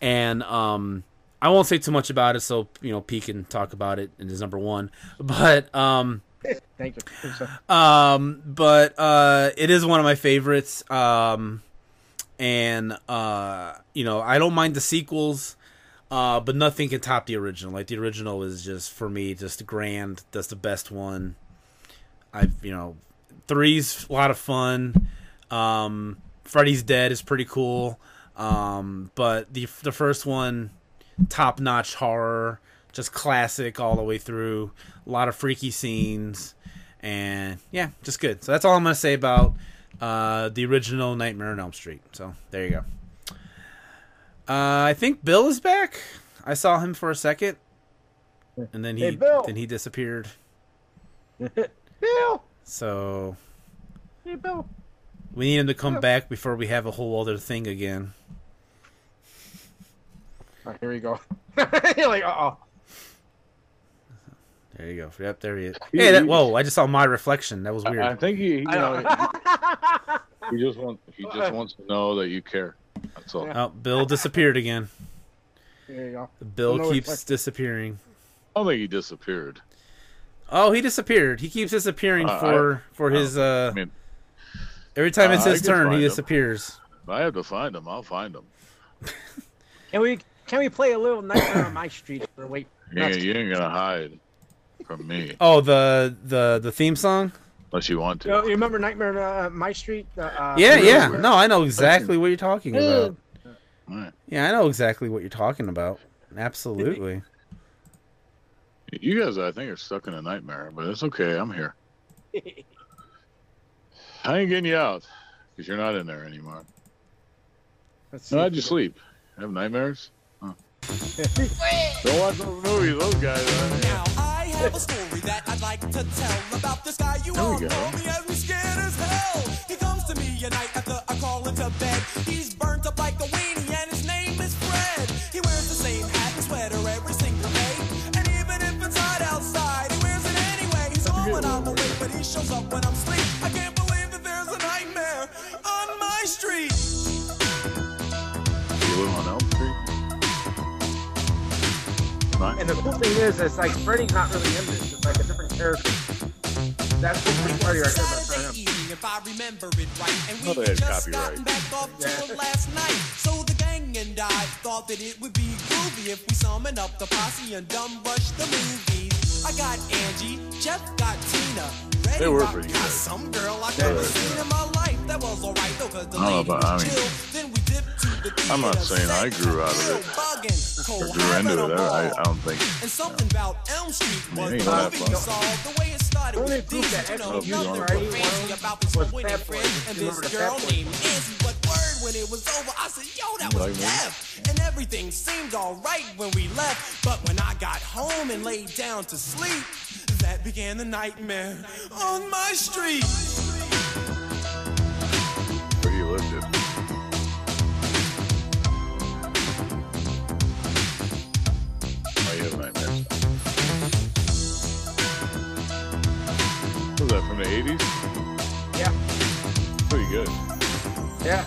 Speaker 1: and um, I won't say too much about it, so you know, P can talk about it in his number one. But um,
Speaker 4: Thank you. So,
Speaker 1: um, but uh, it is one of my favorites. Um, and uh, you know, I don't mind the sequels, uh, but nothing can top the original. Like the original is just for me, just grand. That's the best one. I've you know, three's a lot of fun. Um, Freddy's Dead is pretty cool. Um, but the the first one, top notch horror, just classic all the way through. A lot of freaky scenes and yeah, just good. So that's all I'm gonna say about uh, the original Nightmare on Elm Street. So there you go. Uh, I think Bill is back. I saw him for a second, and then he
Speaker 4: Hey, Bill.
Speaker 1: then he disappeared.
Speaker 4: Bill,
Speaker 1: So
Speaker 4: hey Bill.
Speaker 1: we need him to come back before we have a whole other thing again.
Speaker 4: Oh, here we go. You're like, uh oh.
Speaker 1: There you go. Yep, there he is.
Speaker 5: He- Uh-uh.
Speaker 1: Hey, that,
Speaker 5: he-
Speaker 1: whoa! I just saw my reflection. That was
Speaker 5: I-
Speaker 1: weird.
Speaker 5: I think he, you
Speaker 3: I don't-
Speaker 5: know, he just wants he just wants to know that you care. That's all.
Speaker 1: oh, Bill disappeared again.
Speaker 4: There you go.
Speaker 1: Bill
Speaker 4: No
Speaker 1: keeps
Speaker 4: reflection.
Speaker 1: disappearing.
Speaker 5: I don't think he disappeared.
Speaker 1: Oh, he disappeared. He keeps disappearing
Speaker 5: Uh,
Speaker 1: for for
Speaker 5: oh,
Speaker 1: his. Uh,
Speaker 5: I mean, uh,
Speaker 1: every time it's
Speaker 5: I
Speaker 1: his
Speaker 5: can
Speaker 1: turn, he
Speaker 5: find him.
Speaker 1: disappears.
Speaker 5: if I have to find him, I'll find him.
Speaker 4: And we can we play a little nightmare on my street for wait.
Speaker 5: You ain't, you ain't gonna hide from me
Speaker 1: Oh, the the the theme song.
Speaker 5: unless you want
Speaker 4: You, know,
Speaker 5: to.
Speaker 4: you remember Nightmare on uh, My Street? Uh, uh,
Speaker 1: yeah,
Speaker 5: really
Speaker 1: yeah.
Speaker 5: weird.
Speaker 1: No, I know exactly what you're talking about.
Speaker 5: All right.
Speaker 1: Yeah, I know exactly what you're talking about. Absolutely.
Speaker 5: You guys, I think, are stuck in a nightmare, but it's okay. I'm here. I ain't getting you out because you're not in there anymore.
Speaker 4: Let's
Speaker 5: No,
Speaker 4: see.
Speaker 5: how'd you sleep? Have nightmares? Huh. Don't watch those movies. Those guys. Are,
Speaker 2: Now,
Speaker 7: I have a story that I'd like to tell about this guy you
Speaker 5: There we
Speaker 7: all
Speaker 5: go.
Speaker 7: know me as we scared as hell. He comes to me at night after I call into bed. He's burnt up like a weenie and his name is Fred. He wears the same hat and sweater every single day. And even if it's hot outside, he wears it anyway. He's home when I'm awake, but he shows up when I'm asleep. I can't believe that there's a nightmare on my street.
Speaker 5: you live on Elm Street. Not-
Speaker 8: And the cool thing is, it's like Freddy's not really in this. It's like a different character. That's the cool party right there. That's
Speaker 7: Saturday
Speaker 8: not him.
Speaker 7: evening, if I remember it right, and we
Speaker 5: Oh, they
Speaker 7: had
Speaker 5: had
Speaker 7: just
Speaker 5: copyright.
Speaker 7: gotten back off tour
Speaker 8: Yeah.
Speaker 7: last night. So the gang and I thought that it would be groovy if we summon up the posse and dumb rush the movies. I got Angie, Jeff got Tina. Reddy
Speaker 5: They were
Speaker 7: Rock
Speaker 5: pretty
Speaker 7: got
Speaker 5: good.
Speaker 7: Some girl I never seen in my life. That was alright though, cause the
Speaker 5: I don't know
Speaker 7: lady
Speaker 5: about- I
Speaker 7: was
Speaker 5: mean,
Speaker 7: chill. Then we dipped to the
Speaker 5: I'm not
Speaker 7: theater,
Speaker 5: saying I
Speaker 7: sat
Speaker 5: grew out of
Speaker 7: still
Speaker 5: it.
Speaker 7: bugging,
Speaker 5: Or
Speaker 7: cold
Speaker 5: do I
Speaker 7: having
Speaker 5: know
Speaker 7: a
Speaker 5: that? I,
Speaker 7: ball.
Speaker 5: I don't think.
Speaker 7: And something about Elm Street was
Speaker 5: Yeah,
Speaker 7: the
Speaker 5: you know,
Speaker 7: movie we
Speaker 5: no.
Speaker 7: saw. The way it started
Speaker 8: Only
Speaker 7: was
Speaker 8: proof that
Speaker 7: decent, you know,
Speaker 5: Elton John
Speaker 7: nothing
Speaker 5: was
Speaker 7: crazy about this
Speaker 8: was
Speaker 7: winning
Speaker 8: Fat
Speaker 7: friend
Speaker 8: Boy.
Speaker 7: and
Speaker 8: You
Speaker 7: this
Speaker 8: remember the
Speaker 7: girl
Speaker 8: Fat Boy
Speaker 7: named Nancy. But word when it was over, I said, yo, that
Speaker 5: You
Speaker 7: was
Speaker 5: like me?
Speaker 7: death. And everything seemed alright when we left. But when I got home and laid down to sleep, that began the nightmare on my street.
Speaker 5: Where you lived in? Oh, you have nightmares. What was that from the eighties?
Speaker 8: Yeah.
Speaker 5: Pretty good.
Speaker 8: Yeah.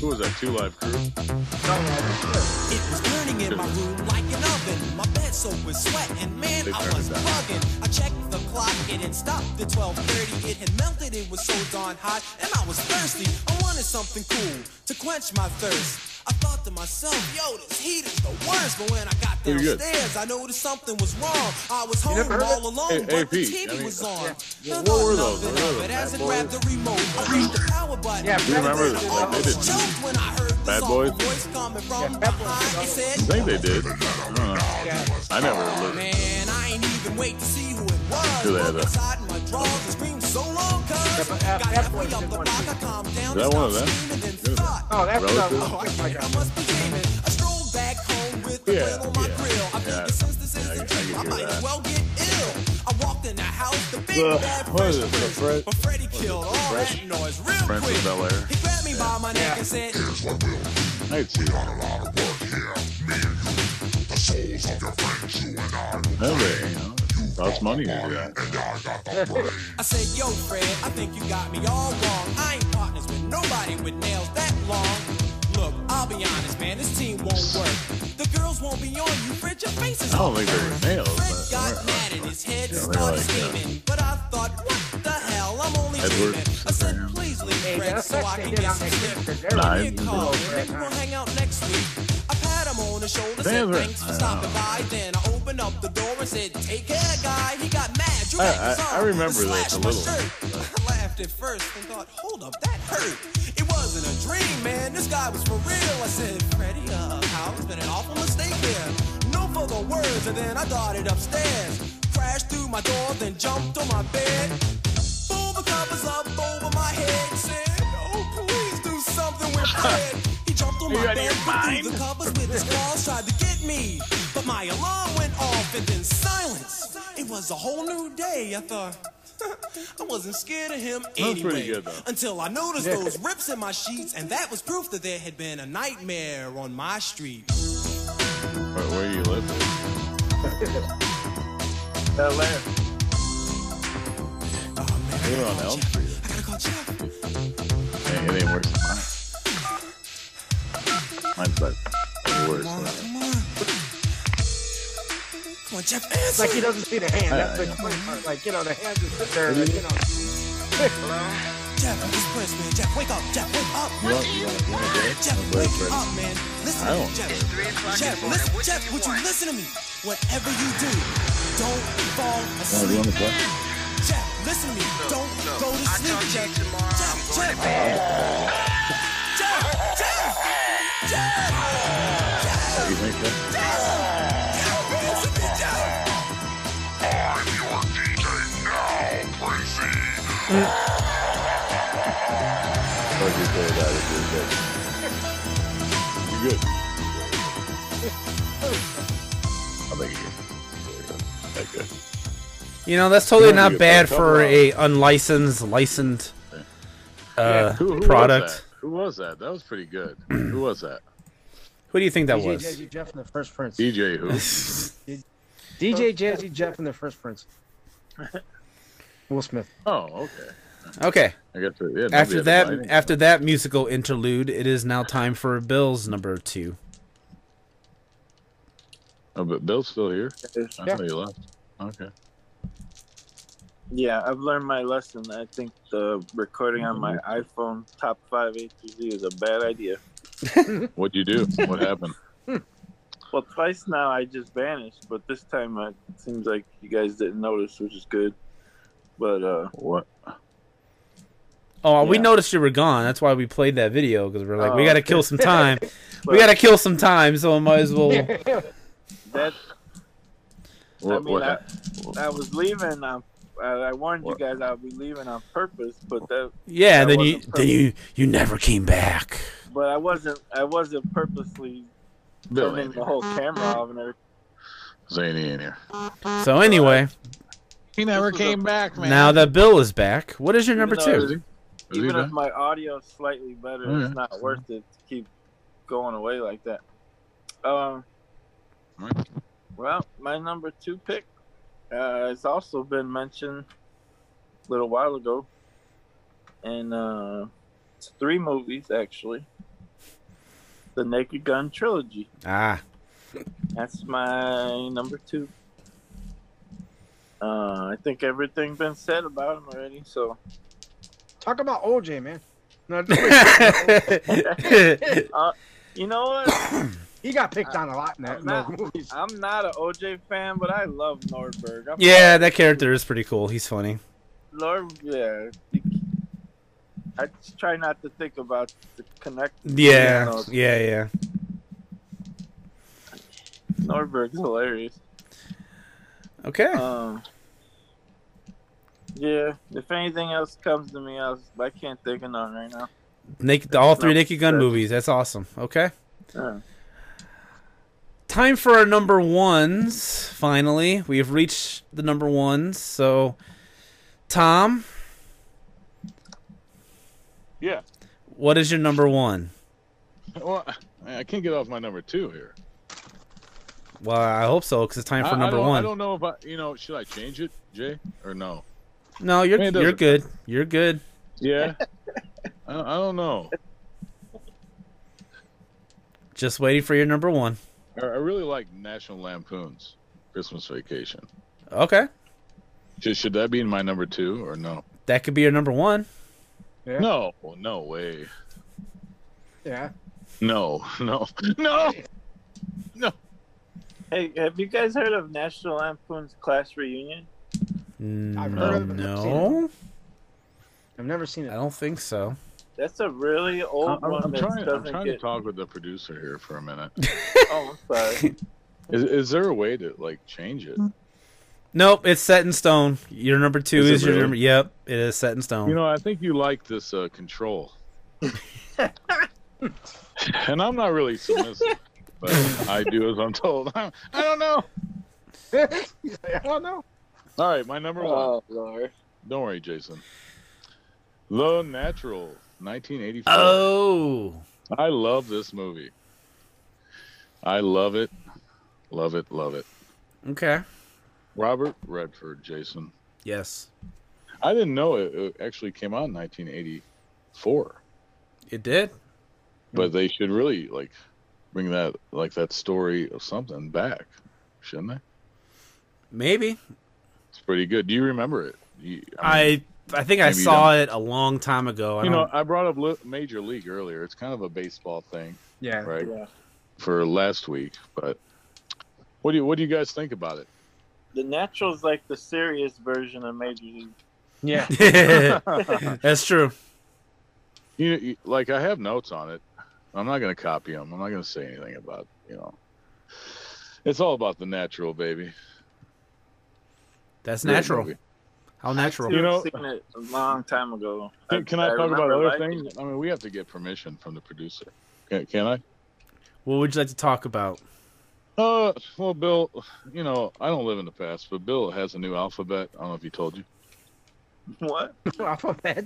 Speaker 5: Who was that? Two Live Crew.
Speaker 8: No, no, this
Speaker 7: It was burning in my room like an oven. My bed soaked with sweat, and man,
Speaker 5: They
Speaker 7: I
Speaker 5: turned
Speaker 7: was
Speaker 5: it down.
Speaker 7: bugging. I checked the clock, it had stopped at 12:30. It had melted, it was so darn hot, and I was thirsty. I wanted something cool to quench my thirst. I thought to myself, yo, this heat is the worst. But when I got
Speaker 5: Pretty good.
Speaker 7: downstairs, I noticed something was wrong. I was home
Speaker 8: never heard
Speaker 7: all alone,
Speaker 5: Hey,
Speaker 7: but
Speaker 5: AP,
Speaker 7: the TV
Speaker 5: I mean,
Speaker 7: was on.
Speaker 5: yeah.
Speaker 7: I
Speaker 5: What
Speaker 7: thought
Speaker 5: were those?
Speaker 7: nothing
Speaker 5: What were those,
Speaker 7: of it as
Speaker 5: Bad
Speaker 7: it grabbed
Speaker 5: Boys?
Speaker 7: the remote. I reached the power button.
Speaker 8: Yeah,
Speaker 5: You remember?
Speaker 7: I
Speaker 5: Like, they
Speaker 7: almost
Speaker 5: did.
Speaker 7: choked when I heard this
Speaker 5: Bad
Speaker 7: awful
Speaker 5: Boys?
Speaker 7: voice coming from
Speaker 8: Yeah, Bad Boys.
Speaker 7: behind. It said,
Speaker 5: I think they did. I don't know. I never lived.
Speaker 7: Man, I ain't even wait to see who it was.
Speaker 5: Who that is?
Speaker 7: Look inside my drawers and screamed so long, cuz.
Speaker 8: Yeah, but F-
Speaker 7: Got
Speaker 8: F
Speaker 7: halfway
Speaker 8: boys
Speaker 7: up the
Speaker 8: did one
Speaker 7: block, I calmed
Speaker 5: Is
Speaker 7: down and
Speaker 5: that one of
Speaker 7: stopped
Speaker 5: them?
Speaker 7: screaming and
Speaker 5: Really?
Speaker 7: thought,
Speaker 8: Oh, that's not.
Speaker 5: Relative?
Speaker 8: Oh,
Speaker 7: I
Speaker 8: I
Speaker 7: can't, I must be dreaming. I strolled back home with the
Speaker 5: Yeah,
Speaker 7: grill on my
Speaker 5: yeah,
Speaker 7: grill. I
Speaker 5: yeah.
Speaker 7: figured since this is
Speaker 5: Yeah, I-
Speaker 7: the
Speaker 5: I
Speaker 7: truth,
Speaker 5: can
Speaker 7: I
Speaker 5: hear
Speaker 7: might as
Speaker 5: that.
Speaker 7: well get ill. I walked in the house, the big
Speaker 5: Ugh,
Speaker 7: bad
Speaker 5: what is
Speaker 7: fresh
Speaker 5: it, the
Speaker 7: prince,
Speaker 5: Fred-
Speaker 7: but Freddie killed all
Speaker 5: Fresh-
Speaker 7: that noise real
Speaker 5: Prince of
Speaker 7: quick.
Speaker 5: Bel-Air?
Speaker 7: He grabbed me by my neck and said,
Speaker 5: I see. Hey, you know, lots of money to do that.
Speaker 7: I said, yo, Fred, I think you got me all wrong. I ain't partners with nobody with nails that long. Look, I'll be honest, man, this team won't work. The girls won't be on you, Fred, your face is
Speaker 5: I
Speaker 7: all
Speaker 5: don't think they were nails,
Speaker 7: Fred
Speaker 5: but-
Speaker 7: got mad at his head and
Speaker 5: Yeah, they
Speaker 7: started
Speaker 5: like uh, that.
Speaker 7: scheming. But I thought, what the hell, I'm only
Speaker 5: Edward
Speaker 7: dreaming. I said,
Speaker 5: Scissorhands.
Speaker 7: please leave,
Speaker 8: Hey,
Speaker 7: Fred,
Speaker 8: that's
Speaker 7: so I
Speaker 8: actually
Speaker 7: can
Speaker 8: did
Speaker 7: get
Speaker 8: on
Speaker 7: some
Speaker 8: that
Speaker 7: sleep.
Speaker 8: because
Speaker 5: Nah,
Speaker 8: everybody.
Speaker 7: Give me a call, and maybe we'll hang out next week. I pat him on the shoulder, said
Speaker 5: Damn it.
Speaker 7: thanks for stopping
Speaker 5: Oh.
Speaker 7: by. Then I opened up the door and said, take care, guy. He got mad. You
Speaker 5: I-
Speaker 7: had
Speaker 5: I-
Speaker 7: the song
Speaker 5: I remember this a
Speaker 7: and slashed my
Speaker 5: little.
Speaker 7: shirt. I laughed at first and thought, hold up, that hurt. It wasn't a dream, man. This guy was for real. I said, Freddy, uh, how it's been an awful mistake there. No further words, and then I darted upstairs. Crashed through my door, then jumped on my bed. Pulled the covers up over my head. Said, oh, please do something with Fred. He jumped on
Speaker 5: Are you
Speaker 7: my
Speaker 5: out of
Speaker 7: bed,
Speaker 5: your
Speaker 7: but through
Speaker 5: mind?
Speaker 7: the covers with his claws tried to get me. But my alarm went off and then silence. It was a whole new day. I thought I wasn't scared of him
Speaker 5: pretty
Speaker 7: anyway.
Speaker 5: good, though.
Speaker 7: until I noticed those rips in my sheets, and that was proof that there had been a nightmare on my street.
Speaker 5: Where, where you lived?
Speaker 3: Bel Air.
Speaker 7: Oh, man, I
Speaker 5: They were
Speaker 7: gotta
Speaker 5: on
Speaker 7: call
Speaker 5: Elm
Speaker 7: Jeff.
Speaker 5: Street.
Speaker 7: I gotta call Jeff.
Speaker 5: Hey, it ain't worse than mine. Mine's like way worse.
Speaker 7: Come
Speaker 5: Than
Speaker 7: on, come on. Come on, Jeff,
Speaker 4: It's
Speaker 7: answer.
Speaker 4: like he doesn't see the hand. That's the
Speaker 5: Yeah, yeah.
Speaker 4: funny part. Like you know, the hand is sit there. Like, you know,
Speaker 7: Jeff, it's Prince, man. Jeff, wake up. Jeff, wake up.
Speaker 5: you want, you want, you want to dance?
Speaker 7: Jeff,
Speaker 5: I'm
Speaker 7: wake
Speaker 5: ready for it.
Speaker 7: up, man. Listen
Speaker 5: I
Speaker 7: to me,
Speaker 5: don't-
Speaker 7: Jeff. Jeff, listen, Jeff, would you listen to me? Whatever you do, don't
Speaker 5: Oh,
Speaker 7: fall
Speaker 5: you
Speaker 7: asleep.
Speaker 5: want to play?
Speaker 7: Jeff, listen to me. Don't go to sleep, Jeff. Jeff, Jeff. Jeff, Jeff, Jeff,
Speaker 5: You think that?
Speaker 7: Jeff, listen to me, Jeff.
Speaker 5: Or you play that if you're good. You're good. I think you're good. There you go. That good.
Speaker 1: You know, that's totally
Speaker 5: Yeah,
Speaker 1: not
Speaker 5: you
Speaker 1: bad
Speaker 5: picked up
Speaker 1: for
Speaker 5: on-
Speaker 1: a unlicensed, licensed uh,
Speaker 5: Who- who was that?
Speaker 1: product.
Speaker 5: Who was that? That was pretty good. who was that?
Speaker 1: Who do you think that
Speaker 4: DJ
Speaker 1: was?
Speaker 4: Jazzy Jeff and the First Prince.
Speaker 5: DJ who?
Speaker 4: DJ Jazzy Jeff and the First Prince. Will Smith.
Speaker 5: Oh, okay.
Speaker 1: Okay.
Speaker 5: I guess it- yeah,
Speaker 1: After
Speaker 5: nobody had
Speaker 1: that,
Speaker 5: lighting.
Speaker 1: after that musical interlude, it is now time for Bill's number two.
Speaker 5: Oh, but Bill's still here. I
Speaker 4: Yeah.
Speaker 5: know you left. Okay.
Speaker 3: Yeah, I've learned my lesson. I think the recording on my
Speaker 5: Mm-hmm.
Speaker 3: iPhone top five A to Z is a bad idea.
Speaker 5: What'd you do? What happened?
Speaker 3: Well, twice now I just vanished, but this time uh, it seems like you guys didn't notice, which is good. But uh,
Speaker 5: What?
Speaker 1: Oh, we
Speaker 3: Yeah.
Speaker 1: noticed you were gone. That's why we played that video because we're like, we
Speaker 3: Oh,
Speaker 1: got to kill some time. we
Speaker 3: Well-
Speaker 1: got to kill some time, so I might as well.
Speaker 3: that
Speaker 5: What?
Speaker 3: I mean,
Speaker 5: what
Speaker 3: I,
Speaker 5: hap-
Speaker 3: I was leaving. Um, I, I warned
Speaker 5: What?
Speaker 3: you guys I'd be leaving on purpose, but that,
Speaker 1: Yeah, and
Speaker 3: That
Speaker 1: then you,
Speaker 3: wasn't
Speaker 1: then you, you never came back.
Speaker 3: but I wasn't. I wasn't purposely
Speaker 5: Bill
Speaker 3: turning
Speaker 5: ain't
Speaker 3: the
Speaker 5: here.
Speaker 3: whole camera off and everything.
Speaker 5: Zany ain't here.
Speaker 1: So anyway,
Speaker 5: He
Speaker 3: never This was came a-
Speaker 5: back,
Speaker 1: now that Bill is back, what is your
Speaker 3: Even
Speaker 1: number
Speaker 3: though
Speaker 1: two?
Speaker 3: it was
Speaker 5: Is he
Speaker 3: Even
Speaker 5: back?
Speaker 3: if my audio is slightly better,
Speaker 5: Alright.
Speaker 3: it's not worth it to keep going away like that. Um,
Speaker 5: Alright.
Speaker 3: well, my number two pick uh, has also been mentioned a little while ago, and uh, it's three movies actually. The Naked Gun trilogy.
Speaker 1: Ah,
Speaker 3: That's my number two. Uh, I think everything's been said about him already, so.
Speaker 4: Talk about OJ, man. No,
Speaker 1: Ah.
Speaker 3: You know what?
Speaker 4: he got picked on a lot in that in those movies.
Speaker 3: I'm not an OJ fan, but I love Nordberg. I'm
Speaker 1: yeah, that character is pretty cool. He's funny.
Speaker 3: Lord, yeah. I just try not to think about the connect.
Speaker 1: Yeah, yeah, yeah.
Speaker 3: Norberg's hilarious.
Speaker 1: Okay.
Speaker 3: Um, yeah, if anything else comes to me, I'll, I can't think of none right now.
Speaker 1: Naked, all three
Speaker 3: no,
Speaker 1: Naked Gun
Speaker 3: that's-
Speaker 1: movies. That's awesome. Okay.
Speaker 3: Uh,
Speaker 1: Time for our number ones. Finally, we have reached the number ones. So, Tom,
Speaker 5: Yeah.
Speaker 1: what is your number one?
Speaker 5: Well, I I can't get off my number two here.
Speaker 1: Well, I hope so because it's time
Speaker 5: I,
Speaker 1: for
Speaker 5: I
Speaker 1: number
Speaker 5: don't- I
Speaker 1: one.
Speaker 5: don't know if I, you know, should I change it, Jay, or no?
Speaker 1: No, you're
Speaker 5: I mean, it
Speaker 1: you're
Speaker 5: doesn't-
Speaker 1: good. You're good.
Speaker 5: Yeah. I, I don't know.
Speaker 1: Just waiting for your number one.
Speaker 5: I, I really like National Lampoon's Christmas Vacation.
Speaker 1: Okay,
Speaker 5: Should, should that be in my number two or no?
Speaker 1: that could be your number one.
Speaker 4: Yeah.
Speaker 5: No, no way.
Speaker 4: Yeah.
Speaker 5: No, no, no.
Speaker 3: hey, have you guys heard of National Lampoon's Class Reunion?
Speaker 4: I've heard
Speaker 1: Mm,
Speaker 4: of it, I've
Speaker 1: No,
Speaker 4: I've never
Speaker 1: I
Speaker 4: seen it.
Speaker 1: don't think so.
Speaker 3: That's a really
Speaker 5: I'm,
Speaker 3: old
Speaker 5: I'm-
Speaker 3: one
Speaker 5: I'm
Speaker 3: that
Speaker 5: trying. I'm
Speaker 3: doesn't
Speaker 5: trying to
Speaker 3: get.
Speaker 5: talk with the producer here for a minute.
Speaker 3: Oh, I'm sorry.
Speaker 5: Is, is there a way to like change it?
Speaker 3: Mm-hmm.
Speaker 1: Nope, it's set in stone. Your number two
Speaker 5: Is
Speaker 1: is,
Speaker 5: it
Speaker 1: your
Speaker 5: really?
Speaker 1: number. Yep, it is set in stone.
Speaker 5: You know, I think you like this uh, control. and I'm not really submissive, but I do as I'm told. I, I don't know.
Speaker 4: He's like, I don't know.
Speaker 5: All right, my number one.
Speaker 3: oh Lord.
Speaker 5: Don't worry, Jason. The Natural, 1984.
Speaker 1: oh,
Speaker 5: I love this movie. I love it. Love it. Love it.
Speaker 1: okay.
Speaker 5: Robert Redford, Jason.
Speaker 1: Yes,
Speaker 5: I didn't know it, it actually came out in 1984,
Speaker 1: it did. Hmm.
Speaker 5: but they should really like bring that like that story of something back, shouldn't they?
Speaker 1: Maybe
Speaker 5: It's pretty good. Do you remember it? You, mean,
Speaker 1: I. I think I
Speaker 5: Maybe you
Speaker 1: saw it a long time ago. I
Speaker 5: you
Speaker 1: don't-
Speaker 5: know, I brought up li- Major League earlier. It's kind of a baseball thing,
Speaker 8: Yeah.
Speaker 5: right?
Speaker 3: Yeah.
Speaker 5: For last week, but what do you what do you guys think about it?
Speaker 3: The Natural's like the serious version of Major League.
Speaker 8: Yeah.
Speaker 1: that's true.
Speaker 5: you, you like I have notes on it. I'm not going to copy them. I'm not going to say anything about you know. It's all about the natural, baby.
Speaker 1: That's
Speaker 5: Great
Speaker 1: natural.
Speaker 5: movie.
Speaker 1: How
Speaker 3: I
Speaker 1: natural.
Speaker 3: too
Speaker 5: You
Speaker 3: have
Speaker 5: know-
Speaker 3: seen it a long time ago.
Speaker 5: Can, can I, talk about
Speaker 3: remember
Speaker 5: other
Speaker 3: liking
Speaker 5: things?
Speaker 3: it.
Speaker 5: I mean, we have to get permission from the producer. Can, can I?
Speaker 1: What would you like to talk about?
Speaker 5: Uh, well, Bill, you know, I don't live in the past, but Bill has a new alphabet. I don't know if he told you.
Speaker 3: What?
Speaker 4: off of that.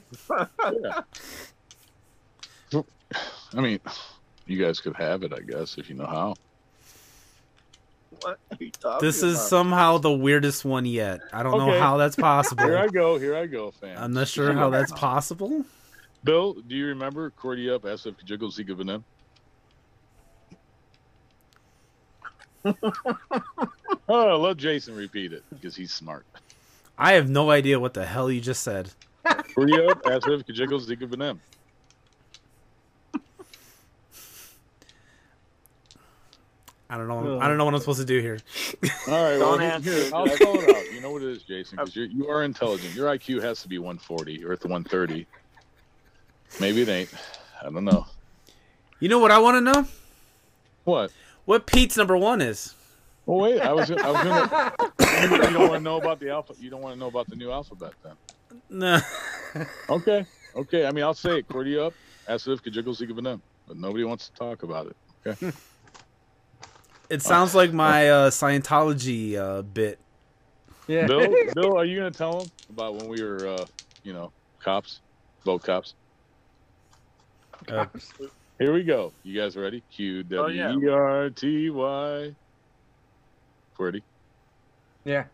Speaker 5: I mean, you guys could have it, I guess, if you know how.
Speaker 3: What are you talking
Speaker 1: This is
Speaker 3: about?
Speaker 1: somehow the weirdest one yet. I don't know
Speaker 5: Okay.
Speaker 1: how that's
Speaker 5: Here I
Speaker 1: possible.
Speaker 5: go. Here I go, fam.
Speaker 1: I'm not sure how that's possible.
Speaker 5: Bill, do you remember Cordy Up, SF Jiggle, Zika Venom? oh, let Jason repeat it because he's smart.
Speaker 1: I have no idea what the hell you just said.
Speaker 5: Cordy Up, SF Jiggle, Zika Venom.
Speaker 1: I don't know. I don't know what I'm supposed to do here.
Speaker 5: All right, well,
Speaker 3: Don't
Speaker 5: here-
Speaker 3: answer
Speaker 5: here,
Speaker 3: it,
Speaker 5: I'll
Speaker 3: Jack.
Speaker 5: call it out. You know what it is, Jason, because you are intelligent. Your IQ has to be 140 or at the 130. Maybe it ain't. I don't know.
Speaker 1: You know what I want to know?
Speaker 5: What?
Speaker 1: What Pete's number one is?
Speaker 5: Well, wait. I was. I was gonna. you don't want to know about the alpha. You don't want to know about the new alphabet, then.
Speaker 1: No.
Speaker 5: Okay. Okay. I mean, I'll say it. Cordy up. Asif Kajiggle Zika Venom. But nobody wants to talk about it.
Speaker 1: It sounds like my uh, Scientology uh, bit.
Speaker 4: Yeah.
Speaker 5: Bill, Bill, are you going to tell them about when we were, uh, you know, cops? Boat cops.
Speaker 1: Uh,
Speaker 5: Here we go. You guys ready? Q
Speaker 3: Oh, yeah.
Speaker 5: W E R T
Speaker 8: Oh,
Speaker 5: Y. Qwerty.
Speaker 8: Yeah.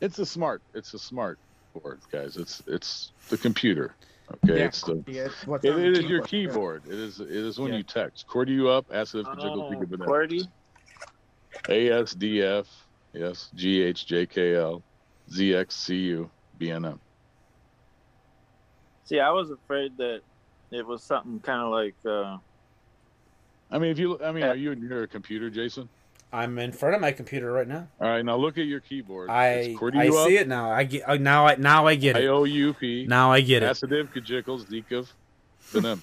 Speaker 5: It's a smart. It's a smart board, guys. It's it's the computer. Okay.
Speaker 8: Yeah.
Speaker 5: It's the.
Speaker 4: Yeah, it's what's
Speaker 5: It,
Speaker 4: on the
Speaker 5: it is your keyboard. It is. It is when
Speaker 8: Yeah.
Speaker 5: you text. Qwerty you up. Asif Kajiggle Zika
Speaker 3: Oh,
Speaker 5: Venom.
Speaker 3: QWERTY?
Speaker 5: ASDF, yes, GHJKL, ZXCU, BNM.
Speaker 3: See, I was afraid that it was something kind of like uh,
Speaker 5: I mean, if you, I mean, are you near a computer, Jason?
Speaker 1: I'm in front of my computer right now.
Speaker 5: All right, now look at your keyboard.
Speaker 1: I I see it now. I get uh, now. I now I get it.
Speaker 5: IOUP,
Speaker 1: Now I get it.
Speaker 5: Asadiv, Kajikals, Zikov, BNM.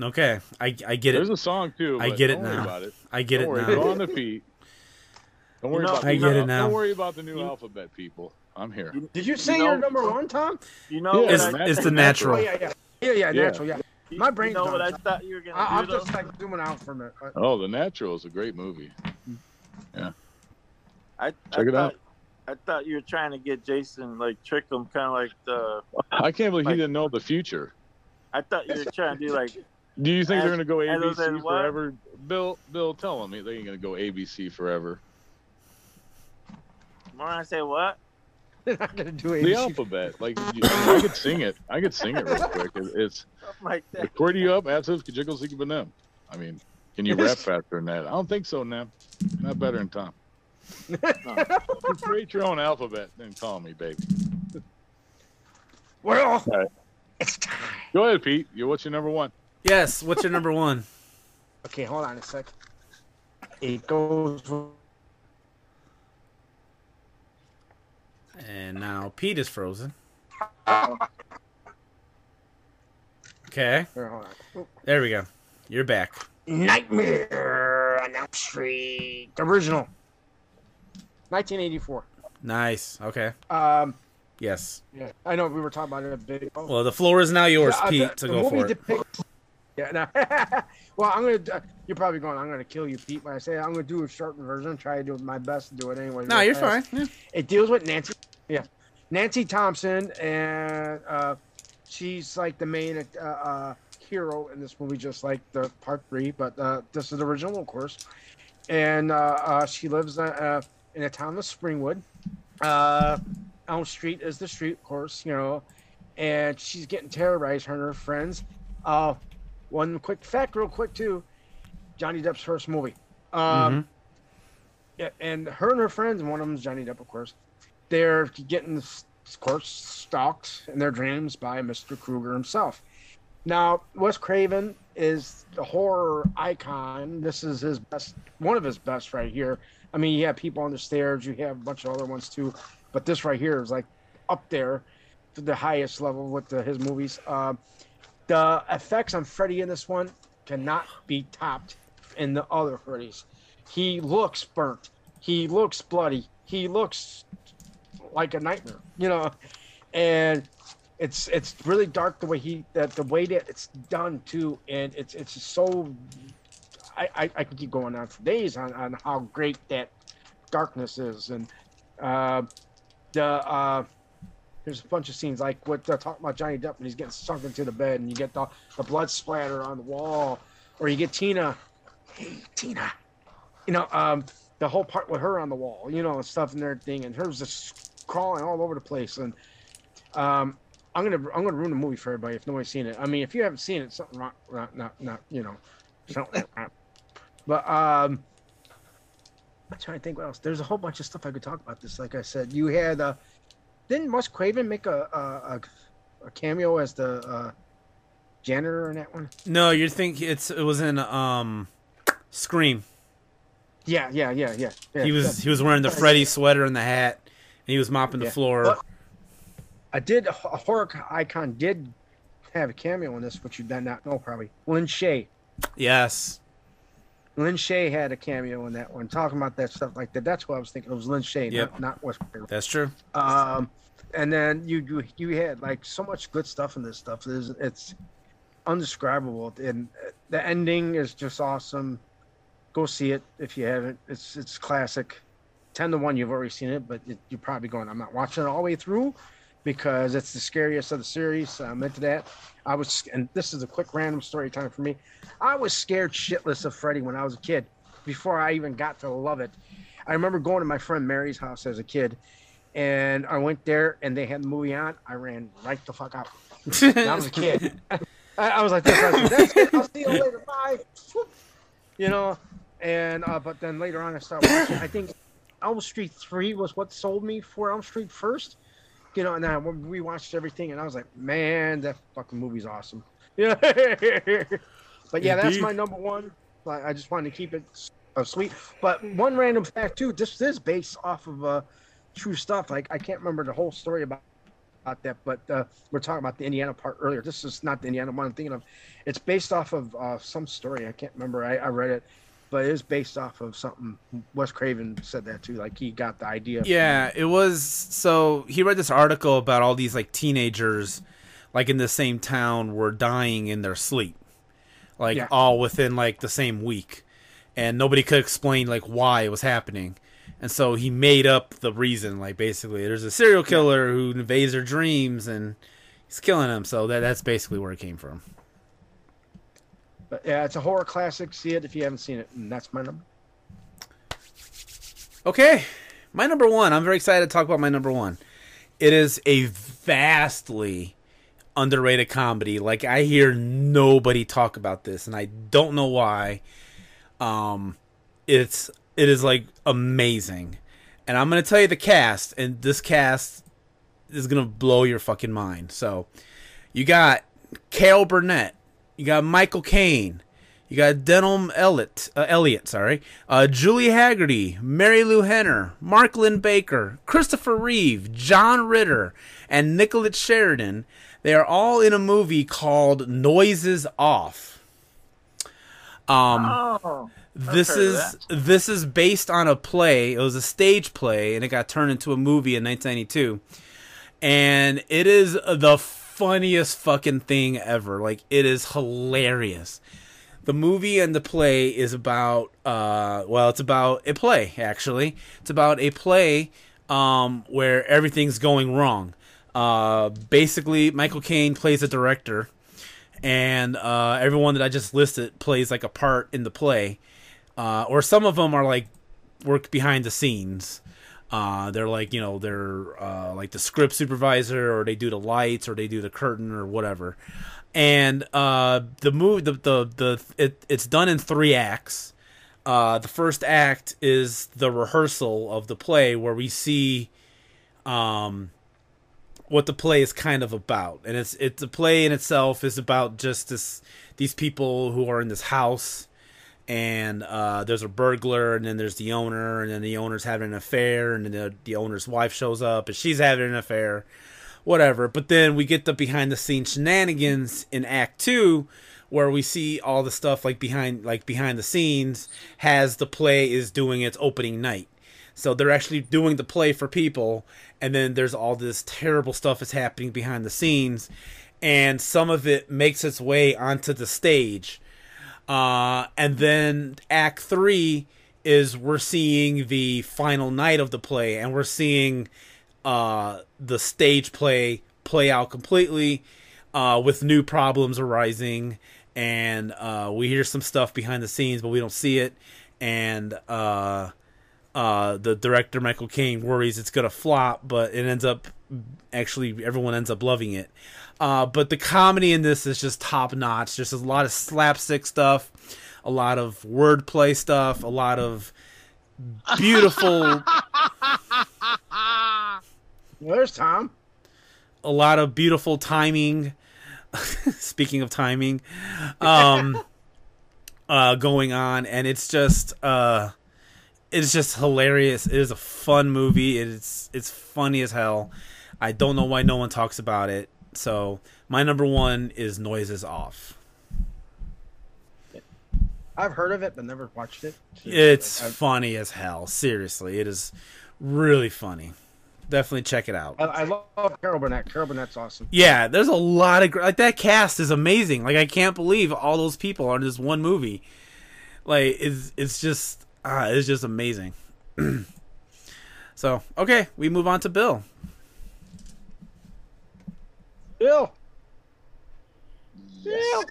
Speaker 1: Okay, I I get
Speaker 5: There's
Speaker 1: it.
Speaker 5: a song too.
Speaker 1: I
Speaker 5: but
Speaker 1: get it
Speaker 5: don't worry
Speaker 1: now.
Speaker 5: About it.
Speaker 1: I get
Speaker 5: don't
Speaker 1: it
Speaker 5: worry. Go
Speaker 1: now.
Speaker 5: on the feet. Don't worry
Speaker 3: You know-
Speaker 5: about.
Speaker 3: I
Speaker 5: the
Speaker 3: get
Speaker 5: new-
Speaker 1: it now.
Speaker 5: Don't worry about the new
Speaker 3: You-
Speaker 5: alphabet, people. I'm here.
Speaker 4: Did you say
Speaker 3: You
Speaker 4: your
Speaker 3: know-
Speaker 4: number one, Tom?
Speaker 3: you know.
Speaker 5: Yeah,
Speaker 1: It's
Speaker 5: man.
Speaker 3: what I,
Speaker 1: it's the natural.
Speaker 4: Oh, yeah, yeah. Yeah, yeah, natural, yeah.
Speaker 3: you-
Speaker 4: my brain's
Speaker 3: You know what I
Speaker 4: gone.
Speaker 3: thought you were gonna
Speaker 4: I, I'm
Speaker 3: do. though?
Speaker 4: just like zooming out from it. Uh,
Speaker 5: Oh, The Natural is a great movie.
Speaker 3: I, I
Speaker 5: Check it
Speaker 3: thought,
Speaker 5: out.
Speaker 3: I thought you were trying to get Jason like trick him, kind of like the.
Speaker 5: I can't believe he
Speaker 3: Like-
Speaker 5: didn't know the future.
Speaker 3: I thought you were trying to do like
Speaker 5: Do you think
Speaker 3: As-
Speaker 5: they're gonna go
Speaker 3: other than
Speaker 5: ABC
Speaker 3: what?
Speaker 5: forever? Bill, Bill, tell them they ain't gonna go ABC forever.
Speaker 3: When I say what?
Speaker 4: They're not gonna do
Speaker 5: The
Speaker 4: it.
Speaker 5: alphabet, like you, I could sing it. I could sing it real quick. It, it's
Speaker 3: Something like that.
Speaker 5: where do you up? Asif Kajikal Zika Banem. I mean, can you rap faster than that? I don't think so, Nam. Not better than Tom. No. You Create your own alphabet, then call me, baby.
Speaker 4: Well,
Speaker 5: Go ahead, Pete. You what's your number one?
Speaker 1: Yes. What's your number one?
Speaker 4: okay, hold on a sec. It goes.
Speaker 1: And now Pete is frozen. Okay,
Speaker 4: Here, hold on.
Speaker 1: there we go. You're back.
Speaker 6: Nightmare on Elm Street.
Speaker 4: The original. 1984.
Speaker 1: Nice. Okay.
Speaker 4: Um,
Speaker 1: Yes.
Speaker 4: yeah, I know we were talking about it a bit.
Speaker 1: Well, the floor is now yours,
Speaker 4: Yeah, uh,
Speaker 1: Pete, to go
Speaker 4: movie
Speaker 1: for it.
Speaker 4: depicts- Yeah, no. well, I'm gonna. Uh, you're probably going. I'm gonna kill you, Pete. When I say I'm gonna do a shortened version, try to do my best to do it anyway.
Speaker 1: No,
Speaker 4: real
Speaker 1: you're
Speaker 4: fast.
Speaker 1: fine. Yeah.
Speaker 4: It deals with Nancy. Yeah, Nancy Thompson, and uh, she's like the main uh, uh, hero in this movie, just like the part three. But uh, this is the original, of course. And uh, uh, she lives. Uh, uh, in the town of Springwood. Uh, Elm Street is the street, of course, you know, and she's getting terrorized, her and her friends. Uh, one quick fact, real quick, too Johnny Depp's first movie. Um, yeah, and her and her friends, one of them's Johnny Depp, of course. They're getting, of course, stalked in their dreams by Mr. Krueger himself. Now, Wes Craven is the horror icon. This is his best, one of his best right here. I mean, you have people on the stairs, you have a bunch of other ones too, but this right here is like up there to the highest level with the, his movies. Um, the effects on Freddy in this one cannot be topped in the other Freddy's. He looks burnt. He looks bloody. He looks like a nightmare, you know. And it's it's really dark the way he that the way that it's done too, and it's it's so. I, I, I could keep going on for days on, on how great that darkness is and uh, the uh, there's a bunch of scenes like what they're talking about Johnny Depp and he's getting sunk into the bed and you get the, the blood splatter on the wall or you get Tina hey Tina you know um the whole part with her on the wall you know and stuff and everything and hers just crawling all over the place and um I'm gonna I'm gonna ruin the movie for everybody if nobody's seen it I mean if you haven't seen it something wrong not not not you know something wrong. but um I'm trying to think what else there's a whole bunch of stuff I could talk about this like I said you had uh didn't Wes Craven make a a, a, a cameo as the uh, janitor in that one?
Speaker 1: No, you think it's it was in um, Scream.
Speaker 4: Yeah, yeah, yeah, yeah. yeah
Speaker 1: He was
Speaker 4: yeah.
Speaker 1: he was wearing the Freddy sweater and the hat, and he was mopping the
Speaker 4: Yeah.
Speaker 1: floor.
Speaker 4: But- I did. A horror icon did have a cameo in this, which you did not know probably. Lynn Shay.
Speaker 1: Yes,
Speaker 4: Lynn Shay had a cameo in that one. Talking about that stuff like that. That's what I was thinking. It was Lynn Shay,
Speaker 1: Yep.
Speaker 4: not, not Wes Craven.
Speaker 1: that's true.
Speaker 4: Um, and then you, you you had like so much good stuff in this stuff. It's, it's undescribable, and the ending is just awesome. Go see it if you haven't. It's it's classic. Ten to one, you've already seen it, but it, you're probably going. I'm not watching it all the way through because it's the scariest of the series. So I'm into that. I was, and this is a quick random story time for me. I was scared shitless of Freddy when I was a kid. Before I even got to love it, I remember going to my friend Mary's house as a kid, and I went there and they had the movie on. I ran right the fuck out. And I was a kid. I, I was like, this, I said, that's it. I'll see you later. Bye. Swoop. You know, and uh, but then later on, I started watching. I think Elm Street 3 was what sold me for Elm Street first. You know, and then I we watched everything and I was like, man, that fucking movie's awesome. Yeah. but yeah, that's
Speaker 1: Indeed.
Speaker 4: my number one. Like, I just wanted to keep it s- uh, sweet. But one random fact, too, this is based off of uh, true stuff. Like, I can't remember the whole story about about that, but uh, we're talking about the Indiana part earlier. This is not the Indiana one I'm thinking of. It's based off of uh, some story. I can't remember. I, I read it, but it is based off of something. Wes Craven said that too. Like he got the idea.
Speaker 1: Yeah, it was. So he read this article about all these like teenagers, like in the same town, were dying in their sleep, like
Speaker 4: Yeah.
Speaker 1: all within like the same week, and nobody could explain like why it was happening. And so he made up the reason. Like basically, there's a serial killer who invades their dreams and he's killing them. So that that's basically where it came from.
Speaker 4: But yeah, it's a horror classic. See it if you haven't seen it. And that's my number.
Speaker 1: Okay, my number one. I'm very excited to talk about my number one. It is a vastly underrated comedy. Like I hear nobody talk about this, and I don't know why. Um, it's it is like amazing, and I'm gonna tell you the cast, and this cast is gonna blow your fucking mind. So, you got Carol Burnett, you got Michael Caine, you got Denholm Elliott, uh, Elliott, sorry, uh, Julie Haggerty, Mary Lou Henner, Mark Lynn Baker, Christopher Reeve, John Ritter, and Nicolette Sheridan. They are all in a movie called Noises Off. Um,
Speaker 3: Oh,
Speaker 1: this
Speaker 3: heard of
Speaker 1: is this is based on a play. It was a stage play, and it got turned into a movie in 1992. And it is the funniest fucking thing ever. Like it is hilarious. The movie and the play is about uh well, it's about a play actually. It's about a play um where everything's going wrong. Uh basically Michael Caine plays a director and uh, everyone that I just listed plays like a part in the play, uh, or some of them are like work behind the scenes. Uh, they're like you know they're uh, like the script supervisor, or they do the lights, or they do the curtain, or whatever. And uh, the move the the, the it, it's done in three acts. Uh, the first act is the rehearsal of the play, where we see um, what the play is kind of about, and it's it's the play in itself is about just this these people who are in this house and uh, there's a burglar, and then there's the owner, and then the owner's having an affair, and then the, the owner's wife shows up, and she's having an affair, whatever. But then we get the behind the scenes shenanigans in Act Two, where we see all the stuff like behind like behind the scenes as the play is doing its opening night. So they're actually doing the play for people, and then there's all this terrible stuff is happening behind the scenes, and some of it makes its way onto the stage. Uh, and then Act Three is we're seeing the final night of the play, and we're seeing uh, the stage play play out completely uh, with new problems arising, and uh, we hear some stuff behind the scenes, but we don't see it, and. Uh, uh, the director Michael Caine worries it's gonna flop, but it ends up actually everyone ends up loving it. Uh, but the comedy in this is just top notch. There's a lot of slapstick stuff, a lot of wordplay stuff, a lot of beautiful,
Speaker 4: Well, there's Tom.
Speaker 1: a lot of beautiful timing. Speaking of timing, um, uh, going on, and it's just uh, it's just hilarious. It is a fun movie. It's it's funny as hell. I don't know why no one talks about it. So my number one is Noises Off.
Speaker 4: I've heard of it, but never watched it.
Speaker 1: It's funny as hell. Seriously, it is really funny. Definitely check it out.
Speaker 4: I, I love Carol Burnett. Carol Burnett's awesome.
Speaker 1: Yeah, there's a lot of gr- like that cast is amazing. Like I can't believe all those people are in this one movie. Like it's it's just ah, it's just amazing. so okay, we move on to Bill.
Speaker 4: Bill,
Speaker 3: Yes.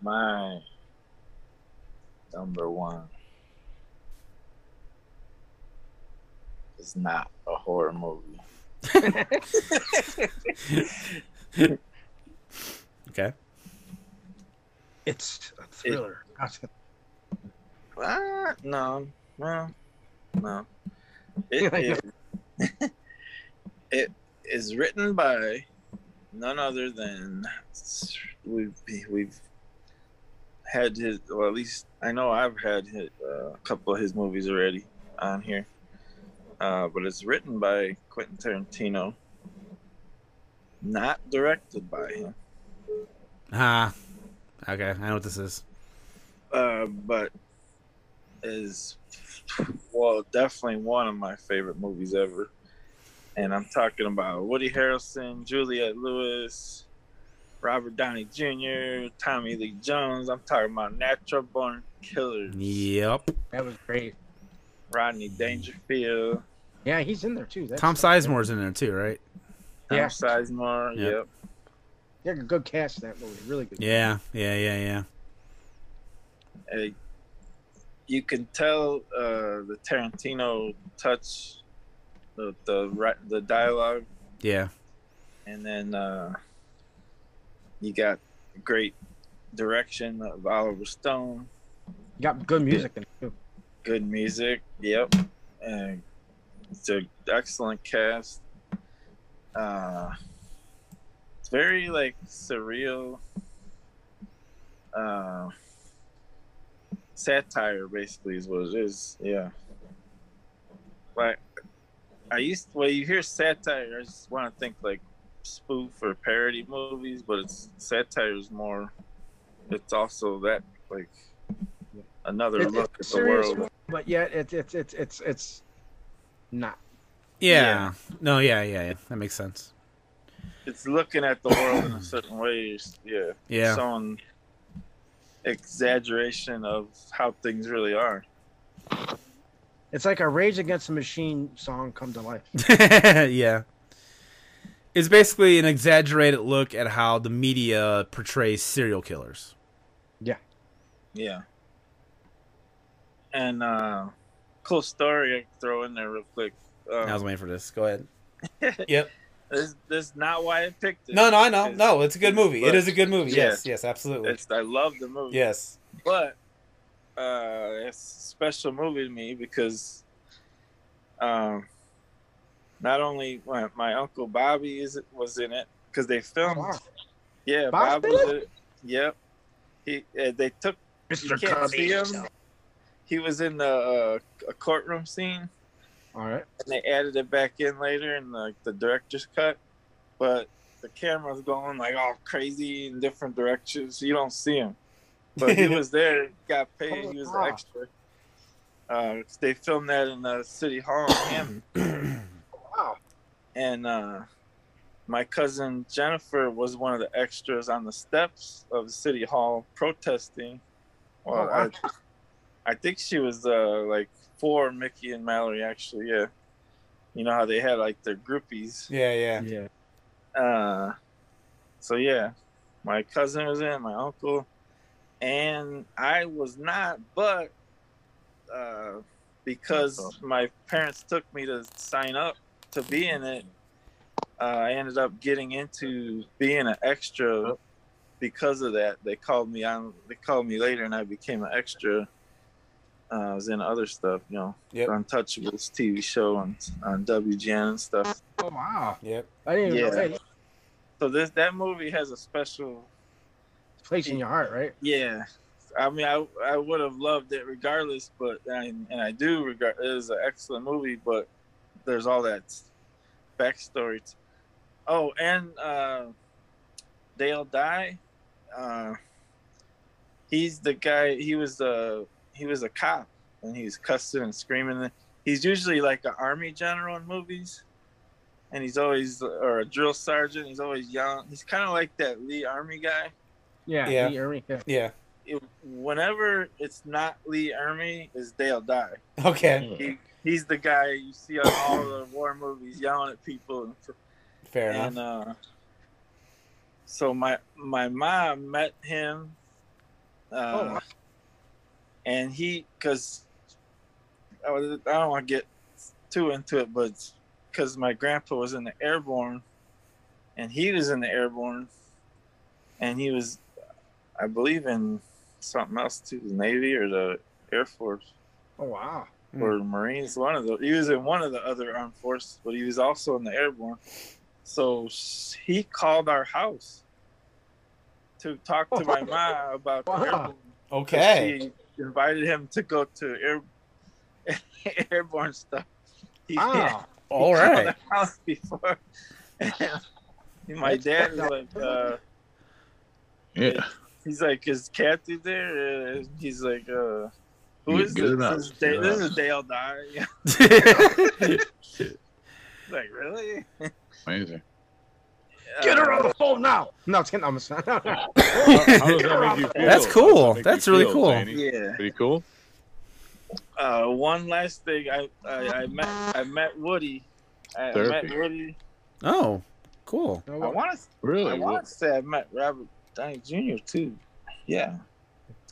Speaker 3: My number one is not a horror movie.
Speaker 1: Okay,
Speaker 4: it's a thriller.
Speaker 3: Ah, no, no, no. It is, it is written by none other than we've we've had his, or at least I know I've had his, uh, a couple of his movies already on here. Uh, but it's written by Quentin Tarantino, not directed by him.
Speaker 1: ah, okay, I know what this is.
Speaker 3: uh, but is well definitely one of my favorite movies ever. And I'm talking about Woody Harrelson, Juliette Lewis, Robert Downey Jr., Tommy Lee Jones. I'm talking about natural born killers,
Speaker 1: Yep,
Speaker 4: That was great.
Speaker 3: Rodney Dangerfield,
Speaker 4: Yeah, he's in there too. That's
Speaker 1: Tom Sizemore's in there too, right?
Speaker 3: Tom
Speaker 4: Yeah.
Speaker 3: Sizemore.
Speaker 1: Yeah.
Speaker 3: Yep.
Speaker 4: Yeah, good cast in that movie. Really good.
Speaker 1: Yeah, yeah, yeah, yeah.
Speaker 3: uh, you can tell uh, the Tarantino touch, the the ri- the dialogue
Speaker 1: Yeah,
Speaker 3: and then uh, you got great direction of Oliver Stone,
Speaker 4: You got good music in it too.
Speaker 3: good music. Yep, and it's an excellent cast. Uh, it's very like surreal uh, satire, basically, is what it is. Yeah, like I used when you hear satire, I just want to think like spoof or parody movies, but it's satire is more. It's also that like another
Speaker 4: It's-
Speaker 3: look at
Speaker 4: it's
Speaker 3: the
Speaker 4: serious,
Speaker 3: world.
Speaker 4: But yet, it's it's it's it's it's not.
Speaker 1: yeah. No, yeah, yeah, yeah. That makes sense.
Speaker 3: it's looking at the world in a certain way. Yeah.
Speaker 1: Yeah.
Speaker 3: Showing exaggeration of how things really are.
Speaker 4: It's like a Rage Against the Machine song come to life.
Speaker 1: yeah. It's basically an exaggerated look at how the media portrays serial killers.
Speaker 3: Yeah. and uh, cool story I can throw in there real quick.
Speaker 1: I was
Speaker 3: Um,
Speaker 1: waiting for this. Go ahead.
Speaker 3: this, this is not why I picked it.
Speaker 1: No, no, I know.
Speaker 3: It's-
Speaker 1: No, it's a good movie. It is a good movie.
Speaker 3: Yeah.
Speaker 1: Yes, yes, absolutely.
Speaker 3: It's, I love the movie.
Speaker 1: Yes.
Speaker 3: but uh, it's a special movie to me because um, not only my, my uncle Bobby is was in it because they filmed.
Speaker 4: Wow.
Speaker 3: Yeah,
Speaker 4: Bob's
Speaker 3: Bob
Speaker 4: in
Speaker 3: was in it. Yep, he uh, they took. You
Speaker 6: Mr.
Speaker 3: can't see
Speaker 6: Cubby.
Speaker 3: him. He was in the uh, a courtroom scene,
Speaker 4: All right.
Speaker 3: and they added it back in later in the, the director's cut, but. The camera's going like all crazy in different directions. You don't see him, but he was there. Got paid. He was an extra. Uh, they filmed that in uh, City Hall in Hammond.
Speaker 4: Wow.
Speaker 3: and uh, my cousin Jennifer was one of the extras on the steps of the city hall protesting. Well,
Speaker 4: Oh, wow.
Speaker 3: I, I think she was uh, like for Mickey and Mallory, actually. Yeah, you know how they had like their groupies.
Speaker 1: Yeah, yeah.
Speaker 4: Yeah.
Speaker 3: Uh, so yeah, my cousin was in, it, my uncle, and I was not, but uh, because my parents took me to sign up to be in it, uh, I ended up getting into being an extra because of that. They called me on. They called me later, and I became an extra. Uh, I was in other stuff, you know,
Speaker 1: Yep.
Speaker 3: Untouchables TV show on on WGN and stuff.
Speaker 4: Oh wow.
Speaker 1: Yep.
Speaker 4: I didn't even know
Speaker 3: Yeah.
Speaker 4: that
Speaker 3: So this that movie has a special
Speaker 4: place in your heart, right?
Speaker 3: Yeah, I mean, I I would have loved it regardless, but and, and I do regard it is an excellent movie, but there's all that backstory. t- oh, and uh, Dale Dye, uh, he's the guy. He was the he was a cop, and he's cussing and screaming. He's usually like an army general in movies. And he's always, or a drill sergeant. He's always young. He's kind of like that Lee Army guy
Speaker 4: Yeah.
Speaker 1: Yeah.
Speaker 4: the area, yeah.
Speaker 1: Yeah.
Speaker 3: it, whenever it's not Lee Ermey, it's Dale Dye.
Speaker 1: Okay.
Speaker 3: He, he's the guy you see on all the war movies yelling at people. And,
Speaker 1: Fair
Speaker 3: and
Speaker 1: enough.
Speaker 3: uh, so my my mom met him,
Speaker 4: Oh,
Speaker 3: uh,
Speaker 4: wow.
Speaker 3: and he because I, was- I don't want to get too into it, but because my grandpa was in the airborne, and he was in the airborne, and he was, I believe, in something else too, the Navy or the Air Force
Speaker 4: Oh wow.
Speaker 3: or Marines. One of the he was in one of the other armed forces, but he was also in the airborne. So s- he called our house to talk to my mom about the
Speaker 4: Wow.
Speaker 3: airborne.
Speaker 1: Okay.
Speaker 3: She invited him to go to air, airborne stuff. He,
Speaker 4: Wow.
Speaker 1: All right.
Speaker 3: the house before. my dad was like, uh,
Speaker 5: Yeah.
Speaker 3: he's like, is Kathy there? Uh, he's like, uh, who
Speaker 5: You
Speaker 3: is
Speaker 5: get it
Speaker 3: this?
Speaker 5: out.
Speaker 3: This is, da- this is Dale Dye. like, really?
Speaker 5: Amazing.
Speaker 3: Get her
Speaker 4: on the phone now. No, it's kidding. I'm sorry.
Speaker 5: How, how does that make you feel?
Speaker 1: That's
Speaker 5: How does
Speaker 1: cool.
Speaker 5: that make you
Speaker 1: That's really
Speaker 5: feel,
Speaker 1: cool.
Speaker 5: Zany?
Speaker 3: Yeah.
Speaker 5: Pretty cool.
Speaker 3: Uh, one last thing. I, I I met I met Woody. I, I met
Speaker 5: Therapy.
Speaker 3: Woody.
Speaker 1: oh, cool.
Speaker 3: I want to. I
Speaker 5: Really?
Speaker 3: want to say I met Robert Downey Jr. too. Yeah.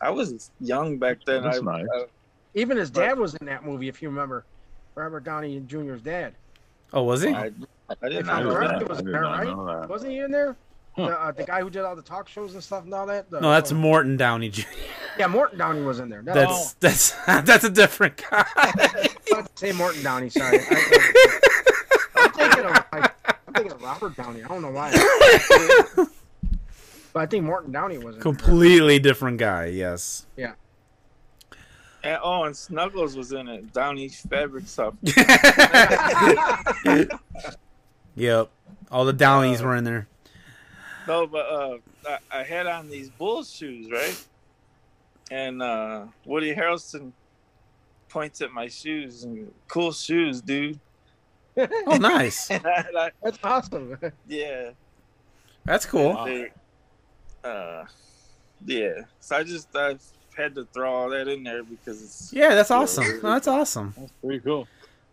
Speaker 3: I was young back then.
Speaker 5: That's
Speaker 3: I,
Speaker 5: nice.
Speaker 3: I-
Speaker 4: Even his dad was in that movie, if you remember. Robert Downey Jr.'s dad.
Speaker 1: Oh, was he?
Speaker 3: I, I didn't
Speaker 4: If
Speaker 5: I
Speaker 4: I'm
Speaker 5: did
Speaker 3: know
Speaker 4: correct,
Speaker 5: not-
Speaker 3: that.
Speaker 4: it was
Speaker 5: I did
Speaker 4: there,
Speaker 5: not
Speaker 4: right?
Speaker 5: know that.
Speaker 4: Wasn't he in there?
Speaker 5: Huh.
Speaker 4: The, uh, the guy who did all the talk shows and stuff and all that. The-
Speaker 1: No, that's
Speaker 4: uh,
Speaker 1: Morton Downey Jr.
Speaker 4: yeah. Morton Downey was in there. No,
Speaker 1: That's that's that's a different guy.
Speaker 4: not say Morton Downey. Sorry. I, am thinking of like, I'm thinking of Robert Downey. I don't know why. but I think Morton Downey was in there.
Speaker 1: Completely different guy. Yes.
Speaker 3: And, oh, and Snuggles was in it. Downey Fabric Shop.
Speaker 1: yep. All the Downeys were in there.
Speaker 3: No, but uh, I, I had on these bull shoes, right? And uh, Woody Harrelson points at my shoes and cool shoes, dude.
Speaker 1: Oh, nice.
Speaker 3: And I- and I-
Speaker 4: That's awesome.
Speaker 3: yeah.
Speaker 1: That's cool.
Speaker 3: They- uh, yeah. So I just I had to throw all that in there because it's
Speaker 1: Yeah, that's awesome. No, that's awesome.
Speaker 5: That's pretty cool.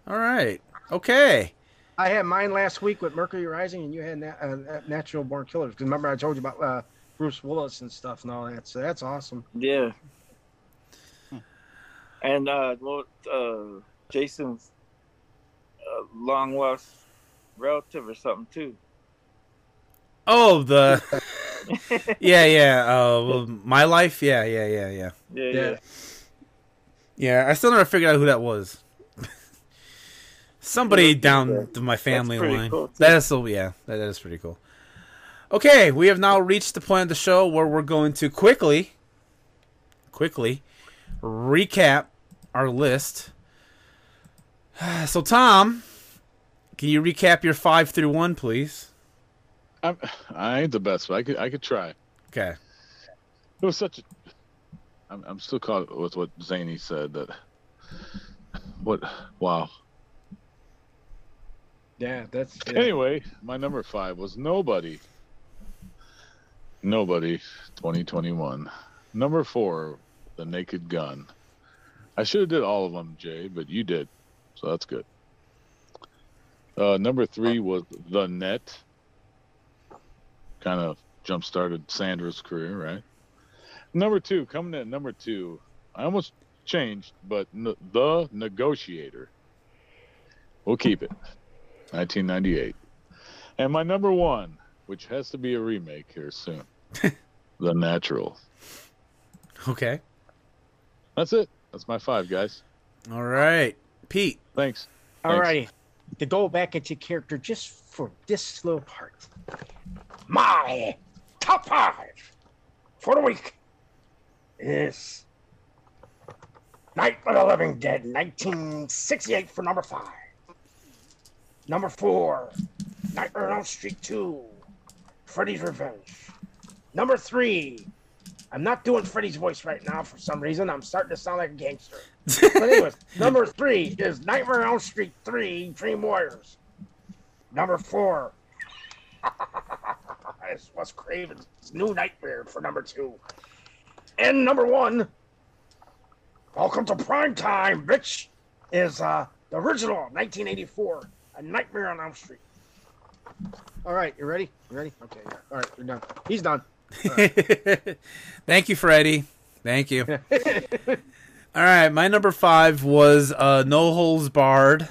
Speaker 1: All right. Okay.
Speaker 4: I had mine last week with Mercury Rising, and you had na- uh, uh, Natural Born Killers. Because remember, I told you about uh, Bruce Willis and stuff and all that. So that's awesome.
Speaker 3: yeah. and uh, well, uh, Jason's uh, long lost relative or something too.
Speaker 1: Oh, the yeah, yeah. Uh, well, my life. Yeah, yeah, yeah, yeah.
Speaker 3: Yeah,
Speaker 8: Yeah.
Speaker 3: yeah.
Speaker 1: Yeah, I still never figured out who that was. Somebody
Speaker 3: Yeah,
Speaker 1: down
Speaker 3: yeah.
Speaker 1: to my family
Speaker 3: pretty
Speaker 1: line.
Speaker 3: cool, too.
Speaker 1: that is so yeah, that is pretty cool. Okay, we have now reached the point of the show where we're going to quickly, quickly recap our list. So Tom, can you recap your five through one, please?
Speaker 5: I'm, I ain't the best, but I could I could try.
Speaker 1: Okay.
Speaker 5: It was such a. I'm, I'm still caught with what Zany said. That what wow.
Speaker 4: Yeah, that's
Speaker 5: Anyway, my number five was nobody. Nobody, 2021. Number four, The Naked Gun. I should have did all of them, Jay, but you did, so that's good. Uh, number three was The Net. Kind of jump started Sandra's career, right? Number two, coming in at number two, I almost changed, but n- The Negotiator. We'll keep it. 1998. And my number one, which has to be a remake here soon, The Natural.
Speaker 1: Okay.
Speaker 5: That's it. That's my five, guys.
Speaker 1: All right, Pete.
Speaker 5: Thanks.
Speaker 4: Alrighty. To go back at your character just for this little part.
Speaker 6: My top five for the week is Night of the Living Dead 1968 for number five. Number four, Nightmare on Elm Street 2, Freddy's Revenge.
Speaker 4: Number three. I'm not doing Freddy's voice right now for some reason. I'm starting to sound like a gangster.
Speaker 6: But anyways, number three is Nightmare on Elm Street 3, Dream Warriors. Number four is Wes Craven's New Nightmare for number two. And number one, welcome to prime time, bitch, is uh, the original 1984, A Nightmare on Elm Street.
Speaker 4: All right, you ready? You ready? Okay. yeah. All right, we're done. He's done.
Speaker 1: Thank you, Freddie. Thank you. All right, my number five was uh, No Holes Barred.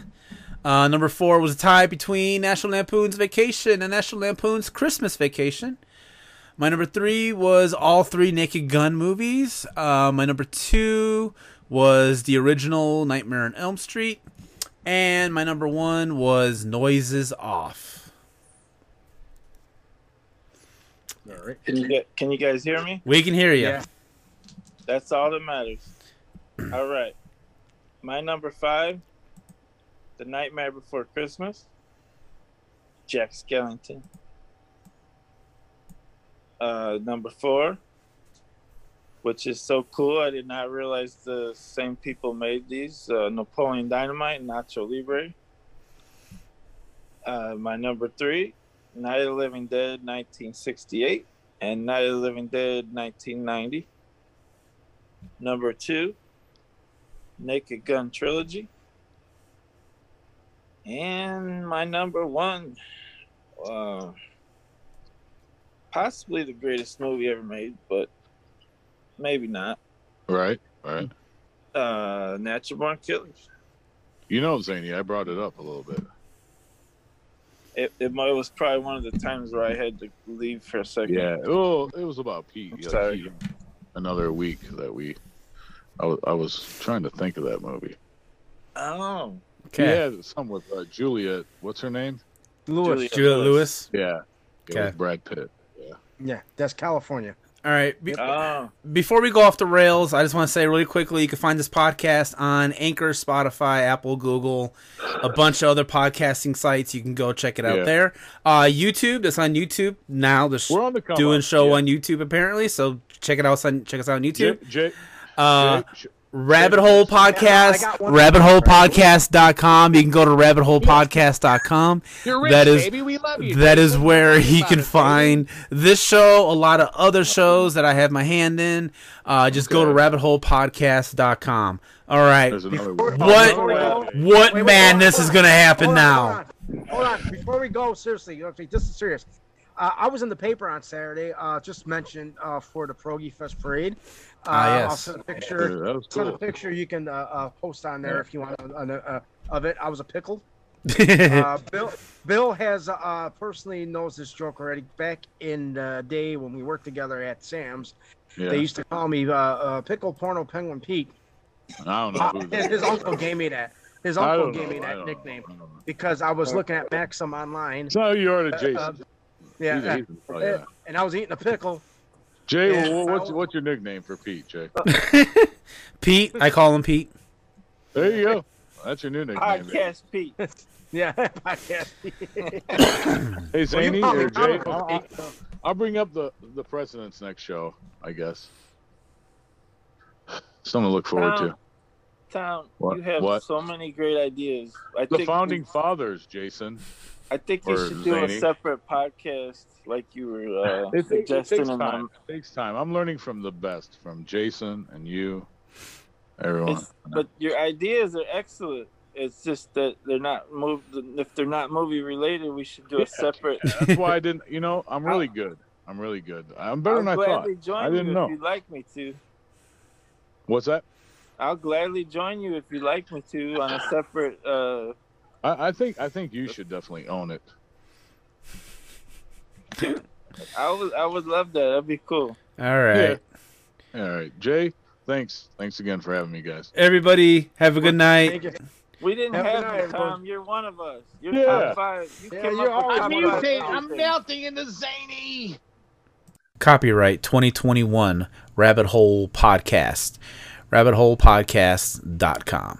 Speaker 1: Uh, number four was a tie between National Lampoon's Vacation and National Lampoon's Christmas Vacation. My number three was all three Naked Gun movies. Uh, my number two was the original Nightmare on Elm Street. And my number one was Noises Off.
Speaker 4: All right.
Speaker 3: Can you get, can you guys hear me?
Speaker 1: We can hear you.
Speaker 4: Yeah.
Speaker 3: That's all that matters. All right. My number five, The Nightmare Before Christmas, Jack Skellington. Uh, number four, which is so cool. I did not realize the same people made these uh, Napoleon Dynamite and Nacho Libre. Uh, my number three, Night of the Living Dead 1968 and Night of the Living Dead 1990. Number two, Naked Gun Trilogy. And my number one, uh, possibly the greatest movie ever made, but maybe not.
Speaker 5: Right, right.
Speaker 3: Uh, Natural Born Killers.
Speaker 5: You know, Zany, I brought it up a little bit.
Speaker 3: It, it mo- it was probably one of the times where I had to leave for a second.
Speaker 5: Yeah. Oh, it was about Pete.
Speaker 3: I'm
Speaker 5: Yeah,
Speaker 3: sorry.
Speaker 5: Pete. Another week that we. I was, I was trying to think of that movie.
Speaker 3: Oh,
Speaker 1: Okay.
Speaker 5: Yeah, some with uh, Juliet. What's her name?
Speaker 1: Julia,
Speaker 3: Julia
Speaker 1: Lewis.
Speaker 3: Lewis.
Speaker 5: Yeah. Yeah,
Speaker 1: Okay.
Speaker 5: with Brad Pitt.
Speaker 4: Yeah, that's California.
Speaker 1: All right. Be-
Speaker 3: oh,
Speaker 1: before we go off the rails, I just want to say really quickly you can find this podcast on Anchor, Spotify, Apple, Google, a bunch of other podcasting sites. You can go check it out
Speaker 5: Yeah.
Speaker 1: there. Uh, YouTube, that's on YouTube now. They're sh-
Speaker 5: We're on the come
Speaker 1: doing
Speaker 5: up.
Speaker 1: show
Speaker 5: Yeah.
Speaker 1: on YouTube apparently, so check it out on check us out on
Speaker 5: Jay,
Speaker 1: YouTube.
Speaker 5: Jay,
Speaker 1: Uh,
Speaker 5: Jay-
Speaker 1: Rabbit Hole Podcast,
Speaker 4: Yeah, I got one.
Speaker 1: rabbitholepodcast.com. You can go to rabbitholepodcast.com.
Speaker 8: You're rich,
Speaker 1: That is-
Speaker 8: baby. We love you.
Speaker 1: That is
Speaker 8: What
Speaker 1: where
Speaker 8: are you
Speaker 1: he
Speaker 8: about
Speaker 1: can
Speaker 8: it, baby?
Speaker 1: find this show, a lot of other shows that I have my hand in. Uh, just go to
Speaker 5: Okay.
Speaker 1: rabbitholepodcast.com. All right.
Speaker 5: there's another
Speaker 4: Before-
Speaker 5: one.
Speaker 1: What-
Speaker 4: before we go-
Speaker 1: What
Speaker 4: wait, wait,
Speaker 1: madness
Speaker 4: hold
Speaker 1: is
Speaker 4: on,
Speaker 1: going to happen
Speaker 4: hold on,
Speaker 1: now?
Speaker 4: Hold on, hold on. Before we go, seriously, you know, this is serious. Uh, I was in the paper on Saturday, uh, just mentioned uh, for the Progi Fest parade. Uh,
Speaker 1: Ah, yes.
Speaker 4: I'll send a
Speaker 5: Yeah,
Speaker 4: picture.
Speaker 5: that was
Speaker 4: Send a
Speaker 5: cool.
Speaker 4: picture you can uh, uh, post on there if you want uh, uh, of it. I was a pickle. uh, Bill Bill has uh, personally knows this joke already. Back in the day when we worked together at Sam's,
Speaker 5: Yeah,
Speaker 4: they used to call me uh, uh, Pickle Porno Penguin Pete.
Speaker 5: I don't
Speaker 4: Uh,
Speaker 5: know. Who
Speaker 4: his, his uncle gave me that. His
Speaker 5: I don't
Speaker 4: uncle
Speaker 5: know,
Speaker 4: gave me
Speaker 5: I
Speaker 4: that
Speaker 5: don't
Speaker 4: nickname
Speaker 5: know, I don't know.
Speaker 4: because I was looking at Maxim online.
Speaker 5: So you are to
Speaker 4: Uh,
Speaker 5: Jason.
Speaker 4: uh,
Speaker 5: He's a-
Speaker 4: Yeah, Eh,
Speaker 5: he's a- oh, yeah.
Speaker 4: and I was eating a pickle.
Speaker 5: Jay,
Speaker 4: yeah. Uh,
Speaker 5: well, what's what's your nickname for Pete, Jay?
Speaker 1: Pete, I call him Pete.
Speaker 5: There you go. That's your new nickname.
Speaker 3: Podcast Pete.
Speaker 4: Yeah, podcast.
Speaker 5: Hey, Zany,
Speaker 4: probably
Speaker 5: or
Speaker 4: call
Speaker 5: Jay,
Speaker 4: him
Speaker 5: I'll, I'll- I'll bring up the the president's next show, I guess. Something to look forward
Speaker 4: Uh,
Speaker 5: to.
Speaker 3: Um, Town,
Speaker 5: What-
Speaker 3: you have
Speaker 5: what?
Speaker 3: so many great ideas. I
Speaker 5: The
Speaker 3: think
Speaker 5: founding
Speaker 3: we-
Speaker 5: fathers, Jason.
Speaker 3: I think you
Speaker 5: or
Speaker 3: should do
Speaker 5: Zany.
Speaker 3: a separate podcast, like you were uh,
Speaker 5: It, takes- it
Speaker 3: suggesting.
Speaker 5: takes
Speaker 3: and
Speaker 5: time.
Speaker 3: I'm-
Speaker 5: It takes time. I'm learning from the best, from Jason and you, everyone.
Speaker 3: It's, but your ideas are excellent. It's just that they're not move. If they're not movie related, we should do a separate.
Speaker 5: That's why I didn't. You know, I'm really good. I'm really good. I'm better
Speaker 3: I'll
Speaker 5: than I
Speaker 3: gladly
Speaker 5: thought.
Speaker 3: join
Speaker 5: I didn't
Speaker 3: you
Speaker 5: know.
Speaker 3: if you'd like me to.
Speaker 5: What's that?
Speaker 3: I'll gladly join you if you'd like me to on a separate. Uh,
Speaker 5: I, I think I think you should definitely own it.
Speaker 3: I would. I would love that. That'd be cool.
Speaker 1: All right.
Speaker 5: All right, Jay. Thanks. Thanks again for having me, guys.
Speaker 1: Everybody, have a good night.
Speaker 4: Thank you.
Speaker 3: We didn't
Speaker 4: Have a
Speaker 3: have,
Speaker 4: good
Speaker 3: you,
Speaker 4: night, everyone.
Speaker 3: Tom. You're one of us. You're
Speaker 5: Yeah.
Speaker 3: top five. You
Speaker 4: Yeah,
Speaker 3: came
Speaker 4: you're
Speaker 3: up with
Speaker 4: always
Speaker 3: top
Speaker 4: one
Speaker 3: five
Speaker 4: of us.
Speaker 3: everything.
Speaker 1: Copyright 2021 Rabbit Hole Podcast. Rabbitholepodcast.com.